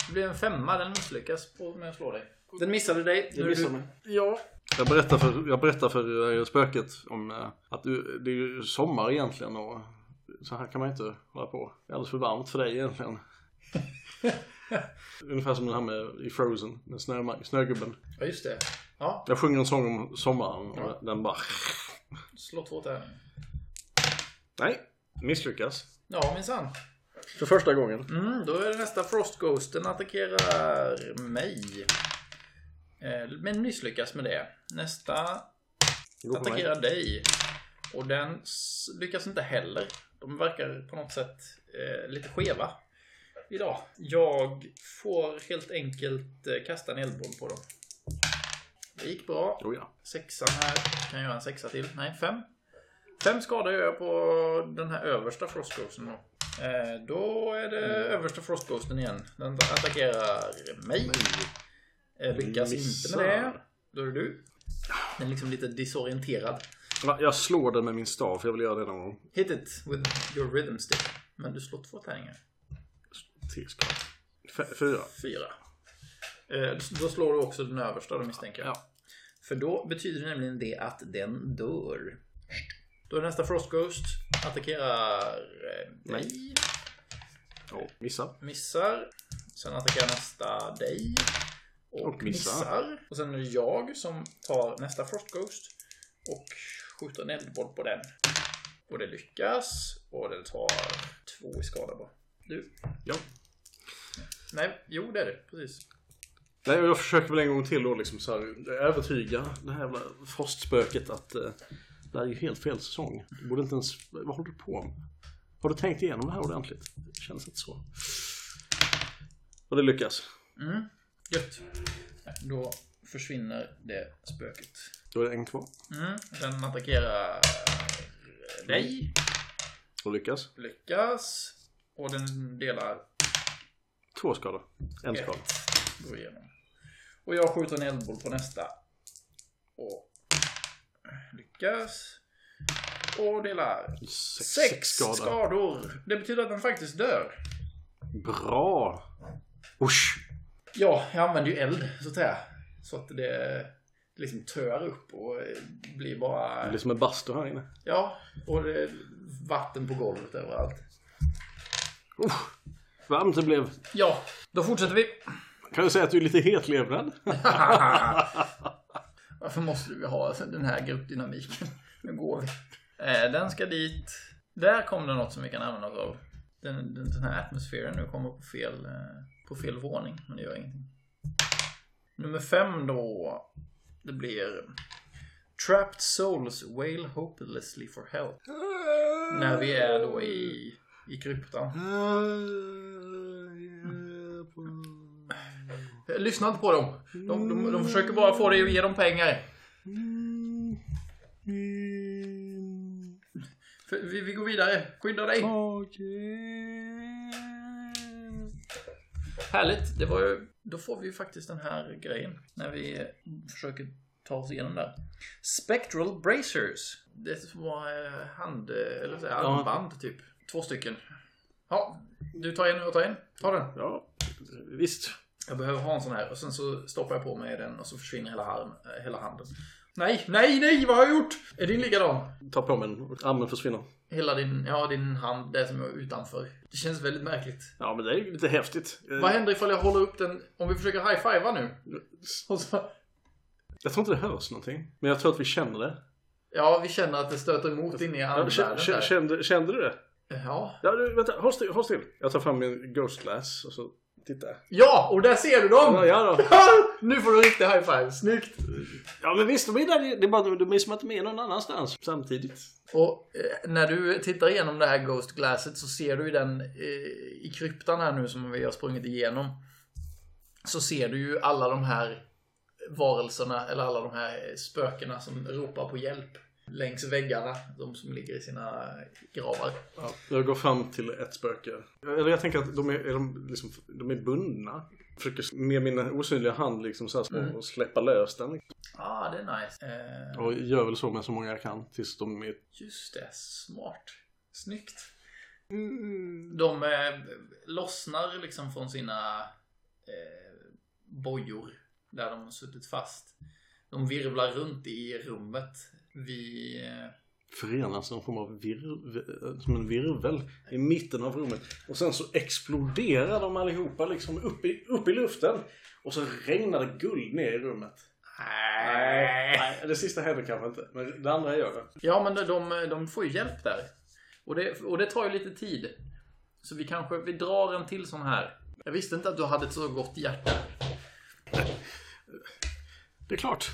Det blir en femma, den misslyckas på med att slå dig. Den missade dig. Nu är du-
Ja. Jag berättar för, jag berättar för eh, spöket om eh, att du, det är ju sommar egentligen och så här kan man inte hålla på. Det är alldeles för varmt för dig egentligen. Ungefär som den här med i Frozen, med snö, snögubben.
Ja, just det. Ja,
Jag sjunger en sång om sommaren och den bara...
slå två tärningar.
Nej, misslyckas.
Ja, minsann.
För första gången.
Mm, då är det nästa Frost Ghost. Den attackerar mig. Eh, Men misslyckas med det. Nästa
Det går på mig.
attackerar dig. Och den s- lyckas inte heller. De verkar på något sätt eh, lite skeva idag. Jag får helt enkelt eh, kasta en eldboll på dem. Det gick bra.
Oh, ja.
Sexan här. Kan jag göra en sexa till? Nej, fem. Fem skador gör jag på den här översta frostghosten då. Eh, då är det översta frostghosten igen. Den attackerar mig. Eh, lyckas inte med det.
Missar.
Då är det du. Den är liksom lite disorienterad.
Va, Jag slår den med min stav, jag vill göra det någon gång.
Hit it with your rhythm stick. Men du slår två tärningar.
Tre skott. F- Fyra.
Fyra. Eh, Då slår du också den översta då misstänker jag.
Ja.
För då betyder det nämligen det att den dör. Då är nästa Frost Ghost. Attackerar eh, dig.
Ja, missa.
Missar. Sen attackerar nästa dig. Och,
Och missar.
missar. Och sen är det jag som tar nästa Frost Ghost. Och skjuter en eldboll på den. Och det lyckas. Och den tar två i skada bara. Du.
Ja.
Nej, jo det är det. Precis.
Nej, och jag försöker väl en gång till då liksom så här, övertyga det här jävla frostspöket att eh, det här är ju helt fel säsong. Du borde inte ens... Vad håller du på med? Har du tänkt igenom det här ordentligt? Det känns inte så. Och det lyckas.
Gött. Då försvinner det spöket.
Då är det en kvar.
Mm. Den attackerar dig.
Och lyckas.
Lyckas. Och den delar
Två skador. En
ett.
skada.
Går igenom. Och jag skjuter en eldboll på nästa. Och lyckas. Och delar
Sex,
sex skador. Det betyder att den faktiskt dör.
Bra! Usch!
Ja, jag använder ju eld så att säga. Så att det liksom tör upp och blir bara...
Det blir som en bastu här inne.
Ja, och det är vatten på golvet överallt.
Usch. Varmt det blev.
Ja, då fortsätter vi.
Kan du säga att du är lite hetlevnad?
Varför måste vi ha den här gruppdynamiken? Nu går vi. Eh, Den ska dit. Där kom det något som vi kan använda oss av. den, den, den här atmosfären nu kommer på fel, eh, på fel våning. Men det gör ingenting. Nummer fem då. Det blir Trapped Souls Wail Hopelessly for Help. När vi är då i, i kryptan. Lyssna inte på dem. De, de, de försöker bara få dig att ge dem pengar. För- Vi, vi går vidare. Skynda dig. Härligt. Det var ju, då får vi ju faktiskt den här grejen när vi försöker ta oss igenom där. Spectral Bracers. Det var eh, hand, eller så här, armband typ. Två stycken. Ja, du tar en och jag tar en. Ta den.
Ja, visst.
Jag behöver ha en sån här och sen så stoppar jag på mig den och så försvinner hela, arm, eh, hela handen. Nej, nej, nej, vad har jag gjort? Är din likadan?
Ta på mig den. Armen försvinner.
Hela din, ja din hand, det som är utanför. Det känns väldigt märkligt.
Ja, men det är ju lite häftigt. Eh,
Vad händer ifall jag håller upp den, om vi försöker high-fiva nu? Och så,
Jag tror inte det hörs någonting. Men jag tror att vi känner det.
ja, vi känner att det stöter emot inne i
Ja,
andevärlden
kä- kä-
där.
kände, kände du det?
Ja.
Ja, du, vänta, håll still, håll still. Jag tar fram min Ghost Glass och så tittar jag.
ja, och där ser du
Ja,
dem!
ja, då.
nu får du riktig high-five, snyggt!
ja men visst, de är där. Det är bara de är som att de är någon annanstans samtidigt.
Och eh, när du tittar igenom det här Ghost Glasset så ser du ju den eh, i kryptan här nu som vi har sprungit igenom. Så ser du ju alla de här varelserna eller alla de här spökena som ropar på hjälp längs väggarna. De som ligger i sina gravar.
Ja, jag går fram till ett spöke. Eller jag tänker att de är, är de, liksom, de är bundna. Försöker med min osynliga hand liksom så här, så- och släppa lös den.
Ah, det är nice. Eh,
Och gör väl så med så många jag kan tills de är...
just det, smart. Snyggt.
Mm.
De eh, lossnar liksom från sina eh, bojor där de har suttit fast. De virvlar runt i rummet. Vi... Eh,
Förenas någon form av virvel, som en virvel i mitten av rummet. Och sen så exploderar de allihopa liksom upp i, upp i luften. Och så regnar det guld ner i rummet. Nej, det sista händer kanske inte. Men det andra gör det.
Ja, men de, de får ju hjälp där. Och det, och det tar ju lite tid. Så vi kanske vi drar en till sån här. Jag visste inte att du hade ett så gott hjärta.
Det är klart.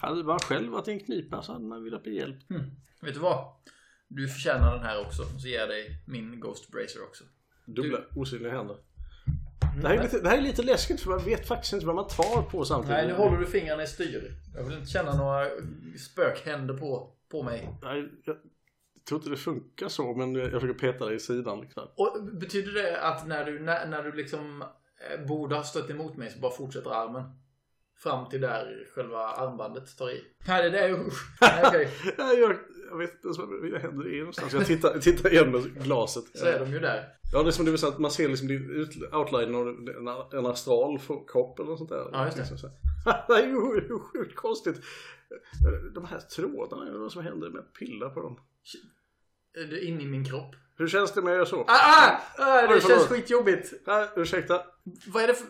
Hade det bara själv varit i en knipa så hade man velat bli hjälpt.
Vet du vad? Du förtjänar den här också. Och så ger jag dig min Ghost Bracer också.
Dubbla osynliga händer. Det här, är lite, det här är lite läskigt för man vet faktiskt inte vad man tar på samtidigt.
Nej, nu håller du fingrarna i styr. Typ. Jag vill inte känna några spökhänder på, på mig.
Nej, jag tror inte det funkar så men jag försöker peta det i sidan. Liksom.
Och betyder det att när du, när, när du liksom eh, borde ha stött emot mig så bara fortsätter armen? Fram till där själva armbandet tar i. Nej, det där är usch. Nej, okej.
Nej, jag, jag vet inte ens vad det händer i någonstans. Jag tittar, tittar igenom glaset.
Så är de ju där.
Ja, det är som du säga att man ser liksom det ut- outlinen av en, en astral f- kropp eller något sånt där.
Ja, just det.
Liksom så här. det är ju ju sjukt konstigt. De här trådarna, jag undrar vad som händer med att pilla på dem?
Eh, det är In i min kropp.
Hur känns det med att göra så?
Ah, ah, ah, det
Oj,
känns
förlåt.
skitjobbigt.
Nej, ursäkta.
Vad är det för...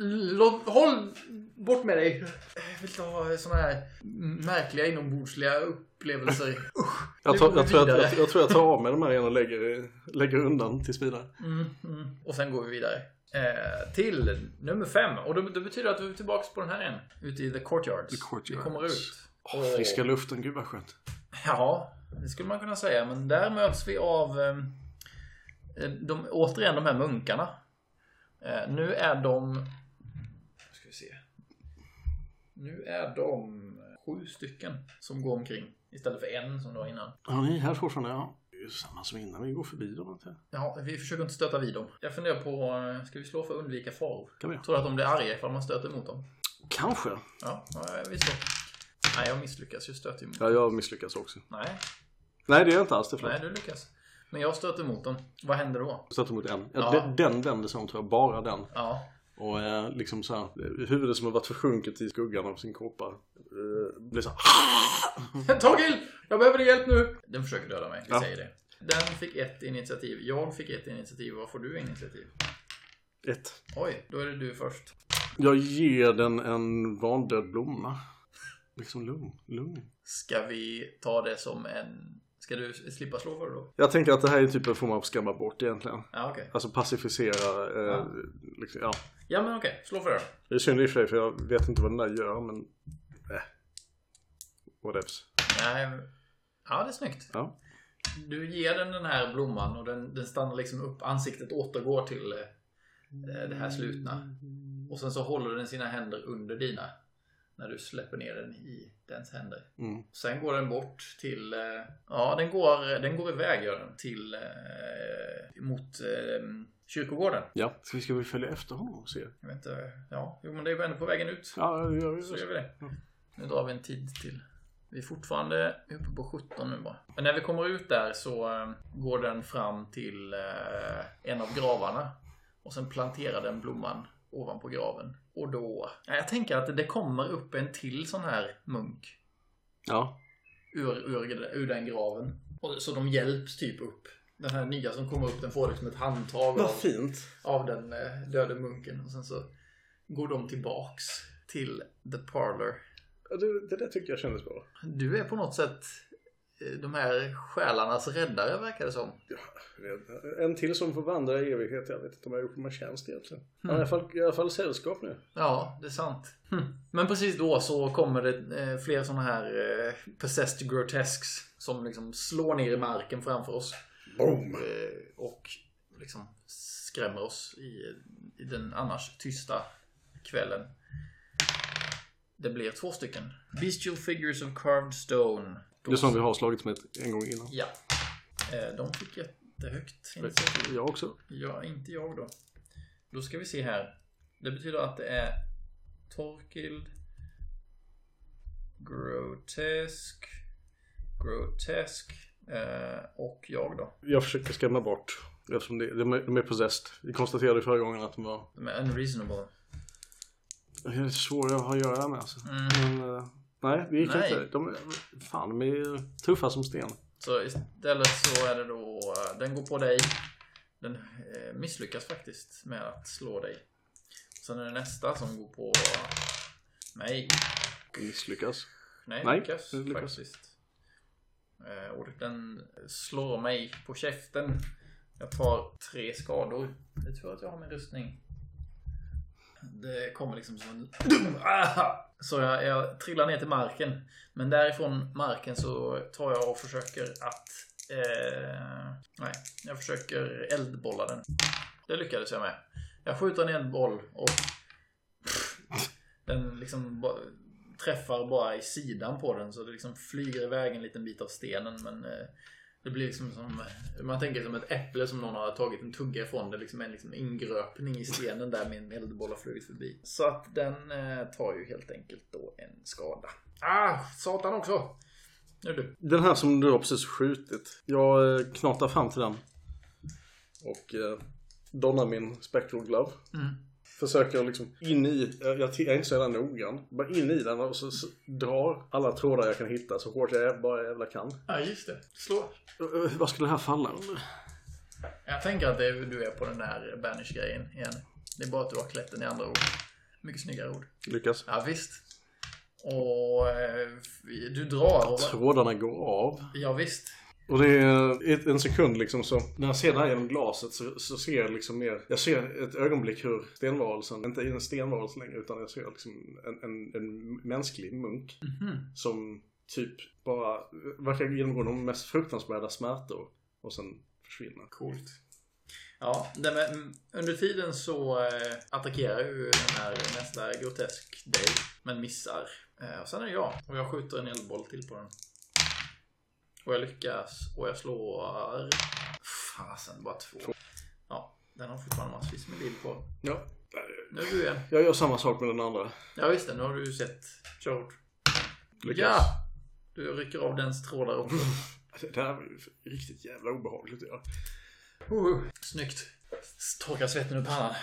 Låt, håll bort med dig. Jag vill inte ha såna här märkliga inombordsliga upplevelser. Usch.
Jag,
Nu
tar,
går vi
jag, tror att,
vidare.
jag, jag tror jag tar av mig de här igen och lägger, lägger undan tills vidare.
Mm, mm.
Mm-hmm.
Och sen går vi vidare. Eh, till nummer fem. Och det, det betyder att vi är tillbaka på den här igen. Ute i the courtyards.
courtyards.
Vi kommer ut.
Åh, friska luften, gud vad skönt.
Ja, det skulle man kunna säga. Men där möts vi av eh, de, återigen de här munkarna. Eh, nu är de... ska vi se. Nu är de sju stycken som går omkring. Istället för en som det var innan.
Ja, ni är här fortfarande, ja. Det är ju samma som innan, vi går förbi dem. antar jag.
Ja, vi försöker inte stöta vid dem. Jag funderar på, eh, ska vi slå för att undvika faror?
Kan vi göra.
Tror du att de blir arga ifall man stöter emot dem?
Kanske.
Ja, ja, vi slår. Nej, jag misslyckas. Jag stöter emot.
Ja, jag misslyckas också.
Nej,
Nej, det är jag inte alls. Det är
nej,
förlåt.
du lyckas. Men jag stöter emot dem. Vad händer då?
Jag stötte mot en.
Ja.
Ja. Den, den vände sig om tror jag, bara den.
Ja,
Och eh, liksom så här, huvudet som har varit försjunket i skuggan av sin kåpa eh, blir så här.
Torgil! Jag behöver din hjälp nu! Den försöker döda mig, vi
Mm. Ja.
säger det. Den fick ett initiativ, jag fick ett initiativ. Vad får du initiativ?
Ett.
Oj, då är det du först.
Jag ger den en vandöd blomma. Liksom lugn. lugn.
Ska vi ta det som en... Ska du slippa slå för det då?
Jag tänker att det här är typ en form av skrämma bort egentligen.
Ja, okej.
Alltså pacificera. Eh,
Ja.
Liksom, ja.
Ja, men okej. Slå för det
Det är synd i och för sig för jag vet inte vad den där gör men... Eh. Whatevs.
Nej. Ja, det är snyggt.
Ja.
Du ger den den här blomman och den, den stannar liksom upp. Ansiktet återgår till eh, det här slutna. Och sen så håller den sina händer under dina. När du släpper ner den i dens händer.
Mm.
Sen går den bort till... eh, Ja, den går, den går iväg gör den. Till... Eh, mot eh, kyrkogården.
Ja. Så vi ska väl följa efter honom och se.
Jag vet inte. Ja, jo men det är ju ändå på vägen ut.
Ja, vi gör vi.
Så gör vi det. Mm. Nu drar vi en tid till. Vi är fortfarande uppe på 17 nu bara. Men när vi kommer ut där så eh, går den fram till eh, en av gravarna. Och sen planterar den blomman ovanpå graven. Och då... Ja, jag tänker att det kommer upp en till sån här munk
Ja.
ur, ur, ur den graven. Och, så de hjälps typ upp. Den här nya som kommer upp den får liksom ett handtag av,
fint.
av den eh, döde munken. Och sen så går de tillbaks till the parlor.
Ja, Det, det där tycker jag kändes bra.
Du är på något sätt eh, de här själarnas räddare verkar det som.
En till som får vandra i evighet. Jag vet inte om jag har gjort mig tjänst egentligen. Men I, alla fall, I alla fall sällskap nu.
Ja, det är sant. Hm. Men precis då så kommer det eh, fler sådana här eh, possessed grotesques som liksom slår ner i marken framför oss.
Boom!
Eh, och liksom skrämmer oss i, i den annars tysta kvällen. Det blir två stycken. Bestial figures of carved stone.
Det är som vi har slagits med en gång innan.
Ja. Eh, De fick jättehögt initiativ.
Jag också.
Ja, inte jag då. Då ska vi se här. Det betyder att det är Torkild, Grotesk, Grotesk eh, och jag då.
Jag försöker skrämma bort. Eftersom det, de, är, de är possessed. Vi konstaterade förra gången att de var...
De är unreasonable.
Det är svåra att ha att göra med alltså. Men, eh, nej, det gick
Nej.
inte. De, är- fan, de är ju tuffa som sten.
Så istället så är det då, eh, den går på dig. Den eh, misslyckas faktiskt med att slå dig. Sen är det nästa som går på mig.
Misslyckas.
Nej,
Nej,
lyckas,
det lyckas.
faktiskt. Eh, och den slår mig på käften. Jag tar tre skador. Det är tur att jag har min rustning. Det kommer liksom som en... Ah! Så jag, jag trillar ner till marken. Men därifrån marken så tar jag och försöker att... Eh, nej, jag försöker eldbolla den. Det lyckades jag med. Jag skjuter en eldboll och den liksom ba- träffar bara i sidan på den så det liksom flyger iväg en liten bit av stenen men eh, det blir liksom som, man tänker som ett äpple som någon har tagit en tugga ifrån. Det är liksom en liksom ingröpning i stenen där min eldboll har flugit förbi. Så att den eh, tar ju helt enkelt då en skada. Ah, satan också! Nu du.
Den här som du har precis skjutit. Jag eh, knatar fram till den. Och eh, donnar min spectral glove.
Mm.
Försöker liksom in i, jag, jag jag är inte så jävla noggrann. Bara in i den och så, så drar alla trådar jag kan hitta så hårt jag bara jävla kan.
Ja, ah, just det. Slå.
Ö, ö, Eh, Vad skulle det här falla under?
Jag tänker att det är, du är på den där banish-grejen igen. Det är bara att du har klätt den i andra ord. Mycket snyggare ord.
Lyckas.
Ja, visst. Och eh, du drar. Och,
Trådarna går av.
ja, visst.
Och det är ett, en sekund liksom så när jag ser det här genom glaset så, så ser jag liksom mer, jag ser ett ögonblick hur stenvarelsen, inte en stenvarelse längre utan jag ser liksom en, en, en mänsklig munk som typ bara verkar genomgå de mest fruktansvärda smärtor och sen försvinna.
Coolt. Ja, nej, men mm, under tiden så eh, attackerar ju den här nästa grotesk dig, men missar. Eh, och sen är det jag, och jag skjuter en eldboll till på den. Och jag lyckas, och jag slår... Fasen, bara två. Ja, den har fortfarande massvis med liv på.
Ja.
Nu är du igen.
Jag gör samma sak med den andra.
Ja, visst det, nu har du ju sett. Kör hårt.
Lyckas.
Ja! Du rycker av dens trådar också.
Det här var ju riktigt jävla obehagligt ja.
Uh, snyggt. Torkar svetten ur pannan.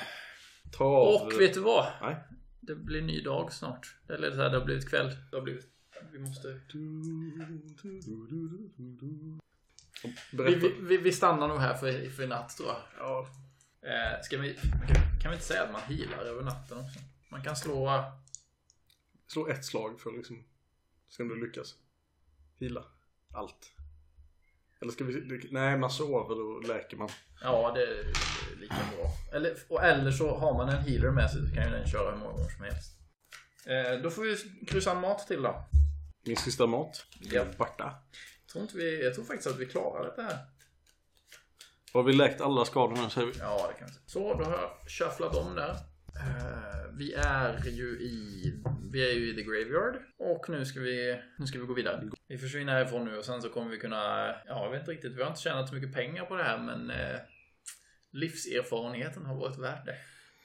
Ta av-
Och vet du vad?
Nej.
Det blir ny dag snart. Eller så här, det har blivit kväll. Det har blivit... Vi måste... Vi,
Berätta.
vi, vi- vi stannar nog här för, för i natt tror jag.
Ja.
Eh, ska vi... Kan vi inte säga att man healar över natten också? Man kan slå...
Slå ett slag för att liksom se om du lyckas. Hila. Allt. Eller ska vi... Nej, man sover och läker man.
Ja, det är lika bra. Eller, och, eller så har man en healer med sig så kan ju den köra hur många gånger som helst. Eh, då får vi kryssa en mat till då.
Min sista mat.
Ja.
Borta.
Tror inte vi, jag tror faktiskt att vi klarar det här.
Har vi läkt alla skador nu så är vi...
Ja, det kan vi se. Så, då har jag shufflat om där. Eh, vi är ju i... Vi är ju i the graveyard. Och nu ska vi, nu ska vi gå vidare. Vi försvinner härifrån nu och sen så kommer vi kunna... Ja, jag vet inte riktigt. Vi har inte tjänat så mycket pengar på det här, men... Eh, livserfarenheten har varit värd det.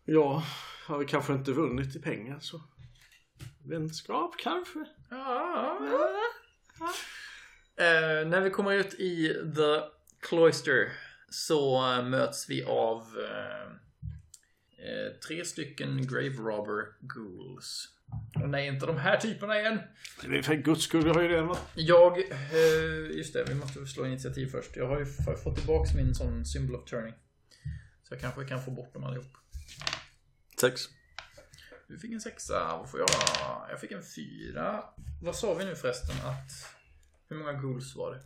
Ja, har vi kanske inte vunnit i pengar så... Vänskap kanske?
Ja. Eh, när vi kommer ut i The Cloister så eh, möts vi av eh, eh, tre stycken Grave Robber Ghouls. Och nej, inte de här typerna igen!
Men För guds skull, vi har ju redan varit...
Jag... Eh, just det, vi måste slå initiativ först. Jag har ju f- fått tillbaks min sån symbol of turning. Så jag kanske kan få bort dem allihop.
Sex.
Du fick en sexa, vad får jag? Jag fick en fyra. Vad sa vi nu förresten att... Hur många ghouls var det?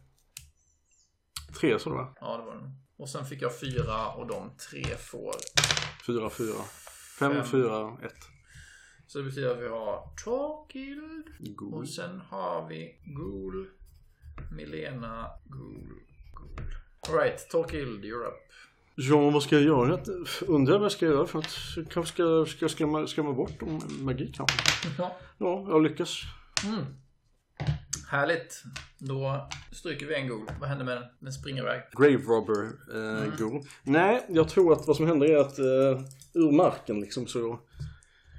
Tre sa du va?
Ja, det var det nog. Och sen fick jag fyra och de tre får.
Fyra, fyra. Fem,
Fem.
fyra, ett.
Så det betyder att vi har Torkild.
Ghoul.
Och sen har vi Ghoul. Milena Ghoul. Ghoul. Alright, Torkild, you're up.
Ja, vad ska jag göra? Undrar vad jag ska göra för att jag kanske ska, ska jag skrämma, skrämma bort dem med magi kanske.
Ja.
Ja, jag lyckas.
Härligt. Då stryker vi en Ghoul. Vad händer med den? Den springer iväg.
Grave Robber eh, Ghoul. Nej, jag tror att vad som händer är att eh, ur marken liksom så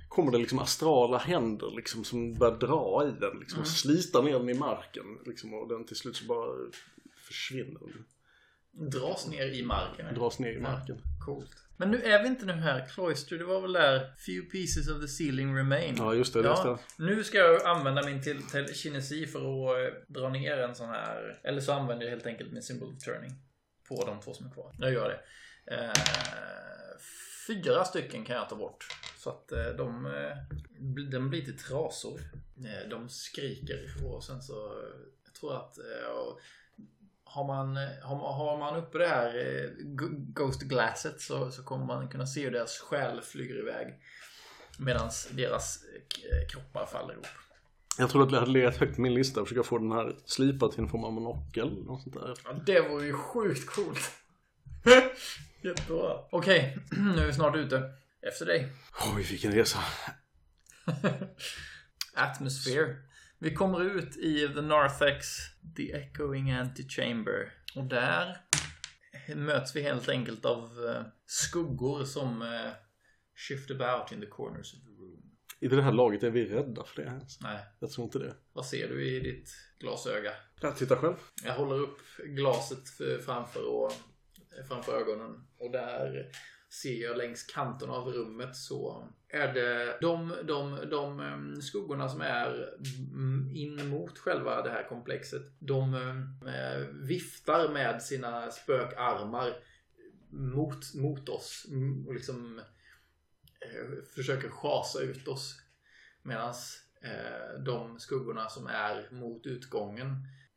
kommer det liksom astrala händer liksom som börjar dra i den liksom och slita ner den i marken liksom och den till slut så bara försvinner den.
Dras ner i marken.
Dras ner i marken.
Coolt. Men nu är vi inte nu här. Cloister, det var väl där Few pieces of the ceiling remain.
Ja, just det. Just det.
Ja, nu ska jag använda min till, till kinesi för att eh, dra ner en sån här. Eller så använder jag helt enkelt min symbol of turning. På de två som är kvar. Jag gör det. Eh, fyra stycken kan jag ta bort. Så att eh, de, eh, bl- den blir till trasor. Eh, de skriker och sen så eh, jag tror att eh, och har man, eh, har, man- har man uppe det här eh, g- Ghost Glasset så, så kommer man kunna se hur deras själ flyger iväg. Medan deras eh, k- kroppar faller ihop.
Jag trodde att det hade legat högt på min lista att försöka få den här slipad till en form av monokel eller något sånt där.
Ja, det vore ju sjukt coolt. Jättebra. Okej, nu är vi snart ute. Efter dig.
Oj, vilken resa.
Atmosphere. Vi kommer ut i The Narthex, The Echoing Antechamber. Och där möts vi helt enkelt av eh, skuggor som eh, shift about in the corners of the room.
I det här laget är vi rädda för det. här, Alltså.
Nej,
Jag tror inte det.
vad ser du i ditt glasöga?
Ja, titta själv.
Jag håller upp glaset för- framför, och, framför ögonen och där ser jag längs kanten av rummet så är det de, de, de em, skuggorna som är mm, in mot själva det här komplexet. De em, eh, viftar med sina spökarmar mot, mot oss mm, och liksom eh, försöker schasa ut oss. Medan eh, de skuggorna som är mot utgången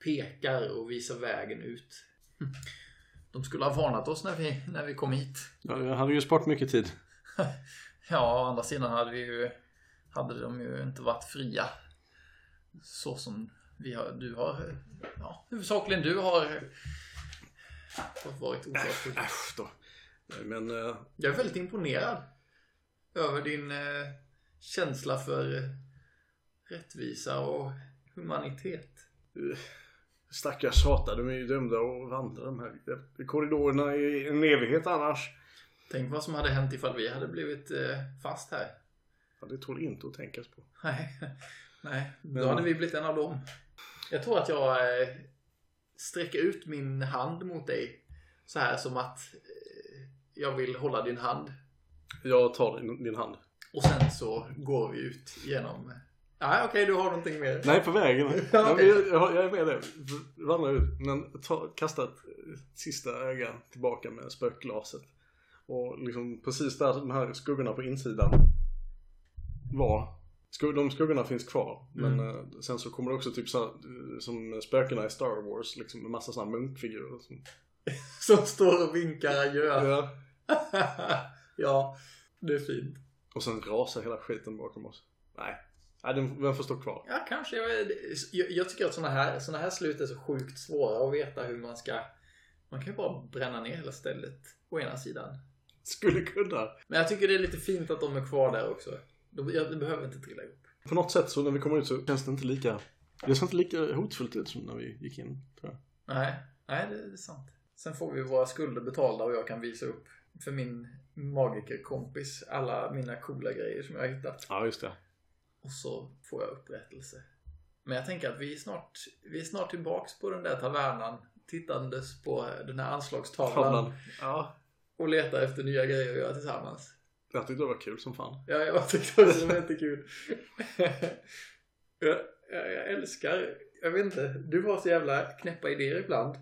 pekar och visar vägen ut. De skulle ha varnat oss när vi, när vi kom hit.
Ja, jag hade ju sparat mycket tid.
Ja, å andra sidan hade, vi ju, hade de ju inte varit fria. Så som vi har, du har, ja, huvudsakligen du har varit ofarlig.
Äsch då. Nej, Men eh,
Jag är väldigt imponerad över din eh, känsla för eh, rättvisa och humanitet.
stackars satan, de är ju dömda att vandra de här korridorerna i en evighet annars.
Tänk vad som hade hänt ifall vi hade blivit eh, fast här.
Ja, det tål inte att tänkas på.
Nej, nej. Då hade vi blivit en av dem. Jag tror att jag eh, sträcker ut min hand mot dig. Så här som att eh, jag vill hålla din hand.
Jag tar din- din hand.
Och sen så går vi ut genom... eh, Nej, okej, du har någonting mer.
Nej, på vägen.
Ja,
ja, men
okej.
jag, jag, jag är med dig. Vandra ut. Men ta, kasta ett eh, sista öga tillbaka med spökglaset. Och liksom precis där de här skuggorna på insidan var Skog, de skuggorna finns kvar. Men
Mm.
eh, sen så kommer det också typ så här, eh, som spökena i Star Wars. Liksom en massa sådana munkfigurer. Som,
Som står och vinkar adjö.
ja.
ja, det är fint.
Och sen rasar hela skiten bakom oss. Nej. Nej, den, den får stå kvar.
Ja, kanske. Jag, jag, jag tycker att sådana här, såna här slut är så sjukt svåra att veta hur man ska... Man kan ju bara bränna ner hela stället, å ena sidan.
Skulle kunna.
Men jag tycker det är lite fint att de är kvar där också. De, jag, det behöver inte trilla ihop.
På något sätt så när vi kommer ut så känns det inte lika... Det ser inte lika hotfullt ut som när vi gick in, tror jag.
Nej, nej det, det är sant. Sen får vi våra skulder betalda och jag kan visa upp för min magikerkompis alla mina coola grejer som jag har hittat.
Ja, just det.
Och så får jag upprättelse. Men jag tänker att vi är snart, vi är snart tillbaks på den där tavernan tittandes på den här anslagstavlan
Tavlan.
Ja, och letar efter nya grejer att göra tillsammans.
Jag tyckte det var kul som fan.
Ja, jag tyckte också det var jättekul. jag, jag, jag älskar, jag vet inte, du har så jävla knäppa idéer ibland.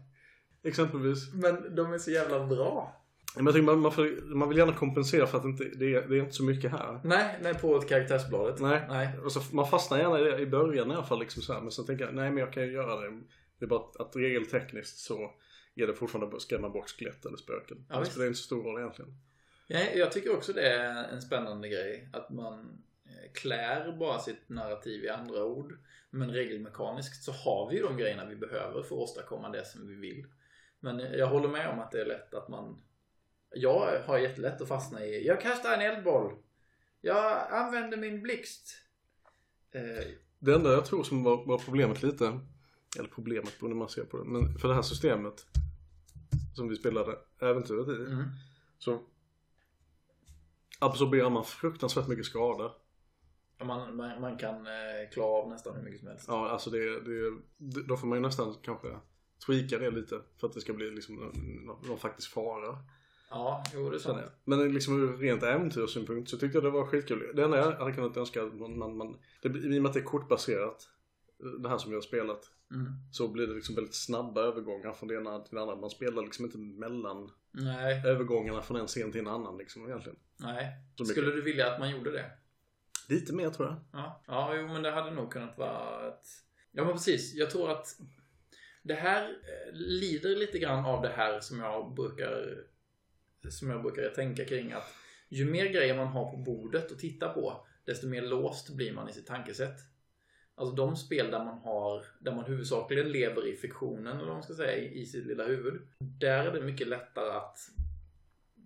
Exempelvis.
Men de är så jävla bra.
Men jag tycker man, man, får, man vill gärna kompensera för att inte, det, är, det är inte så mycket här.
Nej, nej på karaktärsbladet.
Nej.
Nej.
Och så, man fastnar gärna i det i början i alla fall. Liksom så här. Men sen tänker jag, nej men jag kan ju göra det. Det är bara att, att regeltekniskt så är det fortfarande bara att skrämma bort skelett eller spöken. Alltså,
Ja,
det
visst.
spelar inte så stor roll egentligen.
Nej, jag tycker också det är en spännande grej. Att man eh, klär bara sitt narrativ i andra ord. Men regelmekaniskt så har vi ju de grejerna vi behöver för att åstadkomma det som vi vill. Men jag håller med om att det är lätt att man... Jag har jättelätt att fastna i Jag kastar en eldboll. Jag använder min blixt. Eh,
Det enda jag tror som var, var problemet lite, eller problemet beroende hur man ser på det, men för det här systemet som vi spelade äventyret i,
Mm.
så absorberar man fruktansvärt mycket skada.
man, man, man kan eh, klara av nästan hur mycket som helst.
Ja, alltså det, det, då får man ju nästan kanske tweaka det lite för att det ska bli liksom någon, någon faktisk fara.
Ja, jo det är sant.
känner jag. Men liksom ur rent äventyrssynpunkt så tyckte jag det var skitkul. Det enda jag hade kunnat önska, att man, man, man, det, blir- i och med att det är kortbaserat, eh, det här som vi har spelat,
Mm.
så blir det liksom väldigt snabba övergångar från det ena till det andra. Man spelar liksom inte mellan
Nej,
övergångarna från en scen till en annan liksom egentligen.
nej.
Så mycket.
Skulle du vilja att man gjorde det?
Lite mer tror jag.
Ja, ja jo, men det hade nog kunnat vara ett... Ja, men precis. Jag tror att det här eh, lider lite grann av det här som jag brukar som jag brukar tänka kring att ju mer grejer man har på bordet att titta på, desto mer låst blir man i sitt tankesätt. Alltså de spel där man har, där man huvudsakligen lever i fiktionen, eller vad man ska säga, i i sitt lilla huvud. Där är det mycket lättare att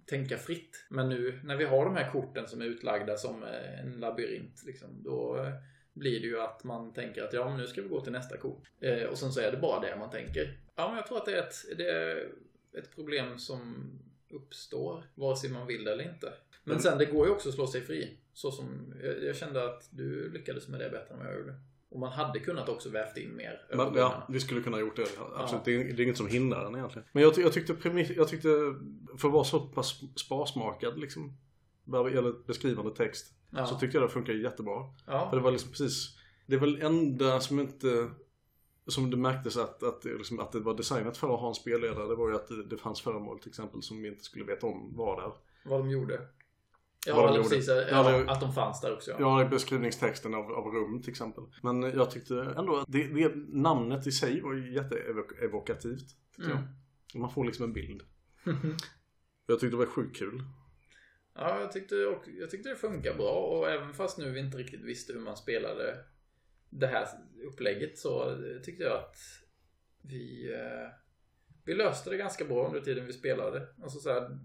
tänka fritt. Men nu när vi har de här korten som är utlagda som eh, en labyrint, liksom, då eh, blir det ju att man tänker att ja, men nu ska vi gå till nästa kort. Eh, och sen så är det bara det man tänker. Ja, men jag tror att det är ett, det är ett problem som uppstår, vare sig man vill det eller inte. Men sen, det går ju också att slå sig fri. Så som, jag, jag kände att du lyckades med det bättre än vad jag gjorde. Och man hade kunnat också vävt in mer.
Men, ja,
övergångar.
vi skulle kunna ha gjort det. Absolut. Det, är, det är inget som hindrar den egentligen. Men jag, ty- jag, tyckte, premiss, jag tyckte, för att vara så pass sparsmakad liksom, bara- eller beskrivande text,
Ja.
så tyckte jag det funkade jättebra. För
ja.
det var liksom precis, det är väl enda som inte, som det märktes att, att, det liksom, att det var designat för att ha en spelledare, det var ju att det, det fanns föremål till exempel som vi inte skulle veta om var där.
Vad de gjorde. Ja,
Vad de
eller
gjorde.
precis. Ja,
Ja, det-
Att de fanns där också.
Ja, beskrivningstexten av, av rum till exempel. Men jag tyckte ändå att det, det namnet i sig var ju jätteevokativt. tyckte
Mm.
jag. Man får liksom en bild. jag tyckte det var sjukt kul.
Ja, jag tyckte, och jag tyckte det funkar bra och även fast nu vi inte riktigt visste hur man spelade det här upplägget så tyckte jag att vi, eh, vi löste det ganska bra under tiden vi spelade. Alltså så här,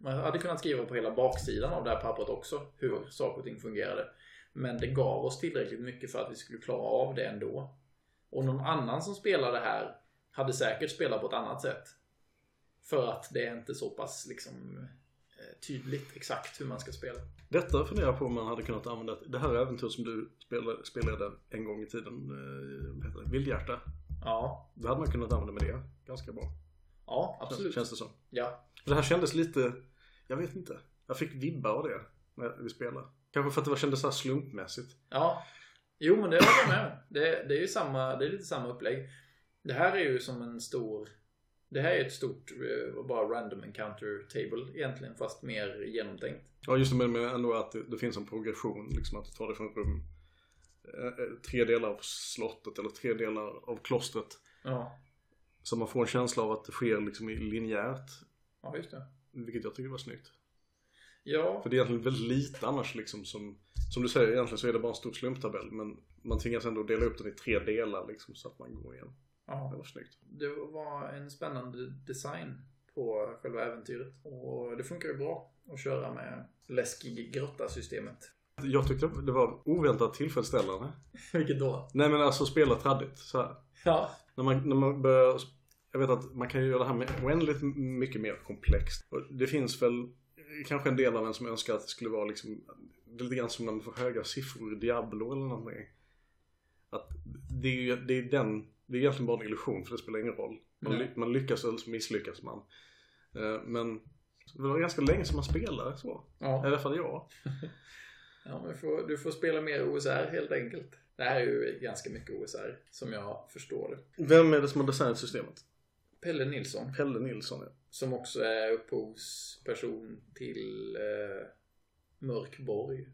man hade kunnat skriva på hela baksidan av det här pappret också hur saker och ting fungerade. Men det gav oss tillräckligt mycket för att vi skulle klara av det ändå. Och någon annan som spelade här hade säkert spelat på ett annat sätt. För att det är inte så pass liksom eh, tydligt exakt hur man ska spela.
Detta funderar jag på om man hade kunnat använda det här äventyret som du spelade, spelade en gång i tiden, eh, vad heter det? Vildhjärta.
Ja,
Det hade man kunnat använda med det ganska bra.
ja absolut.
Känns det som.
Ja.
För det här kändes lite, jag vet inte. Jag fick vibbar av det när vi spelade. Kanske för att det var- kändes så här slumpmässigt.
ja. Jo, men det håller jag med om. det, det är ju samma, det är lite samma upplägg. Det här är ju som en stor... Det här är ett stort, eh, bara random encounter table egentligen, fast mer genomtänkt.
Ja just det, men men ändå att det, det finns en progression. Liksom att du tar det från rum eh, tre delar av slottet eller tre delar av klostret.
Ja.
Så man får en känsla av att det sker liksom i linjärt.
ja, just det.
Vilket jag tycker var snyggt.
Ja,
För det är egentligen väldigt lite annars liksom som, som du säger, egentligen så är det bara en stor slumptabell. Men man tvingas ändå dela upp den i tre delar liksom så att man går igen. Det
ja.
var snyggt.
Det var en spännande design på själva äventyret. Och det funkar ju bra att köra med läskig grotta-systemet.
Jag tyckte det var oväntat tillfredsställande.
Vilket då?
Nej men alltså spela traddigt så här.
Ja.
När man, när man börjar, jag vet att man kan ju göra det här med oändligt mycket mer komplext. Och det finns väl kanske en del av en som önskar att det skulle vara liksom, det är lite grann som när man får höga siffror i Diablo eller någonting. Att det är ju, det är den, det är egentligen bara en illusion för det spelar ingen roll. Man,
Nej.
ly, man lyckas eller så misslyckas man. Eh, Men det var ganska länge som man spelade så. I
Ja,
alla fall jag.
ja men du, får, du får spela mer OSR helt enkelt. Det här är ju ganska mycket OSR, som jag förstår det.
Vem är det som har designat systemet?
Pelle Nilsson,
Pelle Nilsson ja.
som också är upphovsperson till eh, Mörkborg.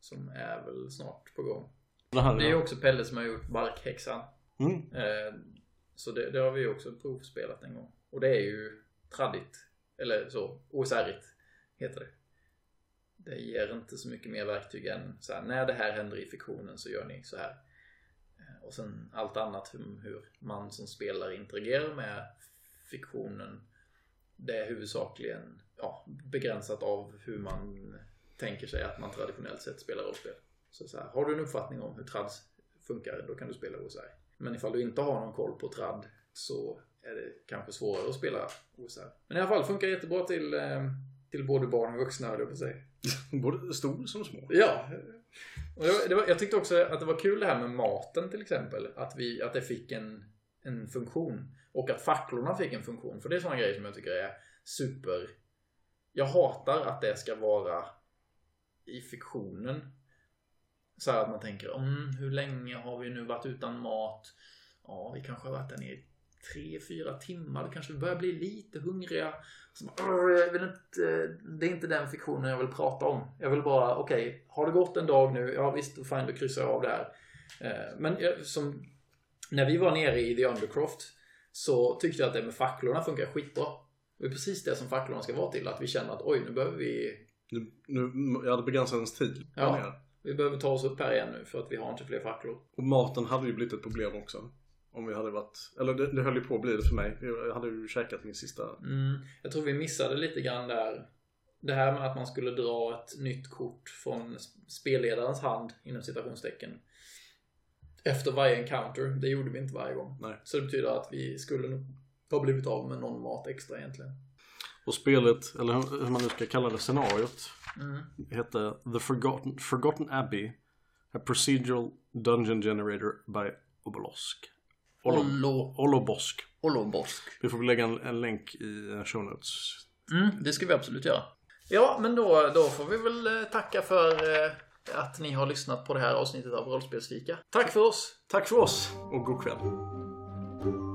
Som är väl snart på gång.
Det här
Det är ju också Pelle som har gjort Barkhäxan.
Mm.
Eh, så det, det har vi ju också provspelat en gång. Och det är ju traddigt. Eller så, osärigt heter det. Det ger inte så mycket mer verktyg än så här, när det här händer i fiktionen så gör ni så här. Eh, Och sen allt annat hur, hur man som spelare interagerar med fiktionen. Det är huvudsakligen ja, begränsat av hur man tänker sig att man traditionellt sett spelar rollspel. Så, så här, har du en uppfattning om hur trads funkar, då kan du spela OSR. Men ifall du inte har någon koll på trad så är det kanske svårare att spela OSR. Men i alla fall funkar jättebra till, eh, till både barn och vuxna, höll jag på att säga.
Både stor som små.
Ja. Och det var, det var, jag tyckte också att det var kul det här med maten till exempel. Att, vi, att det fick en, en funktion. Och att facklorna fick en funktion. För det är sådana grejer som jag tycker är super... Jag hatar att det ska vara i fiktionen. Så här att man tänker, mm, hur länge har vi nu varit utan mat? Ja, vi kanske har varit där nere i tre, fyra timmar. Då kanske vi börjar bli lite hungriga. Så bara, "Arr, jag vill inte, det är inte den fiktionen jag vill prata om. Jag vill bara, okej, har det gått en dag nu? Ja visst, då fine, då kryssar jag av det här. Eh, Men jag, som, när vi var nere i The Undercroft så tyckte jag att det med facklorna funkar skitbra. Det är precis det som facklorna ska vara till. Att vi känner att oj, nu behöver vi
Nu, nu, jag hade begränsat ens tid.
Ja. Vi behöver ta oss upp här igen nu för att vi har inte fler facklor.
Och maten hade ju blivit ett problem också. Om vi hade varit... Eller det, det höll ju på att bli det för mig. Jag hade ju käkat min sista...
Mm, jag tror vi missade lite grann där. Det här med att man skulle dra ett nytt kort från sp- spelledarens hand, inom citationstecken. Efter varje encounter. Det gjorde vi inte varje gång.
Nej.
Så det betyder att vi skulle nog ha blivit av med någon mat extra egentligen.
Och spelet, eller hur hur man nu ska kalla det, scenariot.
Mm.
Hette The Forgotten, Forgotten Abbey. A procedural dungeon generator by Obolosk. Olo-
Ollo,
Olobosk.
Ollobosk.
Vi får väl lägga en, en länk i eh, show notes.
Mm, det ska vi absolut göra. Ja, men då, då får vi väl eh, tacka för eh, att ni har lyssnat på det här avsnittet av Rollspelsfika. Tack för oss!
Tack för oss och god kväll.